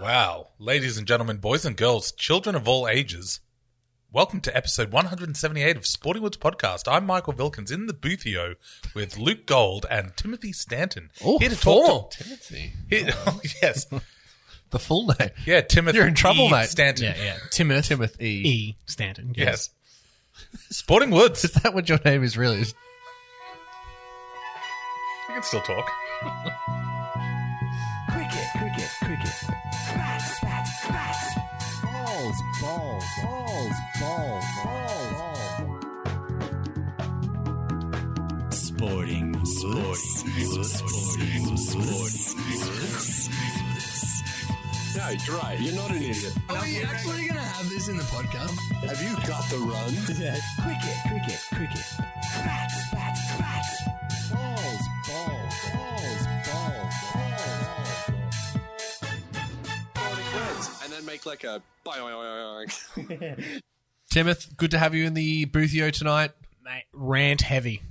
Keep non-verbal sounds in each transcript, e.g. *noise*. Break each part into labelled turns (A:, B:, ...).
A: Wow. Ladies and gentlemen, boys and girls, children of all ages, welcome to episode 178 of Sporting Woods Podcast. I'm Michael Vilkins in the boothio with Luke Gold and Timothy Stanton.
B: Oh,
A: Here to
B: full.
A: talk to-
C: Timothy.
A: here- oh, *laughs* yes.
B: The full name. *laughs*
A: Yeah, Timothy
B: You're in trouble,
A: E.
B: mate.
A: Stanton.
D: Yeah, yeah. Timoth.
B: Timothy. E.
D: E. Stanton.
A: Yes. Sporting
B: *laughs*
A: Woods.
B: Is that what your name is really? Is-
A: You can still talk.
E: Cricket, cricket, cricket. Bats, bats, bats. Balls, balls, balls, balls, balls, balls. Sporting, sporting, sporting,
C: No, you're right. You're not an idiot.
E: Are you actually gonna have this in the podcast?
C: Have you got the run?
E: Cricket, cricket, cricket. Bats, bats, bats. Balls, balls, balls, balls, balls, balls.
C: And then make like a
B: Timoth, good to have you in the boothio tonight.
D: Mate, rant heavy.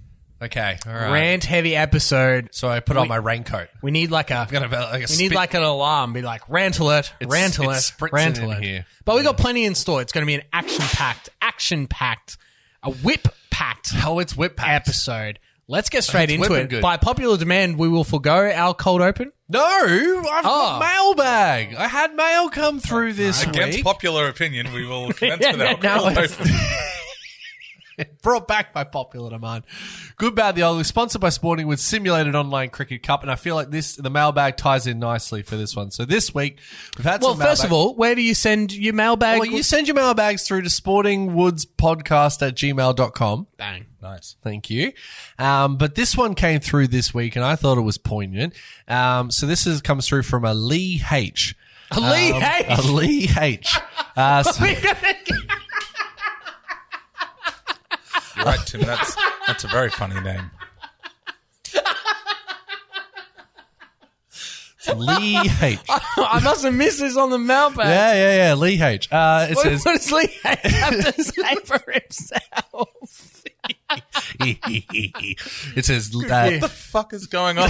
B: Okay, all right.
D: Rant heavy episode.
B: So I put on my raincoat.
D: We need like a.
B: I'm gonna be like a
D: we need like an alarm. Be like rant alert,
B: It's-
D: rant
B: it's
D: alert,
B: spritzing
D: rant
B: in
D: alert.
B: here.
D: But we got plenty in store. It's going to be an action packed, action packed, a whip packed
B: oh, it's whip packed.
D: episode. Let's get straight
B: It's
D: into
B: whipping
D: it.
B: good.
D: By popular demand, we will forego our cold open.
B: No, I've got
D: Oh.
B: mailbag. I had mail come through this
A: Against
B: week.
A: popular opinion, we will commence
D: Yeah,
A: with
D: yeah,
A: our
D: now
A: cold
D: it's-
A: open.
B: *laughs* brought back by popular demand. Good, bad, the ugly. Sponsored by Sporting with Simulated Online Cricket Cup, and I feel like this the mailbag ties in nicely for this one. So this week we've had.
D: Well,
B: some
D: first
B: mailbag-
D: of all, where do you send your mailbag?
B: well, you send your mailbags through to sportingwoodspodcast at gmail.com.
D: Bang.
A: Nice.
B: Thank you. Um, but this one came through this week, and I thought it was poignant. Um, so this is comes through from a Lee H.
D: A Lee
B: Um,
D: H.
B: A Lee H. Uh, so-
A: You're right, Tim. That's, that's a very funny name.
B: Lee
D: *laughs*
B: H.
D: *laughs* I must have missed this on the mailbag.
B: Yeah, yeah, yeah. Lee H. Uh, it
D: What,
B: says. *laughs*
D: what does Lee have to say for
B: *laughs*
D: himself?
B: it says. Uh,
A: What the fuck is going on? *laughs*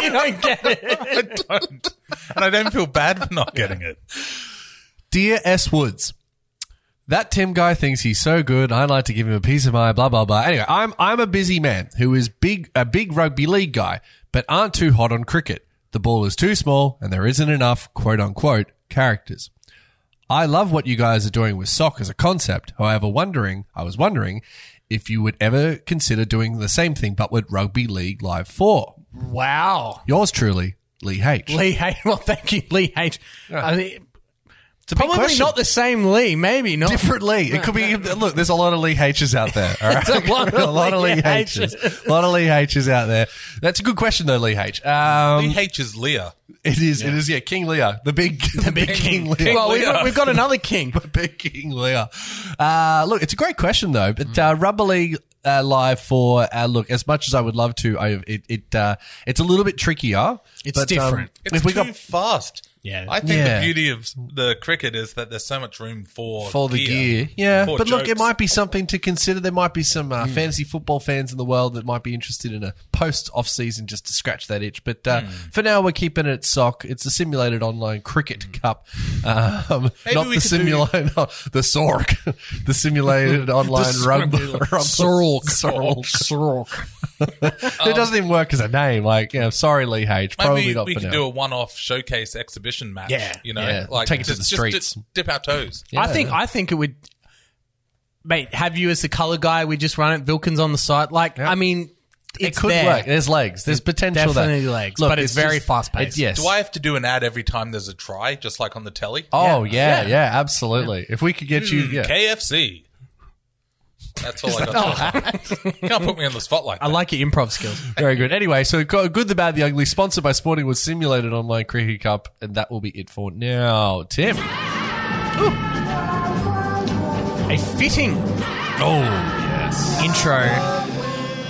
D: you don't get it.
A: I don't. And I don't feel bad for not getting it.
B: Dear S. Woods, that Tim guy thinks he's so good. I'd like to give him a piece of my blah blah blah. Anyway, I'm I'm a busy man who is big a big rugby league guy, but aren't too hot on cricket. The ball is too small, and there isn't enough quote unquote characters. I love what you guys are doing with sock as a concept. However, wondering I was wondering if you would ever consider doing the same thing but with rugby league live four.
D: Wow.
B: Yours truly, Lee H.
D: Lee H. Well, thank you, Lee H. I mean,
B: It's a big
D: probably
B: question.
D: not the same Lee. Maybe not.
B: different Lee. It could be. Look, there's a lot of Lee H's out there. All right?
D: There's a
B: *laughs*
D: lot of Lee H's.
B: A lot of Lee H's out there. That's a good question though, Lee H. Um,
A: Lee H is Leah.
B: it is. It is. Yeah, King Lear, the big, the big King, Lear.
D: well, we've
B: *laughs*
D: got, we've got another king.
B: big King Lear. Uh, look, it's a great question though, but uh, Rubber League. Uh, live for uh, look as much as I would love to I it, it uh, it's a little bit trickier
D: It's
B: but, um,
D: different.
A: It's
B: if we
A: too
B: got
A: fast.
D: Yeah.
A: I think
B: Yeah.
A: the beauty of the cricket is that there's so much room for
B: for the gear. Yeah,
A: for
B: but look, it
A: jokes.
B: might be something to consider. There might be some uh, fantasy football fans in the world that might be interested in a post off season just to scratch that itch. But uh, for now, we're keeping it sock. It's a simulated online cricket cup, um,
A: Maybe
B: not
A: we could
B: the
A: do-
B: simulated *laughs* the sork, the simulated online rugby sork sork. *laughs*
D: Sorok.
B: It doesn't even work as a name. Like, yeah, sorry, Lee H. Probably
A: Maybe
B: not
A: we
B: for
A: could
B: now.
A: do a one-off showcase exhibition match.
D: Yeah.
A: you know,
B: Yeah.
A: like
B: Take it to
A: just- just
B: the streets.
A: di- dip our toes.
B: Yeah.
D: I think. I think it would. Mate, have you as the color guy? We just run it. Vilkins on the site. Like, I mean,
B: it
D: it's
B: could
D: there.
B: work. There's legs. There's potential there.
D: definitely legs, but it's very
B: just-
D: fast-paced.
B: it- Yes.
A: Do I have to do an ad every time there's a try, just like on the telly?
B: Oh yeah,
D: Yeah.
B: yeah, absolutely. If we could get you, yeah.
A: KFC. That's all I got. to say. You *laughs* can't put me on the spotlight.
D: I like your improv skills.
B: very good. Anyway, so go- good, the bad, the ugly, sponsored by Sporting was simulated online cricket cup, and that will be it for now. Tim,
D: A fitting
B: oh yes,
D: intro.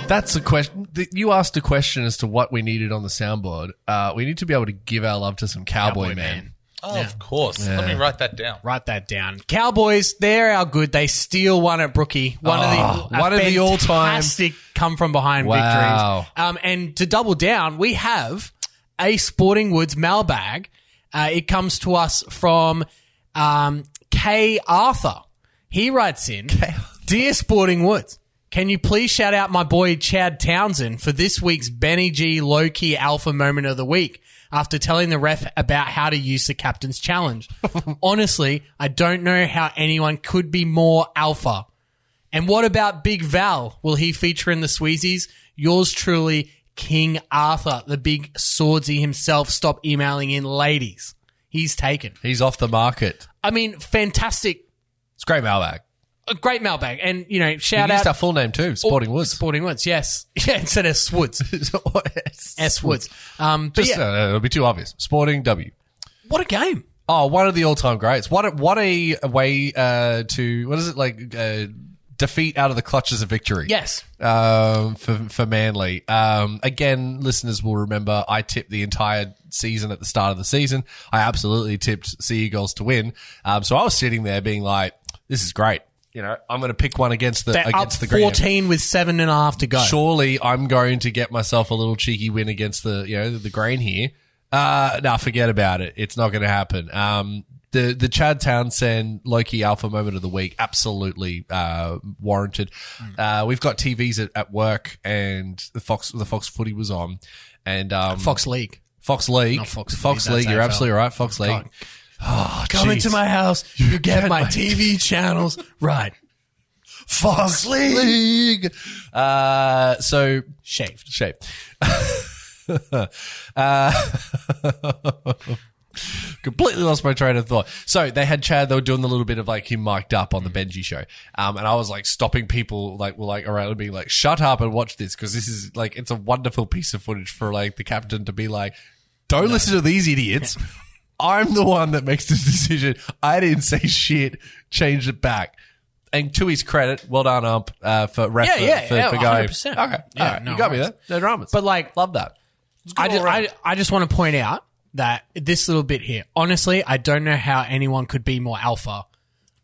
B: that's a question. th- You asked a question as to what we needed on the soundboard. Uh, we need to be able to give our love to some cowboy, man.
D: Cowboy man.
A: oh, of course. Let me write that down.
D: Write that down. Cowboys, they're our good. They steal one at Brookie. One of the
B: Ah, one of the all-time-
D: fantastic come from behind
B: Wow.
D: victories. Um, and to double down, we have a Sporting Woods mailbag. Uh, it comes to us from um, K. Arthur. He writes in Dear Sporting Woods, can you please shout out my boy Chad Townsend for this week's Benny G low key alpha moment of the week after telling the ref about how to use the captain's challenge? Honestly, I don't know how anyone could be more alpha. And what about Big Val? Will he feature in the Sweezies? Yours truly, King Arthur, the big swordsy himself. Stop emailing in, ladies. He's taken.
B: He's off the market.
D: I mean, fantastic,
B: It's great mailbag.
D: a great mailbag, and you know,
B: You
D: shout
B: used our
D: out
B: full name too, Sporting Woods.
D: Sporting Woods. Yes, yeah, instead
B: *laughs*
D: of Swoods, *laughs* S Woods. Um, but
B: Just,
D: yeah,
B: uh, it'll be too obvious. Sporting W.
D: what a game!
B: Oh, one of the all-time greats. What a, what a way uh, to what is it like uh, defeat out of the clutches of victory?
D: Yes,
B: um, for for Manly. Um, again, listeners will remember I tipped the entire season at the start of the season. I absolutely tipped Sea Eagles to win. Um, so I was sitting there being like, "This is great." You know, I'm going to pick one against the
D: they're up
B: against the Grand.
D: fourteen with seven and a half to go.
B: Surely I'm going to get myself a little cheeky win against the you know the grain here. Uh no, forget about it. It's not going to happen. Um, the the Chad Townsend Loki Alpha moment of the week absolutely uh, warranted.
D: Hmm.
B: Uh, we've got TVs at, at work, and the Fox the Fox Footy was on, and um,
D: Fox League.
B: Fox League,
D: Not Fox Footy,
B: Fox
D: that's
B: League. You're
D: AFL.
B: absolutely right, Fox League.
D: God.
B: Oh,
D: Come into
B: jeez.
D: my house. You get my TV channels right.
B: Fox League. Uh, so
D: Shaved.
B: shape. uh, completely lost my train of thought. So they had Chad. They were doing the little bit of like him mic'd up on the
D: Mm.
B: Benji show, um, and I was like stopping people like were like around being like, "Shut up and watch this," because this is like it's a wonderful piece of footage for like the captain to be like, "Don't listen to these idiots." *laughs* I'm the one that makes this decision. I didn't say shit. Change it back. And to his credit, well done, Ump, uh, for ref
D: Yeah,
B: for,
D: yeah,
B: for,
D: yeah,
B: for going.
D: 100%.
B: Okay,
D: Yeah,
B: all right,
D: no
B: you got me
D: worries.
B: there. No dramas.
D: But like,
B: Love that.
D: I just, I, I just want to point out that this little bit here. Honestly, I don't know how anyone could be more alpha.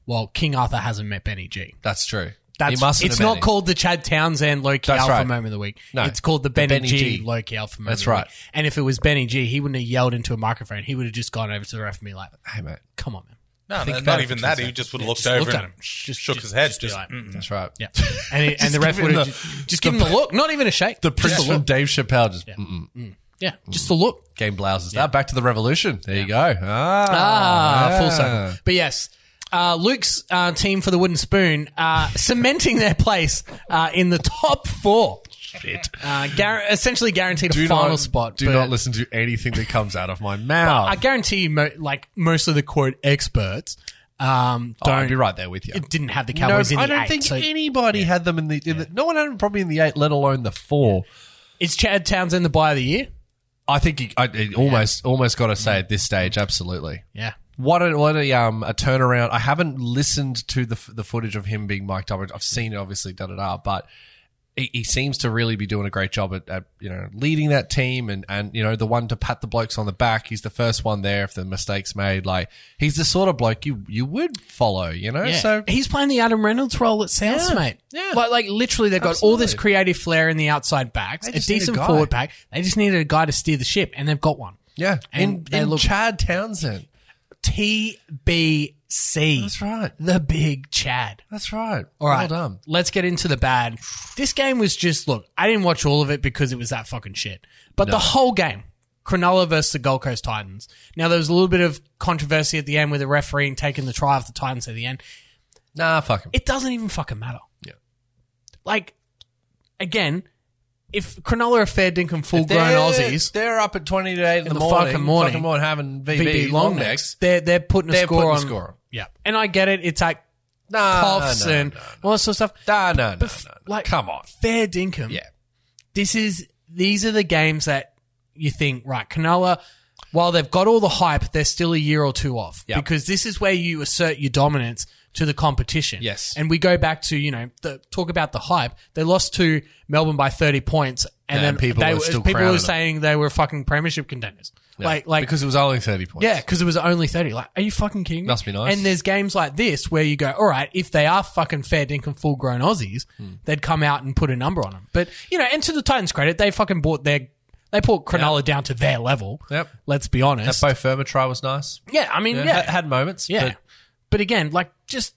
D: Well, King Arthur hasn't met Benny G.
B: That's true.
D: That's
B: You mustn't
D: it's
B: have
D: not
B: any.
D: called the Chad Townsend Loki
B: That's
D: Alpha
B: right.
D: moment of the week.
B: No.
D: it's called the
B: The
D: Benny,
B: Benny
D: G,
B: G.
D: Loki Alpha moment.
B: That's
D: of the
B: right.
D: Week. And if it was Benny G, he wouldn't have yelled into a microphone. He would have just gone over to the ref and be like,
B: Hey mate,
D: "Come on, man."
A: No, no
B: about
A: not
B: it
A: even
B: for
A: that.
B: two
A: He just would have
D: Yeah,
A: looked
D: just
A: over
D: looked at
A: and
D: him. Just-
A: shook
D: just-
A: his head.
D: just
A: Just,
D: be like,
A: mm.
B: that's right. *laughs*
D: Yeah, and, he, and the ref
B: give
D: would
B: him
D: have
B: the-
D: just, just give him the look, not even a shake.
B: The Prince
D: just the
B: from
D: look.
B: Dave Chappelle just mm-mm.
D: Yeah, just the look.
B: game blouses. Now back to the revolution. There you go. Ah,
D: Ah,
B: yeah.
D: full circle. But yes, uh, Luke's uh, team for the Wooden Spoon uh, cementing their place uh, in the top four. Shit. Uh, gar- essentially guaranteed a
B: Do
D: final
B: not,
D: spot.
B: Do
D: but
B: not listen Oh. to anything that comes out of my mouth.
D: I guarantee you, mo- like most of the quote experts, um,
B: Oh,
D: don't.
B: I'd be right there with you.
D: It didn't have the
B: No,
D: Cowboys in the
B: I don't
D: eight,
B: think
D: so
B: anybody had them in the, in the. No one had them probably in the eight, let alone the four.
D: is Chad Townsend the buy of the year?
B: I think you, I, it almost almost got to say at this stage, absolutely.
D: Yeah.
B: What a what a um a turnaround! I haven't listened to the f- the footage of him being mic'd up. I've seen it, obviously, done it up, but he, he seems to really be doing a great job at, at you know leading that team and and you know the one to pat the blokes on the back. He's the first one there if the mistakes made. Like he's the sort of bloke you you would follow, you know.
D: Yeah.
B: So
D: he's playing the Adam Reynolds role at South, mate.
B: yeah.
D: Like, like literally, they've got all this creative flair in the outside backs,
B: They
D: a
B: just need a
D: decent
B: guy.
D: forward pack. They just needed a guy to steer the ship, and they've got one.
B: yeah,
D: And
B: and
D: they
B: in, in
D: look-
B: Chad Townsend.
D: TBC.
B: That's right.
D: The big Chad.
B: That's right.
D: All right.
B: well done.
D: Let's get into the bad. This game was just, look, I didn't watch all of it because it was that fucking shit. But the whole game, Cronulla versus the Gold Coast Titans. Now, there was a little bit of controversy at the end with the refereeing taking the try off the Titans at the end.
B: Nah, fuck him.
D: It doesn't even fucking matter.
B: Yeah.
D: Like, again, if Cronulla are fair dinkum full grown Aussies,
B: They're up at twenty to eight in, the,
D: the
B: morning,
D: fucking morning.
B: fucking morning having VB,
D: BB
B: long
D: long
B: necks.
D: necks, they're, they're putting a
B: They're
D: score
B: putting a
D: on.
B: score on.
D: Yeah. And I get it. It's like
B: Nah,
D: coughs
B: Ah, no,
D: and
B: no,
D: all that sort of stuff.
B: nah, no, no,
D: Bef-
B: no, no.
D: like-
B: come on,
D: Fair dinkum.
B: yeah.
D: This is these are the games that you think right. Canola, while they've got all the hype, they're still a year or two off
B: Yep.
D: because this is where you assert your dominance to the competition.
B: Yes.
D: and we go back to you know the talk about the hype. They lost to Melbourne by thirty points, and,
B: Yeah,
D: then
B: and people
D: they
B: were
D: were
B: still
D: people
B: crowning
D: were
B: them.
D: saying they were fucking premiership contenders. Like like
B: because it was only thirty points.
D: yeah, because it was only 30. Like, are you fucking kidding me?
B: Must be nice.
D: And there's games like this where you go, all right, if they are fucking fair dinkum full grown
B: Hmm.
D: Aussies, they'd come out and put a number on them. But, you know, and to the Titans' credit, they fucking bought their. They put Cronulla down to their level.
B: Yep.
D: Let's be honest.
B: That Bo Firma try was nice.
D: yeah, I mean, Mm, yeah,
B: Had, had moments.
D: yeah.
B: But
D: But, again, like just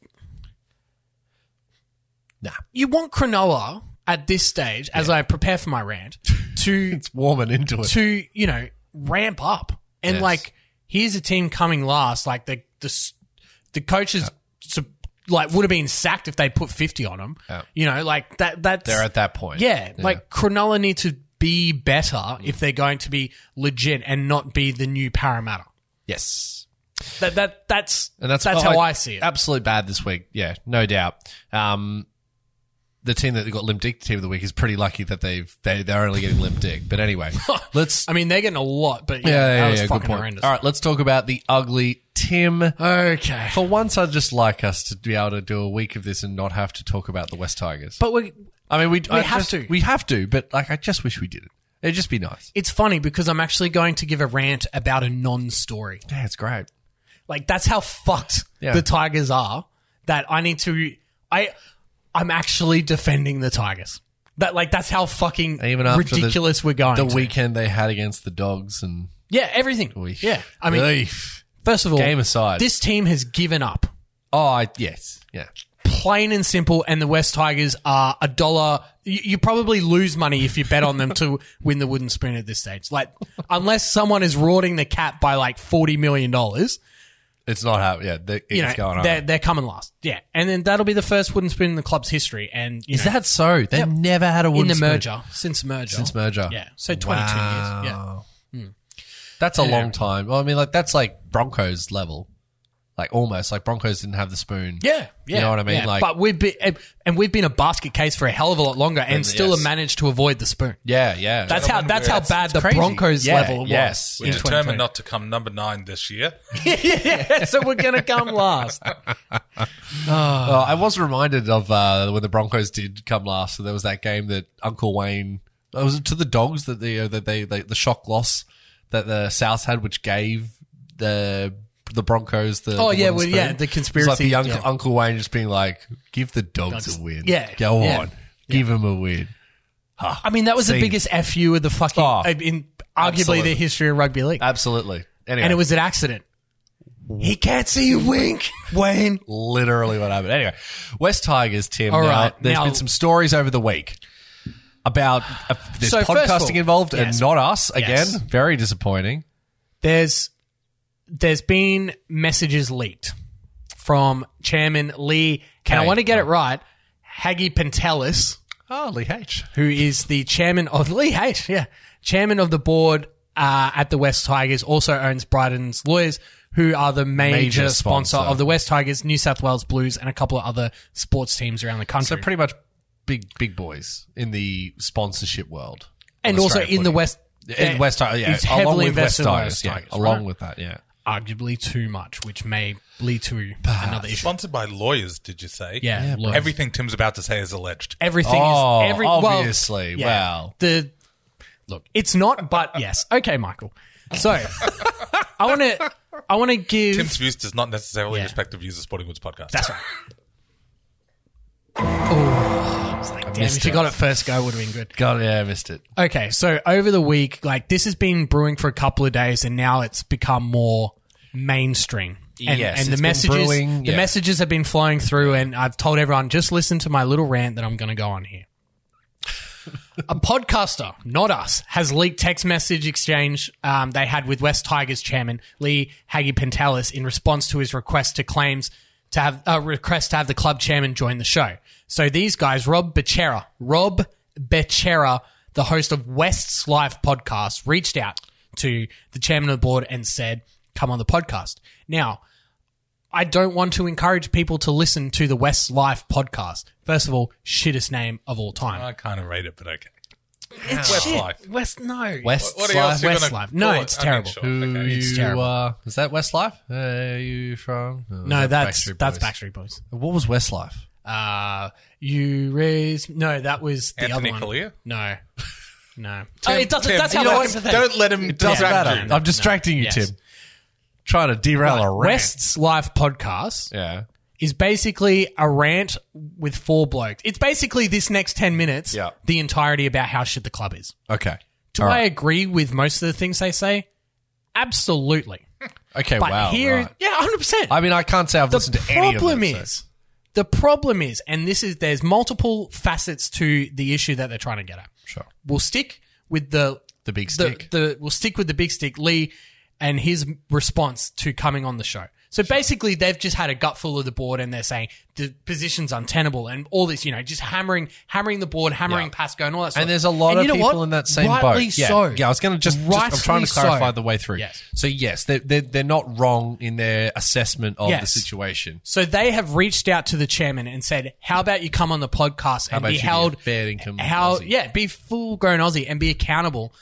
B: Nah.
D: You want Cronulla at this stage, as I prepare for my rant, to
B: *laughs* it's warming into it.
D: to you know ramp up and
B: Yes.
D: like here's a team coming last. Like the the s- the coaches sup- like would have been sacked if they put fifty on them.
B: Yeah.
D: You know, like that. That's
B: They're at that point. Mm.
D: yeah, like Cronulla need to be better if they're going to be legit and not be the new Parramatta.
B: yes.
D: That that that's
B: And that's,
D: that's
B: oh,
D: how
B: like,
D: I see it.
B: Absolute bad this week. Yeah, no doubt. Um, the team that got limp dick team of the week is pretty lucky that they've they, they're only getting limp dick. But
D: *laughs*
B: anyway, let's.
D: I mean, they're getting a lot, but yeah,
B: yeah, yeah,
D: that
B: yeah,
D: was
B: good
D: fucking
B: point.
D: horrendous.
B: All right, let's talk about the ugly Tim.
D: Okay,
B: For once, I'd just like us to be able to do a week of this and not have to talk about the West Tigers.
D: but we
B: I mean, we, I
D: have
B: just-
D: to.
B: We have to, but like, I just wish we did it. It'd just be nice.
D: it's funny because I'm actually going to give a rant about a non-story.
B: Yeah, it's great.
D: Like that's how fucked
B: Yeah.
D: the Tigers are. That I need to. I I'm actually defending the Tigers. That like that's how fucking
B: Even after the-
D: ridiculous we're going.
B: The
D: to.
B: weekend they had against the Dogs and
D: yeah, everything.
B: Oof.
D: Yeah, I mean,
B: Oof.
D: first of all,
B: Game aside.
D: this team has given up,
B: oh I- yes, yeah.
D: plain and simple. And the West Tigers are a dollar. You, you probably lose money if you bet on them
B: *laughs*
D: to win the wooden spoon at this stage. Like, unless someone is rorting the cap by like forty million dollars,
B: It's not happening. Yeah, the, it's
D: you know,
B: going on.
D: they're they're coming last. Yeah, and then that'll be the first wooden spoon in the club's history. And you
B: Is
D: know,
B: that so? They've never had a
D: in
B: wooden
D: the
B: spoon.
D: merger since merger
B: since merger.
D: Yeah, so twenty two years. Yeah,
B: Wow. That's a long time. Well, I mean, like that's like Broncos level, like almost like Broncos didn't have the spoon.
D: yeah, yeah.
B: know what I mean?
D: yeah.
B: Like-
D: but we've been and- and we've been a basket case for a hell of a lot longer, and still have
B: yes.
D: managed to avoid the spoon.
B: yeah, yeah.
D: That's how
A: Gentlemen,
D: that's how
A: it's-
D: bad the
B: crazy.
D: Broncos
B: Yeah,
D: level was.
B: yes.
A: We're
D: in
A: determined
D: 2020.
A: not to come number nine this year.
D: yeah, *laughs* so we're gonna come last.
B: Uh, I was reminded of uh, when the Broncos did come last. So there was that game that Uncle Wayne. uh, Was it to the Dogs that the uh, that they, they the shock loss that the South had, which gave the the Broncos the
D: Oh,
B: the
D: yeah,
B: wooden
D: well,
B: spoon? It
D: yeah, the
B: was like
D: conspiracy,
B: the uncle,
D: yeah.
B: Uncle Wayne just being like, "Give the Dogs a win,
D: yeah,
B: go
D: yeah,
B: on, give 'em give them a win."
D: I mean, that was the
B: Scene.
D: biggest fu of the fucking
B: Oh,
D: uh, in arguably
B: absolutely.
D: the history of rugby league,
B: Absolutely. Anyway,
D: and it was an accident. He can't see you wink, Wayne.
B: literally what happened. Anyway, West Tigers, Tim.
D: All
B: now,
D: right,
B: there's
D: now-
B: been some stories over the week about uh, there's
D: So first of
B: podcasting
D: all-
B: involved
D: Yes.
B: and not us again.
D: Yes.
B: Very disappointing.
D: There's there's been messages leaked from Chairman Lee. Can I
B: Hey,
D: want to get it right? Haggy Pentelis.
B: Oh, Lee H.
D: who is the chairman of *laughs* Lee H, yeah, chairman of the board uh, at the West Tigers, also owns Brighton's Lawyers, who are the major,
B: Major
D: sponsor.
B: sponsor.
D: of the West Tigers, New South Wales Blues, and a couple of other sports teams around the
B: So
D: country,
B: pretty much big big boys in the sponsorship world.
D: and
B: of
D: also
B: Australian
D: in the
B: footy.
D: West.
B: In
D: uh,
B: West Tigers, yeah,
D: he's
B: along
D: heavily
B: with West
D: invested in the
B: Tigers,
D: West
B: yeah,
D: Tigers,
B: along
D: right?
B: with that, yeah.
D: arguably too much, which may lead to another issue.
A: Sponsored by lawyers, did you say?
D: Yeah, lawyers.
A: Everything Tim's about to say is alleged.
D: everything
B: Oh,
D: is every, well,
B: obviously. Wow.
D: The look, it's not, but yes. Okay, Michael.
B: *laughs*
D: So I want to, I want to give
A: Tim's views does not necessarily
D: Yeah.
A: respect the views of Sporting Woods podcast.
D: That's right. oh, damn!
B: missed
D: If you
B: it.
D: got it first go, would have been good.
B: God, yeah, I missed it.
D: Okay, so over the week, like this has been brewing for a couple of days, and now it's become more mainstream. And,
B: Yes,
D: and the
B: it's been
D: messages,
B: brewing,
D: the
B: yeah.
D: messages have been flowing through, and I've told everyone just listen to my little rant that I'm going to go on here. a podcaster, not us, has leaked text message exchange um, they had with West Tigers chairman Lee Haggy Pentalis in response to his request to claims to have a request to have the club chairman join the show. So these guys, Rob Becerra, Rob Becerra, the host of West's Live podcast, reached out to the chairman of the board and said, "Come on the podcast." Now, I don't want to encourage people to listen to the West's Life podcast. First of all, shittest name of all time.
A: I kind of rate it, but okay.
D: It's
A: West
D: shit.
A: Life.
D: West, no.
B: West
A: What
B: Life.
A: else you
D: Westlife.
A: gonna
D: No,
A: call it? I
D: it's
A: mean,
D: terrible.
A: sure,
B: Who
A: okay.
D: It's
B: you
D: terrible.
B: uh, is that Westlife? Uh, are you from? Oh,
D: No,
B: is that
D: that's that's
B: Boys?
D: Backstreet Boys.
B: What was Westlife?
D: Uh, you raise no. That was the
A: Anthony
D: other one.
A: Collier?
D: No, *laughs* no. oh, it doesn't.
A: Tim,
D: that's
A: you
D: how
A: know
D: it
A: what?
D: works. the thing.
A: Don't let him. It
D: doesn't matter.
B: I'm distracting you,
D: yes.
B: Tim. Trying to derail a rant.
D: West's Life podcast
B: Yeah.
D: is basically a rant with four blokes. It's basically this next ten minutes.
B: Yeah.
D: The entirety about how shit the club is.
B: Okay.
D: Do
B: All
D: I
B: right.
D: agree with most of the things they say? Absolutely.
B: Okay,
D: But
B: wow.
D: here,
B: right.
D: yeah, hundred percent.
B: I mean, I can't say I've listened
D: The
B: to any of
D: problem
B: them, so-
D: is, the problem is, and this is there's multiple facets to the issue that they're trying to get at.
B: Sure.
D: We'll stick with the
B: The big
D: the-
B: stick.
D: The, we'll stick with the big stick, Lee, and his response to coming on the show. So basically, they've just had a gutful of the board, and they're saying the position's untenable, and all this, you know, just hammering, hammering the board, hammering Pasco, and all that. Stuff.
B: And there's a lot of people in that same
D: Rightly
B: boat. Yeah,
D: so.
B: yeah. I was going to just, just- I'm trying to
D: Rightly
B: clarify
D: so.
B: the way through.
D: Yes.
B: So yes, they're, they're they're not wrong in their assessment of
D: Yes.
B: the situation.
D: So they have reached out to the chairman and said, "How about you come on the podcast and
B: about
D: be
B: you be a
D: held
B: fair income
D: how
B: Aussie?"
D: yeah, be full grown Aussie and be accountable,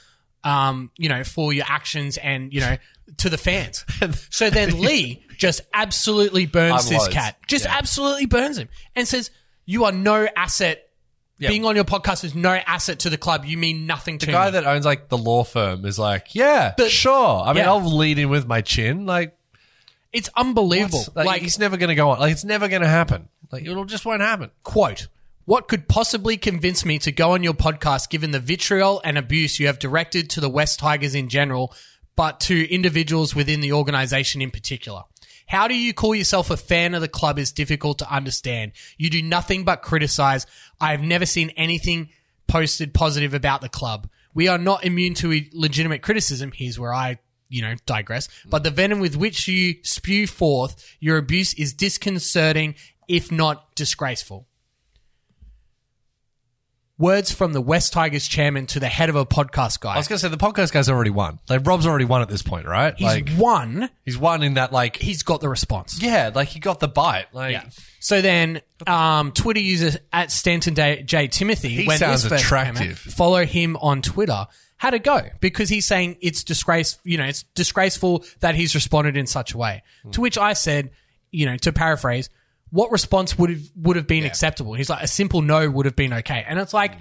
D: um, you know, for your actions and you know to
B: *laughs*
D: the fans." so then Lee just absolutely burns this
B: Unloads.
D: cat, just
B: Yeah.
D: absolutely burns him, and says, "You are no asset.
B: Yeah.
D: Being on your podcast is no asset to the club. You mean nothing to
B: The guy
D: me."
B: that owns like the law firm is like, yeah, sure. I mean,
D: yeah.
B: I'll lead in with my chin. Like,
D: it's unbelievable.
B: like, he's never going to go on. Like, it's never going to happen. Like, it'll just won't happen.
D: quote what could possibly convince me to go on your podcast given the vitriol and abuse you have directed to the west tigers in general but to individuals within the organization in particular how do you call yourself a fan of the club is difficult to understand you do nothing but criticize i have never seen anything posted positive about the club we are not immune to e- legitimate criticism here's where i you know, digress, but the venom with which you spew forth your abuse is disconcerting, if not disgraceful. Words from the West Tigers chairman to the head of a podcast guy.
B: I was going to say the podcast guy's already won. Like, Rob's already won at this point, right?
D: he's
B: like,
D: won.
B: he's won in that. Like,
D: He's got the response.
B: yeah, like he got the bite. Like,
D: Yeah. So then, um, Twitter user at Stanton J, J. Timothy.
B: He
D: when
B: sounds
D: this first came out,
B: attractive.
D: follow him on Twitter. Had a go because he's saying it's disgrace. You know, it's disgraceful that he's responded in such a way.
B: Hmm.
D: To which I said, you know, to paraphrase, what response would have would have been acceptable? He's like, a simple no would have been okay. And it's like,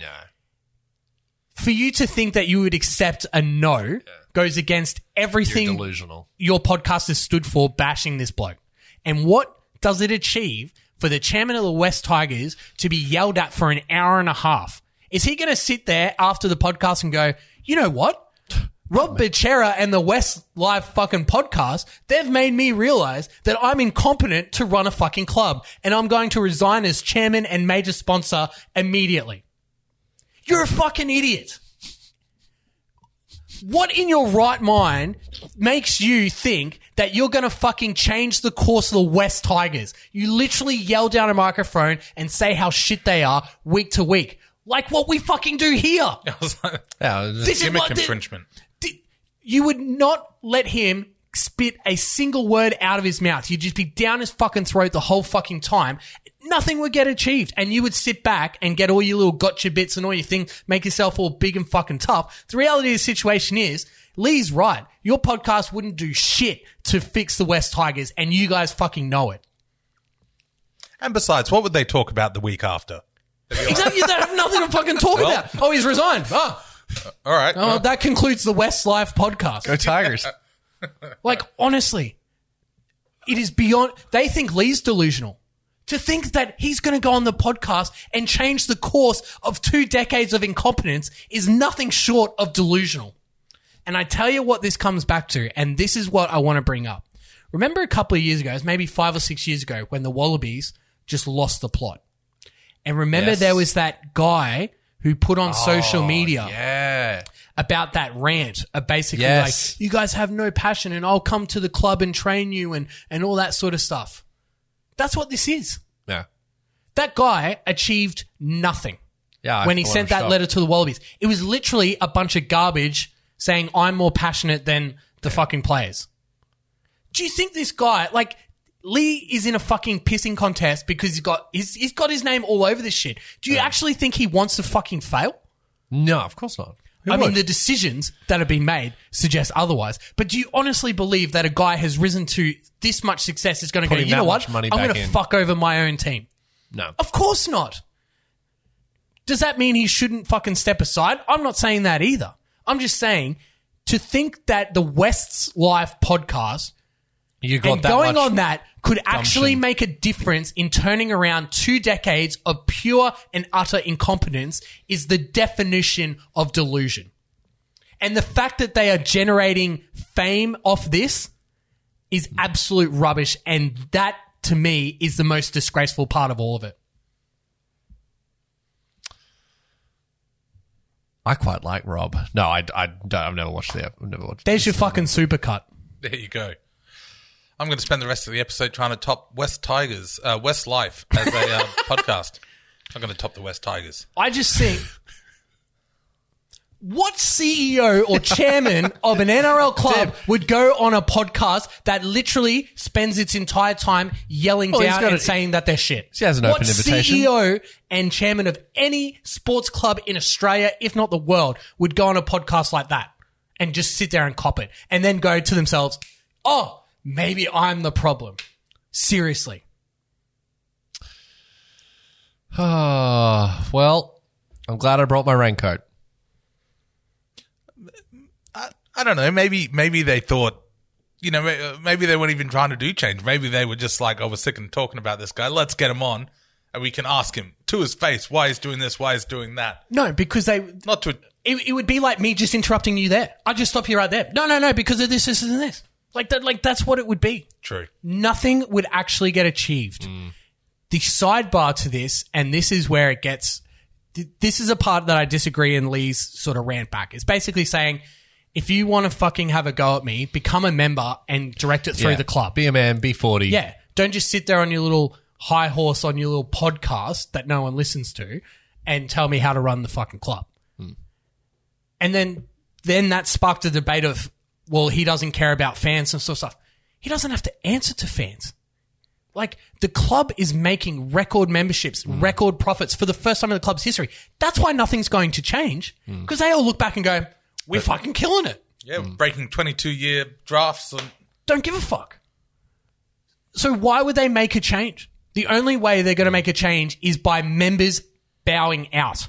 D: for you to think that you would accept a no goes against
B: you're
D: everything
B: delusional.
D: your podcast has stood for bashing this bloke. And what does it achieve for the chairman of the West Tigers to be yelled at for an hour and a half? Is he going to sit there after the podcast and go, you know what? Rob Becerra and the West Live fucking podcast, they've made me realize that I'm incompetent to run a fucking club and I'm going to resign as chairman and major sponsor immediately. You're a fucking idiot what in your right mind makes you think that you're going to fucking change the course of the West Tigers? You literally yell down a microphone and say how shit they are week to week. Like what we fucking do
A: *laughs*
D: here.
A: I was like,
B: Yeah, it's-
D: This is
A: gimmick
D: what the-
A: infringement.
D: Di- you would not let him spit a single word out of his mouth. You'd just be down his fucking throat the whole fucking time. Nothing would get achieved. And you would sit back and get all your little gotcha bits and all your thing, make yourself all big and fucking tough. The reality of the situation is, Lee's right. Your podcast wouldn't do shit to fix the West Tigers, and you guys fucking know it.
A: And besides, what would they talk about the week after?
D: Exactly. You don't have nothing to fucking talk about. Oh, he's resigned. Ah,
A: All right.
D: oh, that concludes the West Life podcast.
B: Go
D: *laughs*
B: Tigers.
D: Like, honestly, it is beyond. They think Lee's delusional. To think that he's going to go on the podcast and change the course of two decades of incompetence is nothing short of delusional. And I tell you what this comes back to, and this is what I want to bring up. Remember a couple of years ago, it was maybe five or six years ago, when the Wallabies just lost the plot. And remember,
B: Yes.
D: there was that guy who put on social media
B: yeah.
D: about that rant of basically
B: Yes.
D: like you guys have no passion and I'll come to the club and train you and and all that sort of stuff. That's what this is.
B: Yeah.
D: That guy achieved nothing
B: Yeah. I
D: when he
B: thought
D: sent
B: I'm
D: that
B: shocked.
D: letter to the Wallabies. It was literally a bunch of garbage saying I'm more passionate than the fucking players. Do you think this guy like Lee is in a fucking pissing contest because he's got he's, he's got his name all over this shit. Do you actually think he wants to fucking fail?
B: No, of course not. Who
D: I mean,
B: would?
D: the decisions that have been made suggest otherwise. But do you honestly believe that a guy has risen to this much success is going to go,
B: Putting
D: you
B: that
D: know
B: much
D: what?
B: money
D: I'm
B: back
D: going to
B: in."
D: fuck over my own team.
B: no.
D: Of course not. Does that mean he shouldn't fucking step aside? I'm not saying that either. I'm just saying to think that the West's Life podcast
B: You
D: and going on that could actually
B: gumption.
D: make a difference in turning around two decades of pure and utter incompetence is the definition of delusion. And the fact that they are generating fame off this is absolute rubbish. And that, to me, is the most disgraceful part of all of it.
B: I quite like Rob. No, I, I don't. I've never watched the. ep- I've never watched. *sighs*
D: There's your fucking supercut.
A: There you go. I'm going to spend the rest of the episode trying to top West Tigers, uh, West Life as a uh, *laughs* podcast. I'm going to top the West Tigers.
D: I just think what CEO
B: *laughs*
D: or chairman of an NRL club would go on a podcast that literally spends its entire time yelling
B: Well, he's
D: down
B: got
D: and
B: a-
D: saying that they're shit?
B: He has an
D: what
B: open invitation.
D: CEO and chairman of any sports club in Australia, if not the world, would go on a podcast like that and just sit there and cop it and then go to themselves, oh, maybe I'm the problem. Seriously.
B: Ah, well, I'm glad I brought my raincoat.
A: I don't know. Maybe maybe they thought, you know, may- uh, maybe they weren't even trying to do change. Maybe they were just like, "I was sick and talking about this guy. Let's get him on, and we can ask him to his face why he's doing this, why he's doing that."
D: No, because they
A: Not to
D: It, it would be like me just interrupting you there. I just stop you right there. No, no, no, because of this, this, and this. Like that, like that's what it would be.
A: true.
D: Nothing would actually get achieved. The sidebar to this, and this is where it gets. th- This is a part that I disagree in Lee's sort of rant back. It's basically saying, if you want to fucking have a go at me, become a member and direct it through
B: Yeah.
D: the club.
B: Be a man. Be forty.
D: Yeah. Don't just sit there on your little high horse on your little podcast that no one listens to and tell me how to run the fucking club. And then then that sparked a debate of, well, he doesn't care about fans and sort of stuff. He doesn't have to answer to fans. Like the club is making record memberships, record profits for the first time in the club's history. That's why nothing's going to change because they all look back and go, we're fucking killing it
A: Yeah,
B: Mm.
A: breaking 22 year drafts. And,
D: don't give a fuck. So why would they make a change? The only way they're going to make a change is by members bowing out.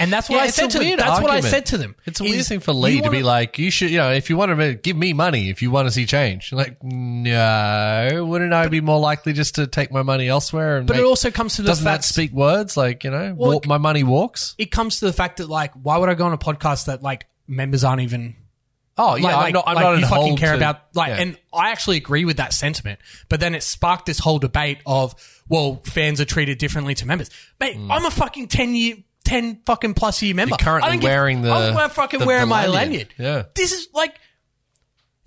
D: And that's what
B: Yeah,
D: I
B: it's
D: said
B: a
D: to them.
B: weird
D: That's what I
B: argument.
D: said to them.
B: It's a
D: is
B: weird thing for
D: you
B: Lee to
D: wanna-
B: be like, you should, you know, if you want to give me money, if you want to see change. You're Like, no, wouldn't I be more likely just to take my money elsewhere? And
D: But it
B: make-
D: also comes to the
B: doesn't
D: fact
B: that speak words? Like, you know, walk,
D: it-
B: my money walks.
D: it comes to the fact that like why would I go on a podcast that like members aren't even
B: Oh yeah,
D: like,
B: I'm
D: like,
B: not. I'm
D: like
B: not
D: you
B: in
D: fucking
B: hold
D: care
B: to-
D: about like
B: yeah.
D: and I actually agree with that sentiment. But then it sparked this whole debate of well, fans are treated differently to members. Mate, I'm a fucking ten year ten fucking plus year member.
B: Hmm. You're currently
D: I don't give-
B: wearing the-
D: I'm wearing- fucking
B: the-
D: wearing
B: the
D: my lanyard.
B: lanyard. Yeah.
D: This is like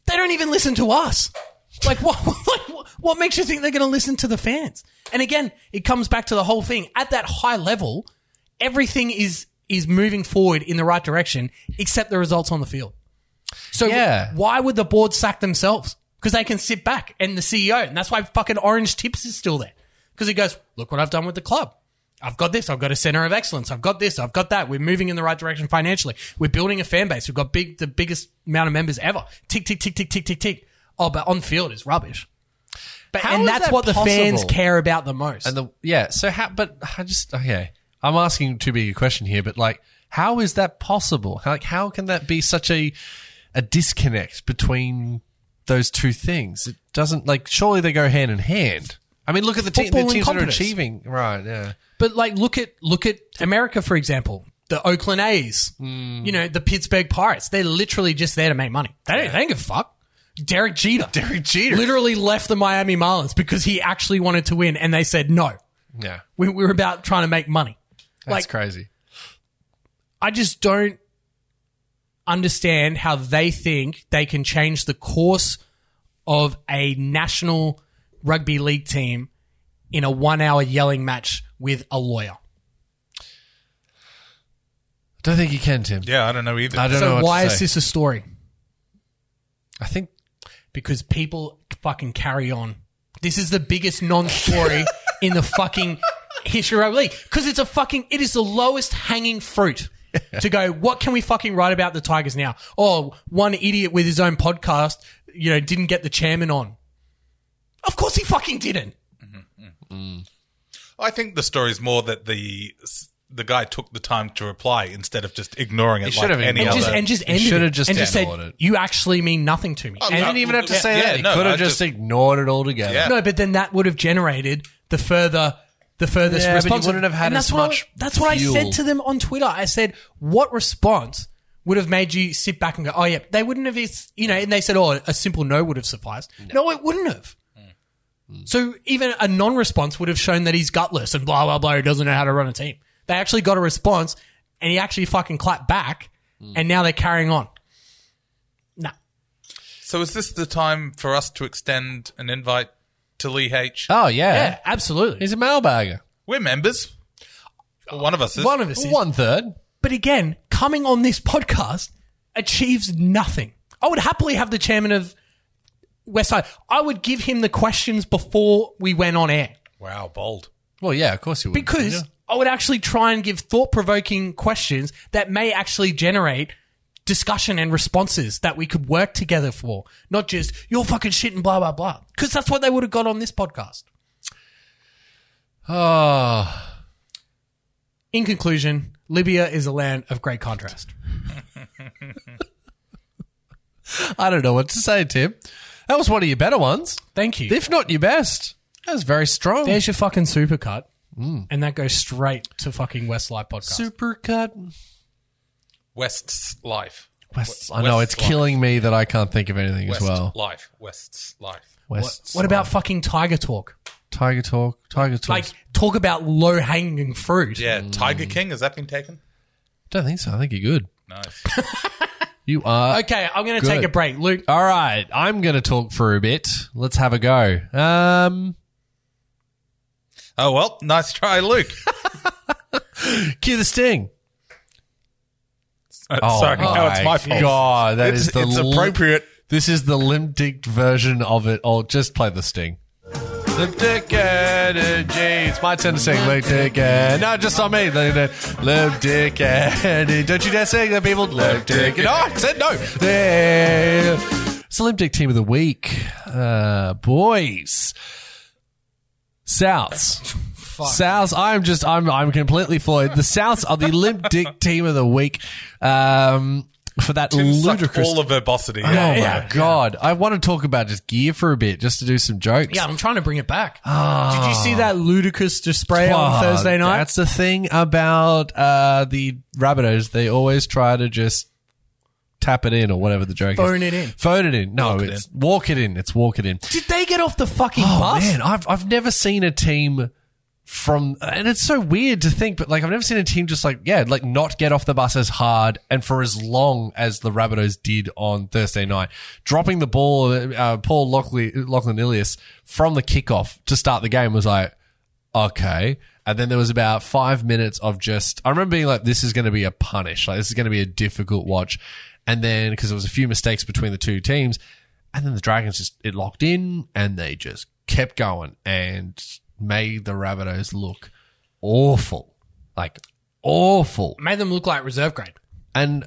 D: they don't even listen to us. Like *laughs* what, like what- what makes you think they're going to listen to the fans? And again, it comes back to the whole thing. At that high level, everything is is moving forward in the right direction except the results on the field. So
B: Yeah.
D: why would the board sack themselves? Because they can sit back and the CEO, and that's why fucking Orange Tips is still there. Because he goes, look what I've done with the club. I've got this. I've got a center of excellence. I've got this. I've got that. We're moving in the right direction financially. We're building a fan base. We've got big, the biggest amount of members ever. Tick, tick, tick, tick, tick, tick, tick. Oh, but on field is rubbish. But,
B: How
D: and
B: is
D: that's
B: that
D: what the fans
B: possible?
D: care about the most.
B: And the yeah, so how? But I just okay. I'm asking too big a question here, but like, how is that possible? Like, how can that be such a a disconnect between those two things? It doesn't like. Surely they go hand in hand. I mean, look at the team. The
D: Football
B: teams that are
D: incompetence.
B: achieving, right? Yeah,
D: But like, look at look at America for example. The Oakland A's, you know, the Pittsburgh Pirates. They're literally just there to make money. They don't, they don't give a fuck. Derek Jeter. *laughs* Derek Jeter literally left the Miami Marlins because he actually wanted to win, and they said no.
B: yeah.
D: We, we were about trying to make money.
B: That's
D: like,
B: crazy.
D: I just don't understand how they think they can change the course of a national rugby league team in a one-hour yelling match with a lawyer.
B: Don't think you can, Tim.
A: Yeah, I don't know either.
B: I don't know.
D: So
B: What
D: why
B: to
D: is
B: say.
D: this a story?
B: I think
D: Because people fucking carry on. This is the biggest non-story
B: *laughs*
D: in the fucking history of league because it's a fucking it is the lowest hanging fruit to go. What can we fucking write about the Tigers now? Oh, one idiot with his own podcast, you know, didn't get the chairman on. Of course he fucking didn't.
A: I think the story is more that the the guy took the time to reply instead of just ignoring it
B: should
A: like
B: have
A: any
D: And
B: ignored Yeah,
A: other.
D: just and just
B: he
D: ended
B: should have
D: it.
B: just
D: and just said
B: ignored it.
D: you actually mean nothing to me.
B: I
D: And-
B: didn't even have to say
A: yeah,
B: that. He
A: no,
B: could
A: I
B: have just,
A: just-
B: ignored it altogether.
A: Yeah.
D: No, but then that would have generated the further the furthest
B: Yeah, but you
D: response.
B: wouldn't have had
D: and
B: as
D: that's what I-
B: much
D: that's what I
B: fuel.
D: said to them on Twitter. I said, "What response would have made you sit back and go, oh, yeah, they wouldn't have, if- you know, and they said, oh, a simple no would have sufficed. No, it wouldn't have.
B: Hmm.
D: So even a non response would have shown that he's gutless and blah, blah, blah, he doesn't know how to run a team. They actually got a response and he actually fucking clapped back
B: Hmm.
D: and now they're carrying on. Nah.
A: So is this the time for us to extend an invite to Lee H?
B: Oh yeah.
D: Yeah, absolutely.
B: He's a mailbagger.
A: We're members. Well, one of us is.
D: One of us is.
B: Uh, One third.
D: But again, coming on this podcast achieves nothing. I would happily have the chairman of Westside. I would give him the questions before we went on air
A: wow, bold.
B: Well, yeah, of course you would.
D: because
B: Yeah.
D: I would actually try and give thought provoking questions that may actually generate discussion and responses that we could work together for, not just you're fucking shit and blah, blah, blah. Because that's what they would have got on this podcast.
B: Oh,
D: In conclusion, Libya is a land of great contrast.
B: I don't know what to say, Tim. That was one of your better ones,
D: Thank you.
B: if not your best. That was very strong.
D: There's your fucking supercut.
B: Mm.
D: And that goes straight to fucking Westlife podcast.
B: Supercut.
A: West's life.
B: West, I know
A: West's
B: it's
A: life.
B: killing me that I can't think of anything
A: West
B: as well.
A: life. West's life.
B: West.
D: what about fucking Tiger Talk?
B: Tiger Talk? Tiger Talk.
D: Like, talk about low hanging fruit.
A: Yeah, Tiger King has that been taken?
B: don't think so. I think you're good.
A: Nice.
B: You are.
D: Okay, I'm going to
B: Good.
D: take a break. Luke,
B: All right. I'm going to talk for a bit. Let's have a go. Um,
A: oh well, nice try, Luke. *laughs*
B: cue the sting.
A: Uh, Sorry, no, it's my fault.
B: Oh God, that
A: It's-
B: is the
A: it's
B: l-
A: appropriate.
B: This is the limp dick version of it. Oh, just play the sting. Limp dick energy. It's my turn to sing. Limp dick energy. No, just on me. Limp dick energy. Don't you dare sing that, people. Limp dick. No, I said no. There. It's the limp dick team of the week. Uh, boys. Souths. Souths, I'm just, I'm, I'm completely floored. The Souths are the limp dick team of the week. Um, for that
A: Tim sucked
B: ludicrous
A: all of verbosity.
B: Oh
A: out.
B: my god! I want to talk about just gear for a bit, just to do some jokes.
D: Yeah, I'm trying to bring it back. Did you see that ludicrous display
B: Oh,
D: on Thursday night?
B: Ah. That's the thing about uh, the Rabbitohs. They always try to just tap it in or whatever the joke is.
D: Phone it in.
B: Phone it in. No, it's walk it in. It's walk it in.
D: Did they get off the fucking
B: Oh
D: bus?
B: man, I've I've never seen a team from, and it's so weird to think, but like I've never seen a team just like yeah, like not get off the bus as hard and for as long as the Rabbitohs did on Thursday night, dropping the ball. Uh, Paul Lockley, Lachlan Ilias from the kickoff to start the game was like okay. And then there was about five minutes of just, I remember being like, this is going to be a punish. Like, this is going to be a difficult watch. And then, because there was a few mistakes between the two teams. And then the Dragons just, it locked in and they just kept going and made the Rabbitohs look awful. Like, awful.
D: Made them look like reserve grade.
B: And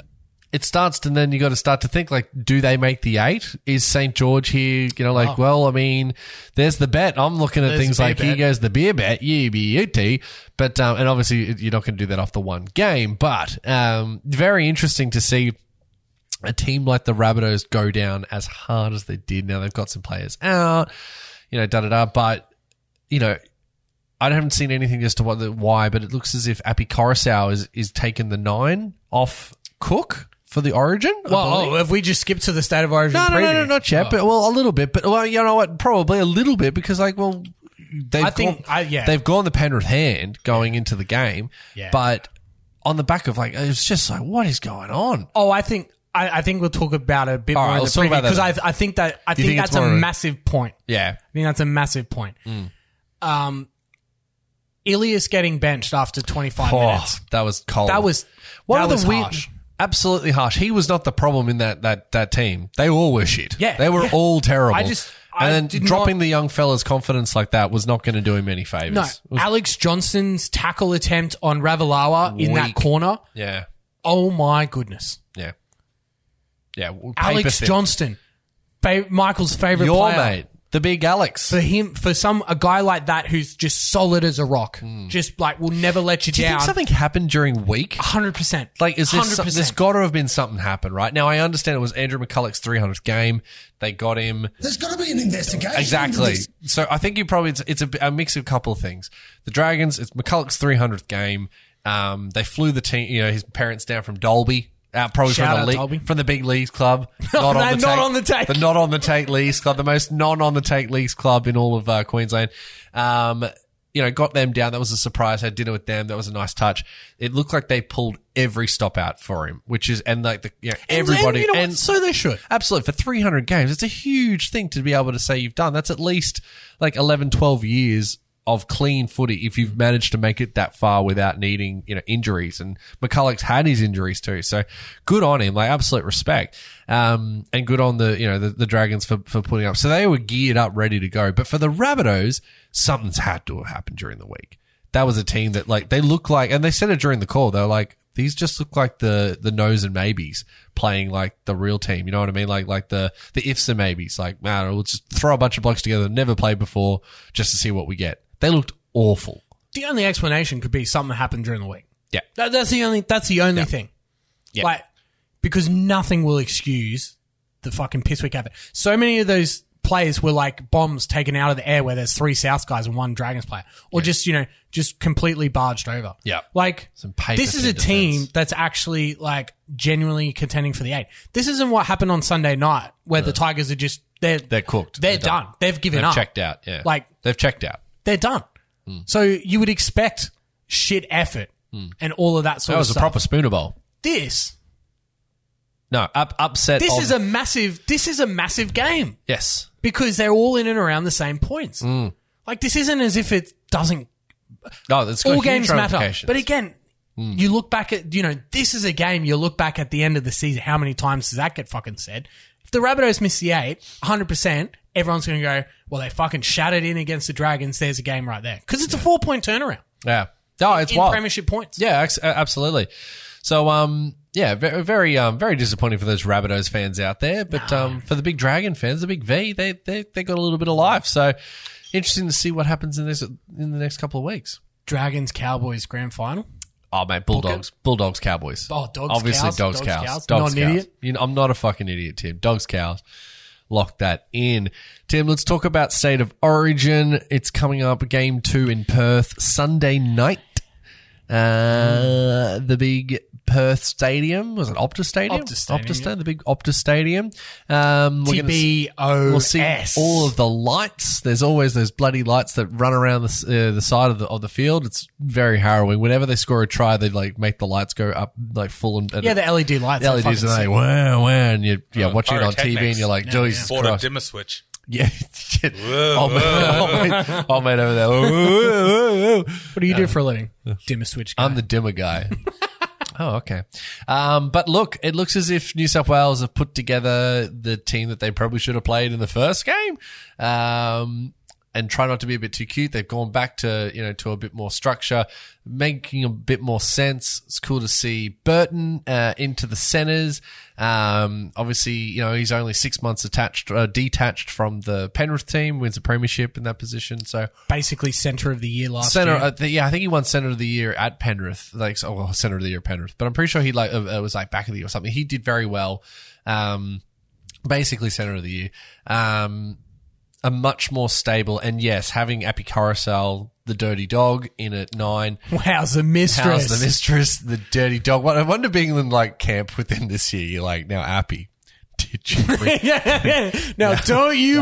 B: it starts to, then you got to start to think, like, do they make the eight? Is St. George here, you know, like, well, I mean, there's the bet. I'm looking at
D: Oh.
B: things
D: There's the beer
B: like, here
D: bet.
B: goes the beer bet, you beauty. But, um, and obviously, you're not going to do that off the one game, but, um, very interesting to see a team like the Rabbitohs go down as hard as they did. Now they've got some players out, you know, da da da. But you know, I haven't seen anything as to what the why, but it looks as if Appy Coruscant is is taking the nine off Cook for the Origin. I
D: Well,
B: believe.
D: oh, have we just skipped to the state of origin?
B: no, no, no,
D: preview?
B: no, not yet. But well, a little bit. But well, you know what? Probably a little bit because like, well, they've
D: I think-
B: gone,
D: I- yeah.
B: they've gone the Penrith hand going into the game,
D: Yeah.
B: but. On the back of like, it was just like, what is going on?
D: Oh, I think I, I think we'll talk about it a bit
B: All
D: more
B: right,
D: in the
B: let's talk about that
D: because I, I think that I think,
B: think it's
D: that's a
B: more of a-
D: massive point.
B: Yeah,
D: I think that's a massive point. Um, Ilias getting benched after 25
B: oh,
D: minutes.
B: that was cold.
D: That was
B: One
D: that
B: of the
D: was
B: weird-
D: harsh.
B: absolutely harsh. He was not the problem in that that that team. They all were shit.
D: Yeah,
B: they were
D: yeah.
B: all terrible.
D: I just- I
B: and then
D: did
B: dropping
D: not-
B: the young fella's confidence like that was not going to do him any favors.
D: No, Alex Johnson's tackle attempt on Ravalawa in that
B: Weak.
D: corner.
B: Yeah,
D: Oh my goodness.
B: yeah, yeah. well, paper
D: Alex
B: thin.
D: Johnston, fa- Michael's favorite
B: your
D: player.
B: mate, the big Alex.
D: For him, for some a guy like that who's just solid as a rock, just like will never let Hmm. you
B: Do you
D: down.
B: think something happened during week?
D: Hundred percent.
B: Like, is this,
D: percent?
B: there's got to have been something happen, right? Now, I understand it was Andrew McCulloch's 300th game. They got him.
E: There's got to be an investigation.
B: Exactly. So I think you probably it's, it's a, a mix of a couple of things. The Dragons, it's McCulloch's 300th game. Um, they flew the team, you know, his parents down from Dolby out probably
D: Shout
B: from
D: out,
B: the
D: Toby.
B: league, from the big leagues
D: *laughs*
B: club. Not,
D: No,
B: on, the
D: not
B: take,
D: on the take.
B: The not on the take leagues club, the most non on the take leagues club in all of uh, Queensland. Um, you know, got them down. That was a surprise. Had dinner with them. That was a nice touch. It looked like they pulled every stop out for him, which is and like the you know, everybody
D: And, you know what?
B: and-
D: so they should.
B: Absolutely. For 300 games, it's a huge thing to be able to say you've done. That's at least like 11, 12 years of clean footy if you've managed to make it that far without needing, you know, injuries. And McCulloch's had his injuries too. So good on him. Like absolute respect. Um, and good on the, you know, the, the Dragons for, for putting up. So they were geared up, ready to go. But for the Rabbitohs, something's had to have happened during the week. That was a team that like, they look like, and they said it during the call, they're like, these just look like the the no's and maybes playing like the real team. You know what I mean? Like like the the ifs and maybes. Like man, we'll just throw a bunch of blokes together, never played before, just to see what we get. They looked awful.
D: The only explanation could be something happened during the week.
B: Yeah.
D: That, that's the only. That's the only thing.
B: Yeah.
D: Like, because nothing will excuse the fucking piss we have. So many of those plays were like bombs taken out of the air, where there's three South guys and one Dragons player, or just you know just completely barged over.
B: Yeah.
D: Like
B: Some paper
D: this is
B: thin
D: a team
B: defense.
D: that's actually like genuinely contending for the eight. This isn't what happened on Sunday night, where the Tigers are just they're
B: They're cooked.
D: They're,
B: They're
D: done.
B: done.
D: They've given
B: They've
D: up.
B: checked out. Yeah.
D: Like-
B: they've checked out.
D: They're done.
B: Hmm.
D: So you would expect shit effort and all of that
B: That
D: sort of
B: was a
D: stuff.
B: proper spooner bowl.
D: this
B: No, up, upset.
D: this
B: of-
D: is a massive this is a massive game
B: yes.
D: because they're all in and around the same points.
B: Hmm.
D: Like this isn't as if it doesn't
B: No, that's got
D: all
B: huge
D: games matter.
B: ramifications. Hmm.
D: But again, you look back at you know this is a game you look back at the end of the season. How many times does that get fucking said? If the Rabbitohs miss the eight, 100 percent, everyone's going to go, well, they fucking shut it in against the Dragons. There's a game right there because it's a four point turnaround
B: yeah. No, it's
D: in
B: wild.
D: Premiership points.
B: Yeah, ex- a- absolutely. So, um, yeah, very, very, um, very disappointing for those Rabbitohs fans out there, but um, for the big Dragon fans, the big V, they they they got a little bit of life. So, interesting to see what happens in this in the next couple of weeks.
D: Dragons Cowboys grand final.
B: Oh mate, Bulldogs, Bulldogs, Cowboys.
D: Oh, dogs,
B: obviously
D: cows,
B: dogs,
D: dogs,
B: cows,
D: cows.
B: dogs,
D: Not an
B: cows.
D: idiot.
B: You know, I'm not a fucking idiot, Tim. Dogs, cows. Lock that in, Tim. Let's talk about state of origin. It's coming up, game two in Perth, Sunday night. Uh, the big Perth Stadium was it Optus Stadium?
D: Optus Stadium, yeah.
B: Stadium, the big Optus Stadium. Um, we're gonna s-
D: TBOS.
B: We'll see all of the lights. There's always those bloody lights that run around the, s- uh, the side of the, of the field. It's very harrowing. Whenever they score a try, they like make the lights go up like full and, and E
D: yeah, the LED lights.
B: the
D: are
B: LEDs
D: fucking
B: are like
D: sick.
B: wow, wow, and you're yeah, watching it on TV and
A: pyrotechnics.
B: you're like,
A: *laughs*
B: Jesus
A: Bought a
B: Christ, *laughs*
A: dimmer switch.
B: yeah, shit. Oh man, oh, man, oh man, oh, over there. Whoa, whoa, whoa, whoa.
D: What do you do for a living? Dimmer switch guy.
B: I'm the dimmer guy. *laughs* oh, okay. Um, but look, it looks as if New South Wales have put together the team that they probably should have played in the first game. Um, and try not to be a bit too cute. They've gone back to you know to a bit more structure, making a bit more sense. It's cool to see Burton uh, into the centres. Um, obviously, you know he's only six months attached, uh, detached from the Penrith team, wins a premiership in that position. So
D: basically center of the year last
B: center.
D: year.
B: Uh, th- yeah, I think he won center of the year at Penrith. Like, oh, well, center of the year at Penrith, but I'm pretty sure he like uh, uh, was like back of the year or something. He did very well. Um, basically center of the year. Um, a much more stable and yes, having Appy Carousel, the dirty dog, in at nine.
D: *laughs* Wow's the mistress.
B: How's the mistress, the dirty dog? What I wonder if England like camp with them this year. You're like now Appy. Did you bring
D: *laughs* yeah, yeah.
B: *laughs*
D: Now, don't you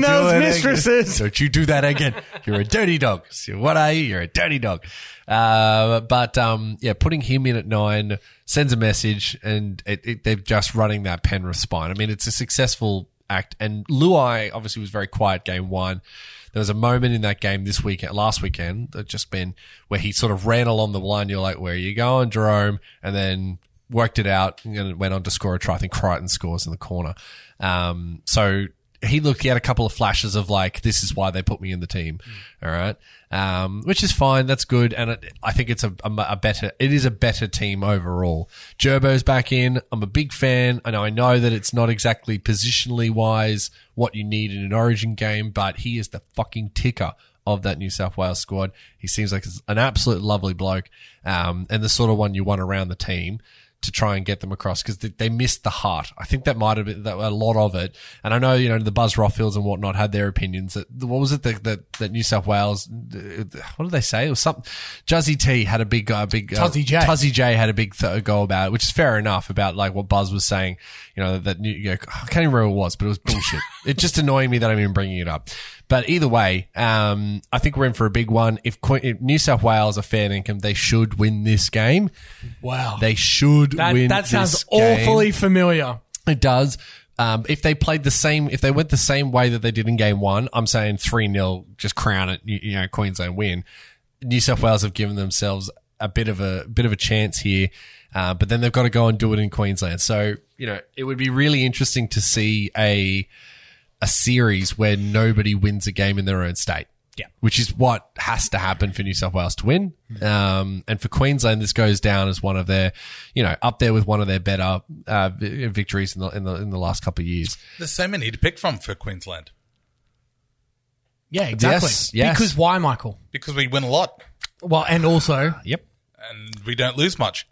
B: don't do
D: those
B: it
D: mistresses.
B: *laughs* Again. Don't you do that again. You're a dirty dog. So what are you? You're a dirty dog. Uh, but um, yeah, putting him in at nine sends a message, and it, it, they're just running that Penrith spine. I mean, it's a successful act. And Luai obviously was very quiet game one. There was a moment in that game this weekend, last weekend, that just been where he sort of ran along the line. You're like, where are you going, Jerome? And then worked it out and then went on to score a try. I think Crichton scores in the corner. Um, so he looked, he had a couple of flashes of like, this is why they put me in the team. All right. Um, which is fine. That's good. And it, I think it's a, a, mu- a better, it is a better team overall. Gerbo's back in. I'm a big fan. And I know that it's not exactly positionally wise what you need in an origin game, but he is the fucking ticker of that New South Wales squad. He seems like an absolute lovely bloke um, and the sort of one you want around the team. to try and get them across because they, they missed the heart. I think that might have been that, a lot of it. And I know, you know, the Buzz Rothfields and whatnot had their opinions that, what was it that, that, that New South Wales, what did they say? It was something, Juzzy T had a big, uh, big, uh,
D: Tuzzy J.
B: Tuzzy J had a big th- go about it, which is fair enough about like what Buzz was saying, you know, that, new, you know, I can't even remember what it was, but it was
D: *laughs*
B: bullshit. it just annoyed me that I'm even bringing it up. But either way, um, I think we're in for a big one. If, Que- if New South Wales are fair income, they should win this game.
D: Wow.
B: They should
D: that
B: win.
D: that sounds
B: this game.
D: awfully familiar.
B: It does. Um, if they played the same, if they went the same way that they did in game one, I'm saying 3 0, just crown it, you, you know, Queensland win. New South Wales have given themselves a bit of a bit of a chance here, uh, but then they've got to go and do it in Queensland. So, you know, it would be really interesting to see a a series where nobody wins a game in their own state.
D: Yeah.
B: Which is what has to happen for New South Wales to win. Um, and for Queensland, this goes down as one of their, you know, up there with one of their better uh, vi- victories in the, in the in the last couple of years.
A: There's so many to pick from for Queensland
D: Yeah, exactly.
B: Yes, yes.
D: Because why, Michael?
A: because we win a lot
D: Well, and also
B: Yep.
A: and we don't lose much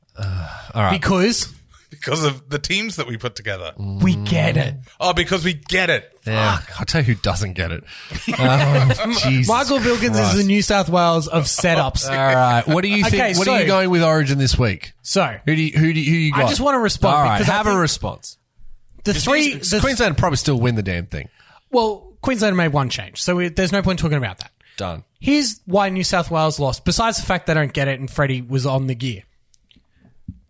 D: because
A: because of the teams that we put together.
B: Mm.
D: we get it.
A: Oh, because we get it.
B: Yeah. I'll tell you who doesn't get it. Oh, Jesus
D: Michael Wilkins
B: Christ.
D: is the New South
B: *laughs*
D: Wales of setups.
B: All right. What do you think?
D: Okay,
B: what are
D: so-
B: you going with Origin this week?
D: So
B: Who do you, who do you, who you
D: I
B: got?
D: just want to respond
B: All right.
D: because I
B: Have a
D: think-
B: response.
D: the three, the
B: Queensland probably still win the damn thing.
D: well, Queensland made one change, so we, there's no point talking about that.
B: Done.
D: Here's why New South Wales lost, besides the fact they don't get it and Freddie was on the gear.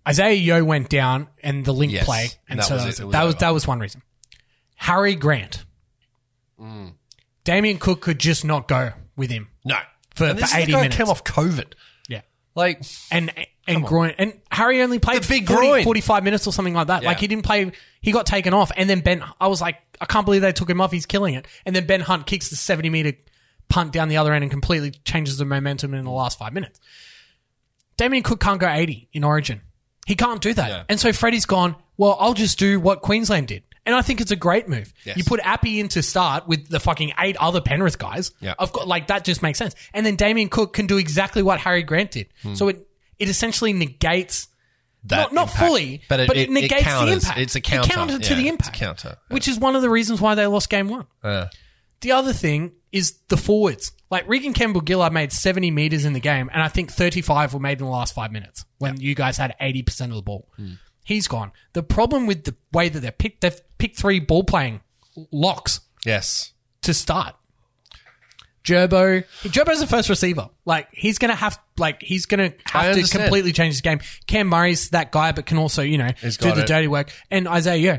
D: Isaiah Yo went down and the link
B: Yes,
D: play, and
B: that
D: so
B: was
D: that
B: it. It
D: was,
B: was
D: that, was
B: over.
D: that was one reason. Harry Grant.
B: Mm.
D: Damien Cook could just not go with him.
B: No.
D: For-
B: And this
D: for
B: is the
D: 80
B: guy who
D: minutes.
B: came off COVID.
D: Yeah.
B: Like,
D: and and groin and Harry only played
B: The big
D: 40,
B: groin.
D: 45 minutes or something like that. Like he didn't play. He got taken off, and then Ben. I was like, I can't believe they took him off. He's killing it. And then Ben Hunt kicks the seventy meter punt down the other end and completely changes the momentum in the last five minutes. Damien Cook can't go eighty in Origin. He can't do that. And so Freddie's gone. Well, I'll just do what Queensland did. And I think it's a great move. You put Appy in to start with the fucking eight other Penrith guys.
B: Yeah.
D: Of course, like that just makes sense. And then Damien Cook can do exactly what Harry Grant did. So it it essentially negates
B: that
D: not, not
B: impact.
D: fully, but it, negates the impact.
B: It's a counter.
D: It countered to
B: Yeah,
D: the
B: it's a
D: impact,
B: counter.
D: which is one of the reasons why they lost game one.
B: Yeah.
D: The other thing is the forwards. Like Regan Campbell Gillard made 70 meters in the game, and I think 35 were made in the last five minutes when you guys had 80% of the ball.
B: Hmm.
D: He's gone. The problem with the way that they're picked, they've picked three ball playing locks
B: Yes.
D: to start. Gerbo, Gerbo's the first receiver. Like he's gonna have, like he's gonna
B: I
D: have to
B: understand.
D: completely change his game. Cam Murray's that guy, but can also you know do
B: got
D: the
B: it.
D: dirty work. And Isaiah, Yeo.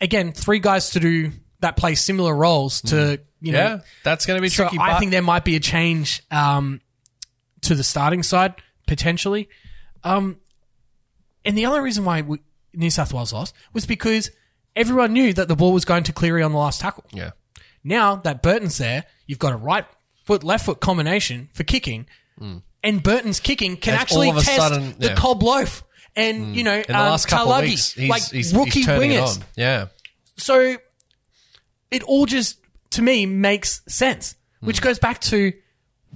D: again, three guys to do that play similar roles to you know.
B: Mm. Yeah. That's going to be
D: So
B: tricky.
D: I
B: but-
D: think there might be a change um, to the starting side potentially. Um, and the other reason why we, New South Wales lost was because everyone knew that the ball was going to Cleary on the last tackle.
B: yeah.
D: Now that Burton's there, you've got a right foot, left foot combination for kicking, and Burton's kicking can
B: Hmm. That's
D: actually
B: all of a
D: test
B: sudden-
D: the
B: yeah. Hmm.
D: cob loaf and you know
B: In the
D: um,
B: last couple of
D: Talagi,
B: weeks, he's,
D: like
B: he's,
D: rookie
B: he's turning
D: wingers.
B: it on. Yeah.
D: So it all just to me makes sense, which
B: Hmm.
D: goes back to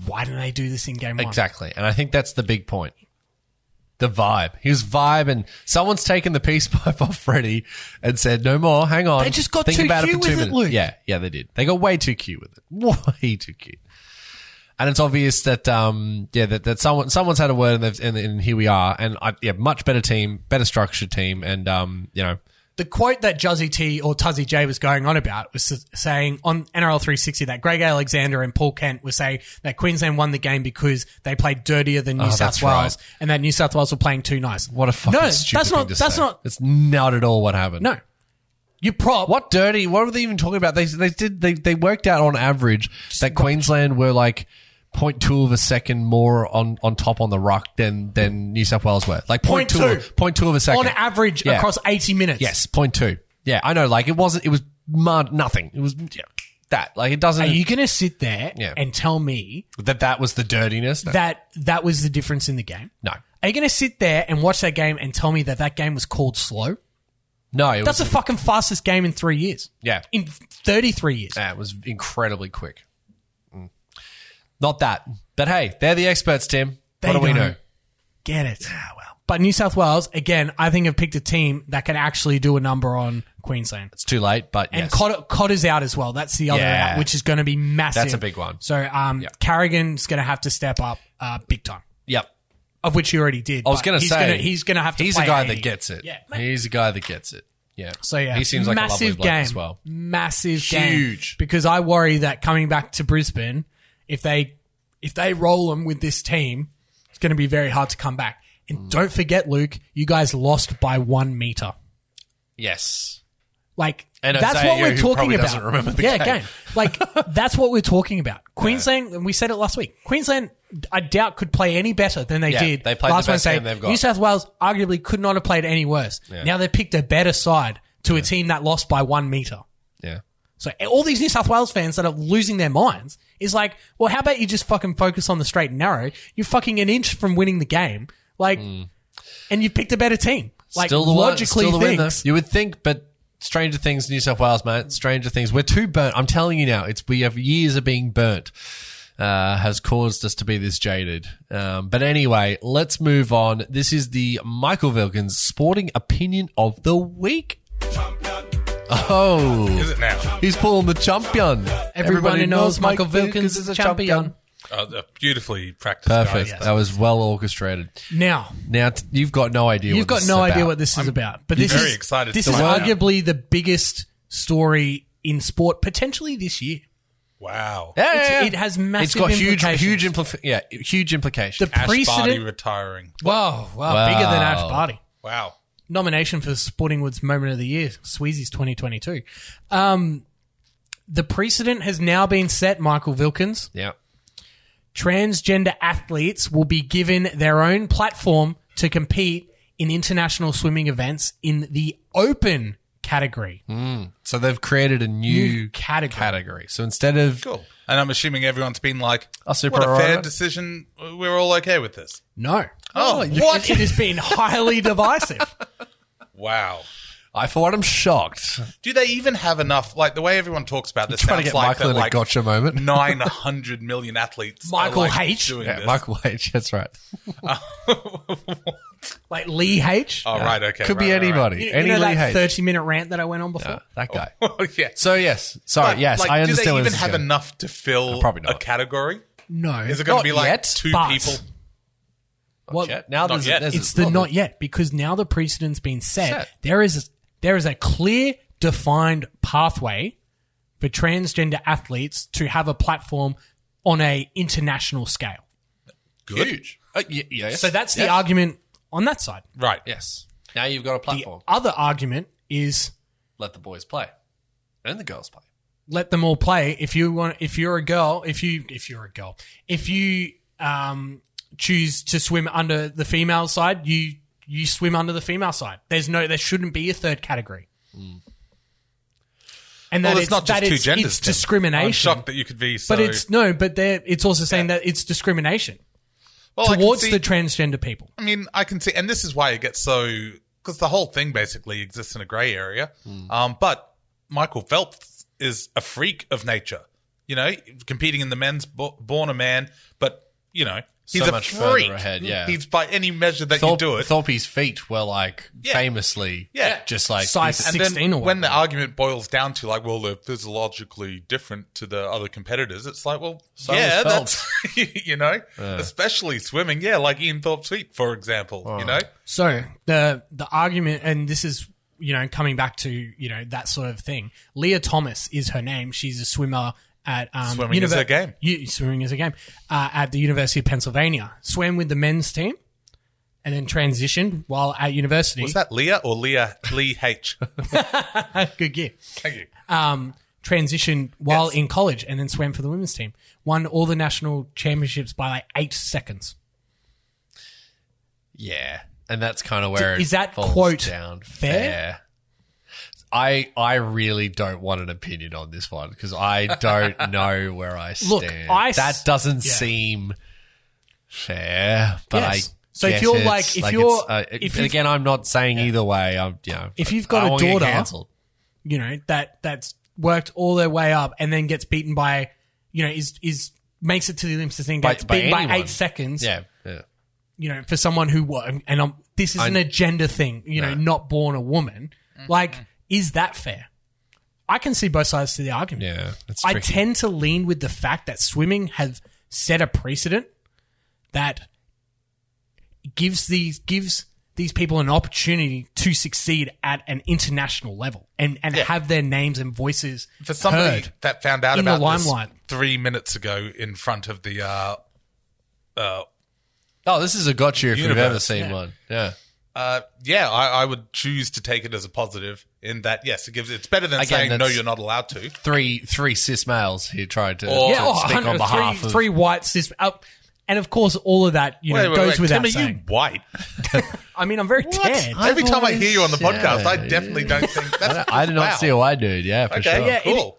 D: why didn't they do this in game one?
B: Exactly. And I think that's the big point. The vibe. He was vibing. Someone's taken the peace *laughs* pipe off Freddie and said, no more. Hang on.
D: They just got
B: Think
D: too
B: about it
D: cute
B: for two
D: with it,
B: minutes.
D: Luke.
B: Yeah. Yeah, they did. They got way too cute with it. *laughs* Way too cute. And it's obvious that, um, yeah, that, that someone, someone's had a word and, they've, and, and here we are. And I, yeah, much better team, better structured team. And, um, you know,
D: The quote that Juzzy T or Tuzzy J was going on about was s- saying on NRL 360 that Greg Alexander and Paul Kent were saying that Queensland won the game because they played dirtier than New
B: Oh,
D: South
B: that's
D: Wales
B: right.
D: and that New South Wales were playing too nice.
B: what a fucking
D: no,
B: stupid
D: that's
B: thing
D: not.
B: to
D: that's
B: say.
D: not.
B: It's not at all what happened.
D: No, you prop.
B: What dirty? What were they even talking about? They they did they they worked out on average that Queensland were like 0.2 of a second more on, on top on the ruck than than New South Wales were. Like 0.2,
D: 0.2.
B: 0.2 of a second
D: on average
B: Yeah.
D: across 80 minutes?
B: Yes, 0.2. Yeah, I know. Like it wasn't. It was mud. Nothing. It was yeah, that. Like it doesn't.
D: Are you going to sit there
B: Yeah.
D: and tell me
B: that that was the dirtiness. No.
D: that that was the difference in the game?
B: no.
D: Are you going to sit there and watch that game and tell me that that game was called slow?
B: No, it
D: That's the
B: was,
D: fucking fastest game in three years.
B: Yeah.
D: In 33 years.
B: yeah, it was incredibly quick. Mm. Not that, but hey, they're the experts, Tim.
D: They
B: what do we
D: don't
B: know?
D: Get it.
B: Ah, well,
D: But New South Wales, again, I think have picked a team that can actually do a number on Queensland.
B: It's too late, but
D: And
B: yes.
D: Cod, Cod is out as well. That's the other
B: Yeah.
D: out, which is going to be massive.
B: That's a big one.
D: So um, Carrigan's going to have to step up uh, big time,
B: yep.
D: of which he already did.
B: I was
D: but
B: going to
D: he's
B: say
D: gonna, he's going to have to.
B: He's
D: play
B: a guy
D: 80.
B: that gets it.
D: Yeah,
B: he's a guy that gets it. Yeah.
D: So yeah,
B: he seems like a lovely
D: massive
B: bloke
D: game
B: as well.
D: Massive
B: Huge.
D: game, because I worry that coming back to Brisbane, if they if they roll them with this team, it's going to be very hard to come back. And don't forget, Luke, you guys lost by one meter.
B: Yes.
D: Like
B: And
D: that's
B: Isaiah,
D: what we're
B: who
D: talking
B: probably
D: about.
B: doesn't remember the
D: yeah,
B: game. *laughs*
D: Like that's what we're talking about. Queensland, and we said it last week. Queensland, I doubt could play any better than they
B: Yeah,
D: did
B: they played
D: last
B: the best
D: Wednesday.
B: game they've got.
D: New South Wales arguably could not have played any worse. Now they picked a better side to a team that lost by one meter.
B: Yeah.
D: So all these New South Wales fans that are losing their minds is like, well, how about you just fucking focus on the straight and narrow? You're fucking an inch from winning the game, like, and you picked a better team. Like
B: Hmm. still the one-
D: logically,
B: still the win, though.
D: thinks-
B: you would think, but Stranger Things, New South Wales, mate. Stranger Things. We're too burnt. I'm telling you now. It's we have years of being burnt. Uh, has caused us to be this jaded. Um, but anyway, let's move on. This is the Michael Vilkins sporting opinion of the week. Oh,
A: Is it now?
B: he's pulling the champion.
D: Everybody knows Michael Vilkins is a champion.
A: Uh, a beautifully practiced.
B: Perfect.
A: guy.
B: That was well orchestrated.
D: Now
B: Now t- you've got no idea.
D: you've
B: what
D: got
B: this
D: no
B: is
D: idea
B: about.
D: what this is about, but this
A: very
D: is
A: excited
D: This
A: to
D: is
A: find out.
D: arguably the biggest story in sport potentially this year.
A: Wow.
B: Yeah,
D: It's-
B: yeah, yeah.
D: it has massive
B: It's got huge,
D: implications.
B: huge, impli- yeah, huge implications.
D: The
A: Ash Barty
D: precedent.
A: retiring.
D: Whoa, wow, bigger than Ash
B: Wow.
D: Barty.
A: Wow.
D: nomination for Sporting Woods Moment of the Year, Sweezy's 2022. Um, the precedent has now been set, Michael Vilkins.
B: yeah,
D: Transgender athletes will be given their own platform to compete in international swimming events in the open category.
B: so they've created a new,
D: New category.
B: category. So instead of
A: Cool. And I'm assuming everyone's been like,
B: A super
A: what a fair
B: rider?
A: decision. We're all okay with this.
D: No.
A: Oh,
D: What? It has been highly divisive.
A: Wow.
B: I, for what I'm shocked,
A: Do they even have enough? Like the way everyone talks about this
B: trying
A: sounds
B: to get
A: like
B: Michael in
A: they're,
B: a
A: like
B: gotcha moment.
A: 900 million athletes. are,
D: Michael
A: like,
D: H.
A: Doing
B: Yeah,
A: this.
B: Michael H. *laughs* That's right.
D: Like Lee H.
A: Oh, right. Okay.
B: Could be
A: right, right, right. *laughs*
B: anybody.
D: you, you
B: Any
D: know
B: Lee
D: that
B: H.
D: 30 minute rant that I went on before?
B: That guy. *laughs*
A: yeah.
B: So yes, sorry,
A: But,
B: yes,
A: like,
B: I understand.
A: Do
B: where
A: they even
B: this is
A: have
B: going.
A: enough to fill
B: Probably
A: a
B: not.
A: category?
D: No.
A: Is it going
B: Not
A: to be like
B: yet,
A: two
D: but-
A: people?
D: Well,
B: Yet. Now there's,
A: yet.
B: there's
D: it's the
B: oh,
D: not yet because now the precedent's been set.
B: Set.
D: There is there is a clear defined pathway for transgender athletes to have a platform on a international scale.
A: Good.
B: huge. Uh, y- yes.
D: So that's the
B: Yes.
D: argument on that side.
A: Right.
B: Yes. Now you've got a
D: The
B: platform.
D: other argument is
B: Let the boys play, and the girls play.
D: let them all play. If you want, if you're a girl, if you if you're a girl, if you um, choose to swim under the female side, you you swim under the female side. There's no, there shouldn't be a third category. And that
A: Hmm. Well, it's not just
D: that
A: two
D: it's,
A: genders.
D: It's
A: Tim. I'm
D: discrimination.
A: shocked that you could be so.
D: but it's no, but they're, it's also saying that it's discrimination
A: well, I can
D: towards
A: see-
D: the transgender people.
A: I mean, I can see, and this is why it gets so because the whole thing basically exists in a grey area.
B: Hmm.
A: Um, but Michael Phelps is a freak of nature, you know, competing in the men's bo- born a man, but you know he's
B: So
A: a
B: much further
A: freak.
B: ahead, yeah.
A: he's by any measure that
B: Thorpe,
A: you do it.
B: Thorpe's feet were like
A: Yeah.
B: famously,
A: Yeah.
B: just like
D: Size
B: this-
A: and
D: 16
A: then
D: or
A: when the argument boils down to like, well, they're physiologically different to the other competitors, it's like, well,
B: was
A: yeah,
B: Phelps.
A: that's *laughs* you know, especially swimming, yeah, like Ian Thorpe's feet, for example, you
B: Oh.
A: know,
D: So the the argument, and this is you know coming back to you know that sort of thing. Leah Thomas is her name. She's a swimmer at um,
A: Swimming is her game.
D: U- swimming is a game uh, at the University of Pennsylvania. Swam with the men's team, and then transitioned while at university.
A: was that Leah or Leah Lee H?
D: good gear?
A: Thank you.
D: Um, transitioned while in college, and then swam for the women's team. Won all the national championships by like eight seconds.
B: yeah, and that's kind of where
D: D- is
B: it
D: that
B: falls
D: quote
B: down.
D: fair?
B: I I really don't want an opinion on this one because I
D: *laughs*
B: don't know where I stand.
D: Look, I s-
B: that doesn't
D: yeah.
B: seem fair, but
D: Yes.
B: I.
D: So if
B: get
D: you're
B: it.
D: like- if
B: it's,
D: you're-
B: uh, it-
D: if
B: but
D: you've-
B: again, I'm not saying either way. I'm, you know,
D: If you've
B: I
D: got a
B: won't get
D: daughter-
B: cancelled.
D: you know that that's worked all their way up and then gets beaten by you know is is makes it to the Olympics thing
B: By-
D: gets
B: by
D: beaten by
B: anyone.
D: eight seconds
B: yeah, yeah,
D: you know, for someone who wa- and I'm, this is an agenda thing, you know, not born a woman. Like, is that fair? I can see both sides to the argument.
B: Yeah, that's
D: I
B: tricky.
D: tend to lean with the fact that swimming have set a precedent that gives these gives these people an opportunity to succeed at an international level and and have their names and voices
A: For somebody
D: heard.
A: that found out
D: in the
A: about this
D: limelight.
A: three minutes ago in front of the uh,
B: oh, this is a gotcha if you've
A: Universe.
B: ever seen one. Yeah.
A: Uh, yeah, I, I would choose to take it as a positive in that yes, it gives it's better than
B: Again,
A: saying no,
B: that's-
A: you're not allowed to.
B: Three three cis males who tried to,
A: Or-
B: to
A: Yeah,
D: oh,
B: speak on
D: 100
B: behalf
D: three,
B: of
D: three whites this up. And of course, all of that you know goes without
A: Tim, are you
D: saying.
A: white?
D: I mean, I'm very tan.
B: I've
A: Every time I hear you on the
B: always-
A: podcast, I
B: yeah,
A: definitely don't think
D: *laughs*
A: that's.
B: I, I did not
A: wow.
B: see a white dude. Yeah, for
A: Okay,
B: sure.
D: Yeah, it-
A: cool.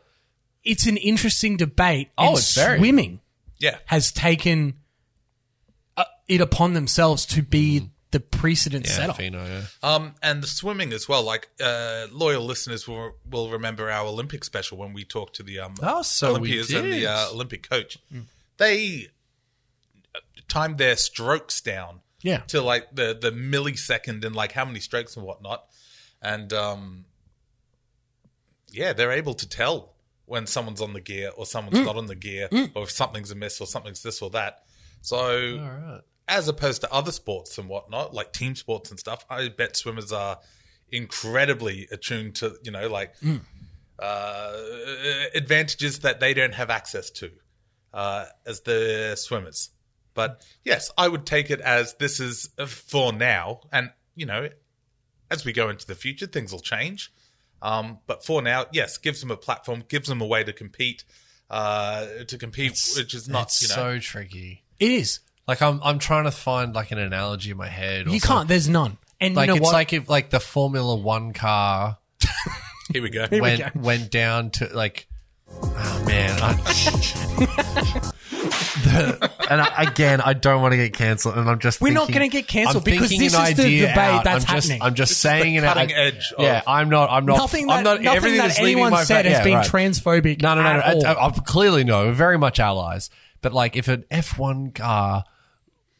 D: It's an interesting debate.
B: Oh,
D: and
B: it's very-
D: swimming
A: yeah,
D: has taken uh, it upon themselves to be the precedent
B: Hmm. Yeah,
D: setup.
B: Fino, yeah.
A: Um, and the swimming as well. Like uh, loyal listeners will will remember our Olympic special when we talked to the um
B: Oh, so we
A: Olympians and
B: did. Hmm.
A: the uh, Olympic coach. They uh, timed their strokes down
D: Yeah.
A: to like the the millisecond and like how many strokes and whatnot, and um, yeah, they're able to tell when someone's on the gear or
B: Hmm.
A: someone's not on the gear or if something's amiss or something's this or that. So
B: All right.
A: as opposed to other sports and whatnot, like team sports and stuff, I bet swimmers are incredibly attuned to, you know, like uh, advantages that they don't have access to uh, as the swimmers. But yes, I would take it as this is for now. And, you know, as we go into the future, things will change. Um, but for now, yes, gives them a platform, gives them a way to compete, uh, to compete, which is not,
B: It's
A: you know.
B: *laughs* so tricky.
D: It is.
B: Like I'm, I'm trying to find like an analogy in my head. Or
D: You
B: something.
D: can't. There's none. And
B: Like
D: you know
B: it's
D: what?
B: like if like the Formula One car
A: here we *laughs* go.
B: went went down to like. Oh man. I, The- and I, again, I don't want to get cancelled, and I'm just
D: We're not
B: thinking-
D: gonna get cancelled
B: I'm
D: because
B: thinking
D: this
B: an
D: is the
B: idea
D: debate
B: out.
D: that's
B: I'm just,
D: happening.
B: I'm just
A: This is
B: saying
A: the
B: it out.
A: cutting edge of-
B: Yeah, I'm not. I'm not.
D: nothing
B: I'm
D: that,
B: not.
D: nothing
B: everything
D: that
B: that's leaving
D: anyone
B: my
D: said
B: brain-
D: has
B: yeah,
D: been
B: right.
D: transphobic.
B: No, no, no, no.
D: at all.
B: I, I, I'm clearly no. We're very much allies. But like, if an F1 car,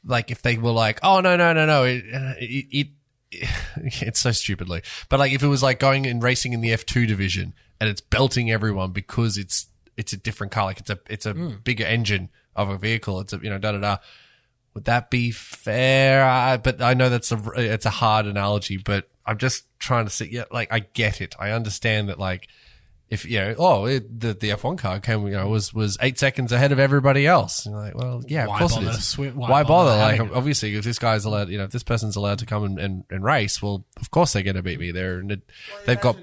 B: like if they were like, oh no, no, no, no, it, it, it *laughs* it's so stupidly. But like, if it was like going and racing in the F2 division and it's belting everyone because it's it's a different car, like it's a it's a
D: Hmm.
B: bigger engine of a vehicle. It's a you know da da da. Would that be fair? I, but I know that's a it's a hard analogy, but I'm just trying to see. Yeah, like I get it. I understand that. Like if you know, oh, it, the the F1 car came, you know, was was eight seconds ahead of everybody else. And you're like, well, yeah,
D: Why
B: of course
D: bother?
B: it is.
D: Swi- why
B: why,
D: bother
B: bother?
D: having
B: Like obviously, if this guy's allowed, you know, if this person's allowed to come and, and, and race, well, of course they're going to beat me. They're and it, they've got.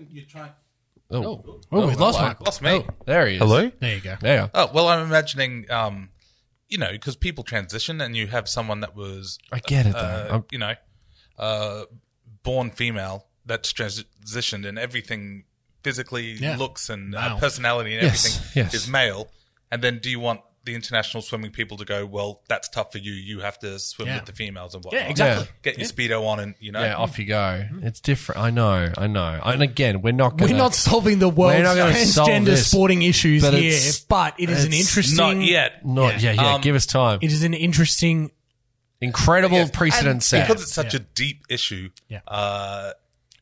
B: Oh, oh,
D: oh, we lost
B: hello.
D: Michael.
A: Lost me.
B: There he is.
D: There you go.
B: Yeah.
A: Oh well, I'm imagining, um, you know, because people transition, and you have someone that was,
B: I get it though.
A: uh,
B: I'm-
A: you know, uh, born female that's transitioned, and everything physically
D: Yeah.
A: looks and
D: Male.
A: uh, personality and
B: Yes,
A: everything
B: yes.
A: is male. And then, do you want the international swimming people to go? Well, that's tough for you. You have to swim
D: Yeah.
A: with the females and whatnot.
D: Yeah, exactly.
A: Get your speedo on, and you know,
B: yeah, off you go.
A: Hmm?
B: It's different. I know. I know. And again, we're not. Gonna,
D: We're not solving the world's
B: not gonna solve
D: transgender
B: this,
D: sporting issues
B: but
D: here,
B: it's-
D: but it is an
B: it's
D: interesting.
A: not yet.
B: Not. Yeah. Yeah.
A: Um,
B: give us time.
D: It is an interesting.
B: Incredible
A: Yes.
B: precedent
A: And
B: set.
A: because it's such a deep issue.
D: Yeah.
A: Uh,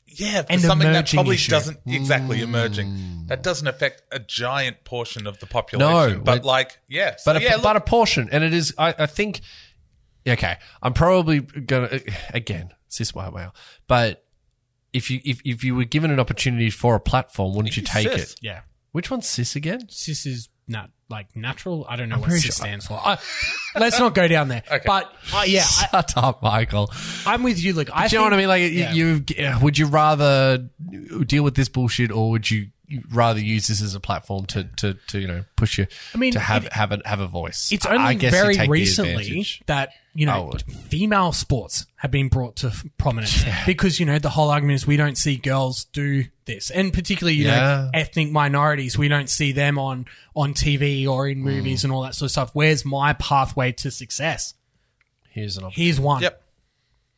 A: yeah, for
D: An
A: something that
D: emerging
A: probably
D: issue.
A: doesn't
B: Mm.
A: exactly emerging. That doesn't affect a giant portion of the population.
B: No,
A: but
B: it-
A: like, yeah, so
B: but a,
A: yeah,
B: but a
A: look,
B: portion, and it is. I, I think. Okay, I'm probably gonna again cis white male, but if you if, if you were given an opportunity for a platform, wouldn't you take
A: cis.
B: it?
D: Yeah.
B: Which one's cis again?
D: Cis is not like natural. I don't know what
B: pretty
D: cis
B: sure-
D: stands for. I, *laughs* let's not go down there. But uh, yeah, I,
B: Shut up, Michael.
D: I'm with you. Look, I
B: Do you know
D: think-
B: what I mean? Like, you-
D: Yeah.
B: you, would you rather deal with this bullshit, or would you rather use this as a platform to to, to you know push you?
D: I mean,
B: to have
D: it-
B: have a have a voice.
D: It's
B: I- I
D: only
B: guess you
D: very
B: take the
D: recently
B: advantage.
D: that you know
B: Oh.
D: female sports have been brought to f- prominence because you know the whole argument is we don't see girls do this, and particularly you know
B: Yeah.
D: ethnic minorities, we don't see them on on TV or in
B: Mm.
D: movies and all that sort of stuff. Where's my pathway to success?
B: Here's an option.
D: Here's one,
A: yep.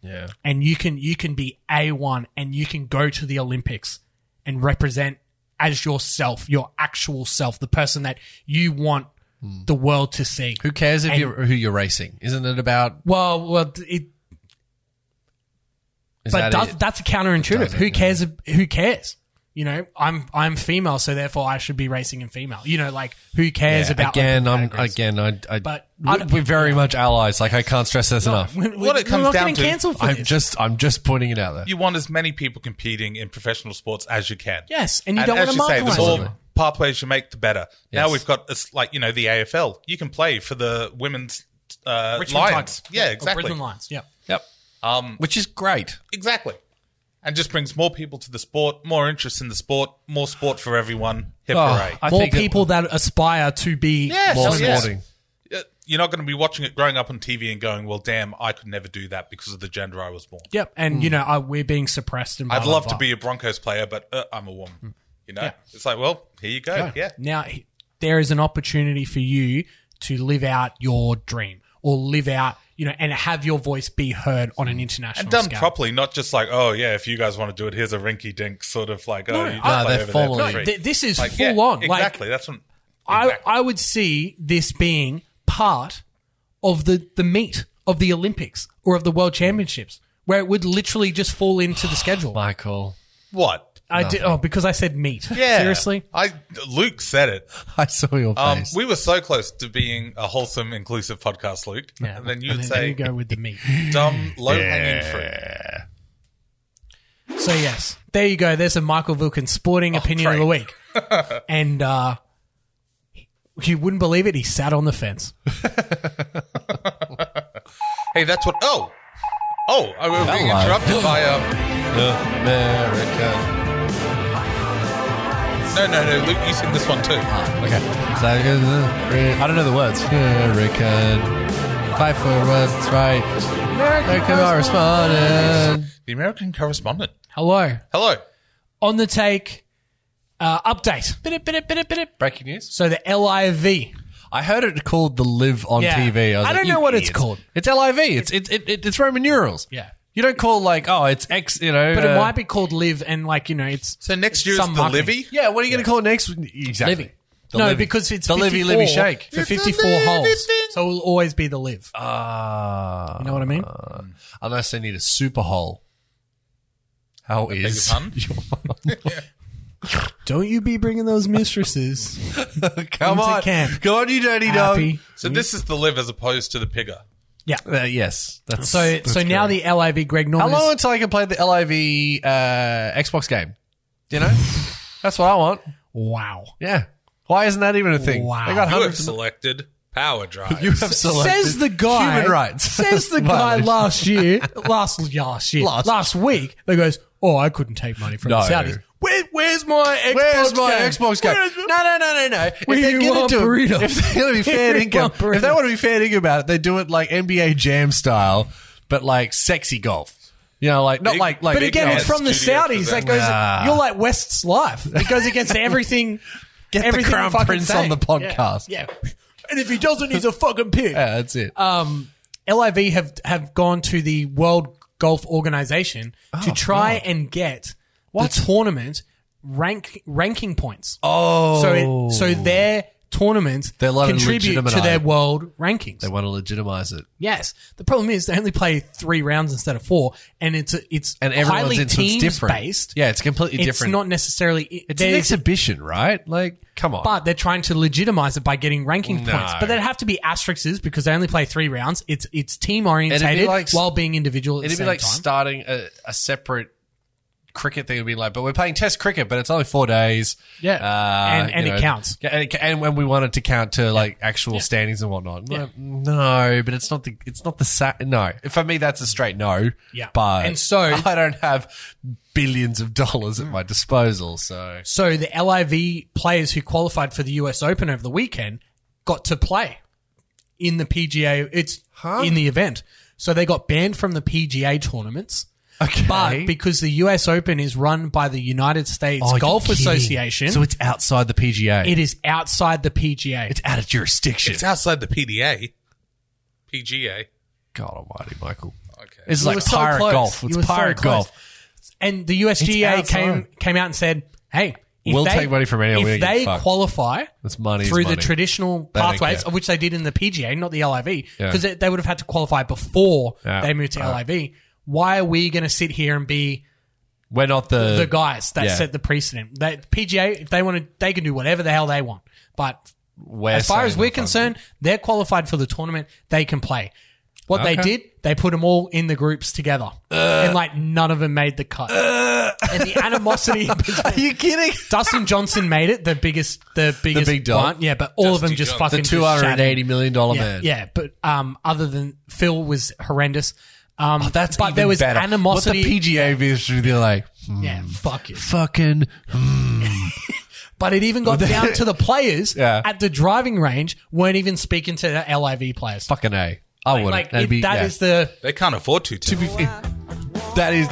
B: Yeah.
D: and you can you can be a one, and you can go to the Olympics and represent as yourself, your actual self, the person that you want
B: Hmm.
D: the world to see.
B: Who cares if
D: And-
B: you're who you're racing? Isn't it about?
D: Well, well, it,
B: Is
D: but
B: that
D: does,
B: it?
D: that's a counterintuitive.
B: Doesn't,
D: Who
B: yeah.
D: cares? Who cares? You know, I'm I'm female, so therefore I should be racing in female. You know, like who cares
B: Yeah,
D: about like,
B: again?
D: the
B: I'm
D: categories?
B: again. I, I
D: But
B: we-
D: I-
B: we're very much allies. Like I can't stress this enough.
D: *laughs* We're,
A: What it
D: we're
A: comes
D: not
A: down
D: getting
A: to-
D: cancelled for
B: I'm
D: this.
B: just I'm just pointing it out there.
A: You want as many people competing in professional sports as you can.
D: yes, and you don't want
A: as
D: to
A: you say, the
D: marginalize.
A: more
D: them.
A: pathways you make, the better. Now
B: Yes.
A: we've got this, like you know the AFL. You can play for the women's uh,
D: Richmond
A: Lions.
D: Tigers.
A: Yeah,
D: Or
A: exactly.
D: Brisbane Lions. Yeah.
B: yep. Um, which is great.
A: Exactly. And just brings more people to the sport, more interest in the sport, more sport for everyone. Hip
B: Oh,
A: hooray.
B: I
D: More
B: think it-
D: people that, aspire to be
A: Yes,
D: more
A: hell yes.
D: sporting.
A: Uh, You're not going to be watching it growing up on TV and going, well, damn, I could never do that because of the gender I was born.
D: Yep, and
B: Hmm.
D: you know I, we're being suppressed. And blah,
A: I'd
D: blah,
A: love to
D: blah.
A: be a Broncos player, but uh, I'm a woman. You know, it's like, well, here you go. Yeah.
D: Now he- there is an opportunity for you to live out your dream or live out, you know, and have your voice be heard on an international
A: Hmm. And done
D: scale.
A: properly, not just like, oh, yeah, if you guys want to do it, here's a rinky dink sort of like, oh,
D: No,
A: you
D: I-
A: just
B: No,
A: play
B: they're
A: over there for
B: formally-
A: free.
B: No,
D: Th- this is
A: Like,
D: full
A: yeah,
D: on.
A: Exactly.
D: Like,
A: That's what.
D: I,
A: exactly.
D: I would see this being part of the, the meat of the Olympics or of the World Championships, where it would literally just fall into the schedule.
B: Michael.
A: what?
D: I did, oh, because I said meat.
A: Yeah.
D: Seriously?
A: I Luke said it.
B: I saw your
A: Um,
B: face.
A: we were so close to being a wholesome, inclusive podcast, Luke. And then you would
D: there
A: say
D: you go with the meat.
A: dumb, low hanging fruit.
D: So yes, there you go. There's a Michael Vilkin
A: Oh,
D: sporting opinion of the week, and uh, you wouldn't believe it. He sat on the fence.
A: Hey, that's what. Oh, oh, I was being
B: Hello.
A: interrupted by. Um,
B: America.
A: no, no, no, Luke, you sing this one too.
B: Okay. So uh, I don't know the words. American. uh, Fight for what's right. American correspondent.
A: The American correspondent.
D: Hello,
A: Hello.
D: on the take uh, update. Bidip, bidip, bidip, bidip.
B: Breaking news.
D: So the LIV.
B: I heard it called the live on
D: Yeah.
B: TV. was
D: I
B: like,
D: don't
B: "You
D: know what it's
B: idiots."
D: called.
B: It's LIV. It's it's it, it, it's Roman numerals.
D: Yeah.
B: You don't call like oh it's X. You know.
D: But it
B: uh,
D: might be called Live, and like you know, it's
A: So next
D: it's
A: year's
D: some
A: the
D: marketing.
A: Livy.
B: Yeah. What are you going to call it next? Exactly.
D: Livy.
B: The
D: no,
B: Livy.
D: because it's
B: the Livy Livy
D: 54
B: Shake.
D: for fifty-four holes, so it will always be the Live.
B: Ah.
D: you know what I mean?
B: unless they need a super hole. How is
A: Beg
B: *laughs*
A: your
D: Don't you be bringing those mistresses. *laughs*
B: come
D: Into
B: on,
D: camp.
B: go on, you dirty dog.
D: happy.
A: So this is the live as opposed to the pigger.
B: Uh, yes, that's
D: So, so now the LIV Greg
B: How
D: Norman. is-
B: long until I can play the LIV uh, Xbox game? You
D: *laughs*
B: know, that's what I want.
D: wow.
B: Yeah, why isn't that even a thing?
D: Wow.
B: They
A: You have
B: got hundreds. of-
A: selected power drive.
B: *laughs* You have selected
D: says the guy.
B: human rights.
D: says the guy
B: Violation.
D: last year,
B: *laughs*
D: last last year,
B: Last.
D: last, week. That goes. Oh, I couldn't take money
B: *laughs*
D: from
B: No.
D: the Saudis. Where, where's my Xbox?
B: Where's my
D: game?
B: Xbox game?
D: Where's
B: No, no, no,
D: my-
B: no, no. If
D: Where
B: they're
D: you
B: gonna
D: want
B: do it-
D: burrito?
B: if they're going to be fair
D: *laughs* Where you
B: income,
D: want
B: if they
D: burrito?
B: want to be fair income about it, they do it like NBA Jam style, but like sexy golf. You know, like not
A: Big-
B: like like.
D: But again,
A: guy
D: it's from the
A: studio for
D: Saudis. That
A: them.
D: goes.
B: Nah.
D: You're like West's life. It
B: *laughs*
D: goes against everything.
B: Get the
D: everything
B: Crown
D: you fucking
B: Prince
D: say.
B: on the podcast.
D: Yeah. yeah. And if he doesn't, he's a fucking pig.
B: yeah, that's it.
D: um, LIV have have gone to the World Golf Organization to
B: Oh,
D: try and get the tournament rank ranking points.
B: oh,
D: So it, so their tournaments
B: They're allowed to
D: contribute to their
B: legitimize-
D: world rankings.
B: they want to legitimize it,
D: yes, the problem is they only play three rounds instead of four, and it's it's
B: and everyone's
D: highly
B: instance
D: teams
B: different.
D: based.
B: Yeah, it's completely
D: it's
B: different.
D: not necessarily
B: it's an
D: there's-
B: exhibition, right? Like, come on.
D: but they're trying to legitimize it by getting ranking
B: No.
D: points. But they'd have to be asterisks because they only play three rounds. It's it's
B: It'd
D: team
B: be
D: orientated
B: like-
D: while being individual at
B: It'd
D: the
B: be
D: same
B: like
D: time.
B: starting a, a separate cricket thing. It'd be like, but we're playing Test cricket, but it's only four days. Uh,
D: Yeah. And-
B: you
D: and it counts.
B: Yeah, and, it ca- and when we want it to count to like actual standings and whatnot. Like, No, but it's not the it's not the sa- no. For me, that's a straight no.
D: Yeah.
B: but
D: And so-
B: *laughs* I don't have billions of dollars at my disposal. So
D: so the LIV players who qualified for the US Open over the weekend got to play in the PGA. It's in the event, so they got banned from the PGA tournaments.
B: okay,
D: But because the US Open is run by the United States
B: Oh, you're
D: Golf
B: kidding.
D: Association,
B: so it's outside the PGA.
D: it is outside the PGA.
B: it's out of jurisdiction.
A: It's outside the PDA, PGA.
B: God Almighty, Michael.
A: Okay.
B: It's
D: You were
B: like
D: so
B: pirate
D: close.
B: golf. It's
D: You were so
B: pirate
D: close.
B: golf.
D: And the USGA
B: outside.
D: came came out and said, "Hey, If
B: We'll take money from anyone, we're
D: If
B: gonna get
D: they
B: fucked.
D: qualify
B: That's money is
D: through the
B: money.
D: traditional
B: They don't
D: pathways,
B: care.
D: of which they did in the PGA, not the LIV,
B: Yeah.
D: because they, they would have had to qualify before
B: Yeah.
D: they moved to
B: Yeah.
D: LIV. Why are we going to sit here and be
B: We're not the
D: the guys that
B: Uh, yeah.
D: set the precedent? That PGA, if they want to, they can do whatever the hell they want. But
B: We're
D: as far
B: saying
D: as we're
B: the fucking-
D: concerned, they're qualified for the tournament. They can play. What they
B: Okay.
D: did, they put them all in the groups together, and like none of them made the cut. and the *laughs* animosity
B: Are you kidding?
D: Dustin Johnson made it the biggest, the biggest
B: big dog.
D: one. Yeah, but all of them
A: Dusty
D: just
A: Johnson.
D: fucking
B: The
D: just
B: two hundred and eighty
D: shattered.
B: million dollar
D: Yeah,
B: man.
D: yeah, but um, other than Phil was horrendous. Um,
B: That's
D: but
B: even
D: there was
B: better.
D: animosity.
B: What the PGA viewers should be like, "Hmm,
D: yeah, fuck it.
B: fucking
D: *laughs* But it even got *laughs* down to the players
B: Yeah.
D: at the driving range weren't even speaking to the LIV players.
B: fucking a. I wouldn't.
D: Like
B: That'd
D: it-
B: be-
D: that
B: yeah.
D: is the
A: They can't afford to.
B: to be.
D: *laughs*
B: that is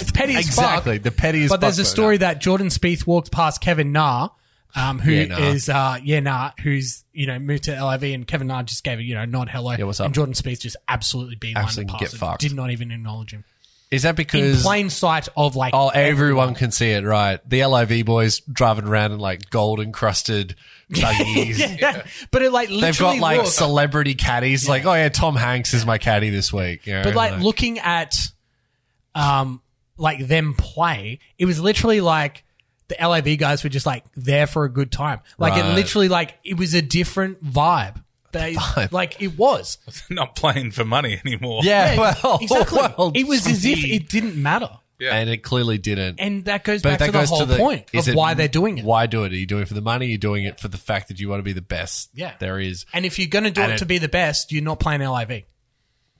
D: it's petty as fuck.
B: exactly the pettiest.
D: But there's a
B: fuck-
D: story that Jordan Spieth walked past Kevin Na, um, who
B: Yeah,
D: is
B: Nah.
D: uh, yeah Nah, who's you know moved to LIV, and Kevin Na just gave a you know nod hello.
B: Yeah, what's up?
D: And Jordan Spieth just absolutely beat
B: Absolutely
D: past
B: get
D: him,
B: fucked.
D: Did not even acknowledge him
B: Is that
D: in
B: because
D: plain sight of like
B: Oh, everyone can see it, right? The LIV boys driving around in like gold encrusted buggies.
D: *laughs* yeah. *laughs* But it like
B: They've got
D: literally
B: like
D: looked-
B: celebrity caddies. Like, oh yeah, Tom Hanks is my caddy this week. you know,
D: but like looking at um like them play it was literally like the LAV guys were just like there for a good time like
B: Right.
D: it literally like it was a different vibe
B: *laughs*
D: they like it was
A: They're *laughs* not playing for money anymore.
B: yeah, well,
D: exactly
B: well,
D: it was as if
B: gee.
D: it didn't matter
A: Yeah.
B: and it clearly didn't.
D: and that goes
B: But
D: back
B: that
D: to the
B: goes
D: whole point
B: is
D: of why they're doing it
B: Why do it? Are you doing it for the money? You're doing it for the fact that you want to be the best.
D: Yeah.
B: there is.
D: and if you're going to do
B: And
D: it
B: it-
D: to be the best you're not playing LIV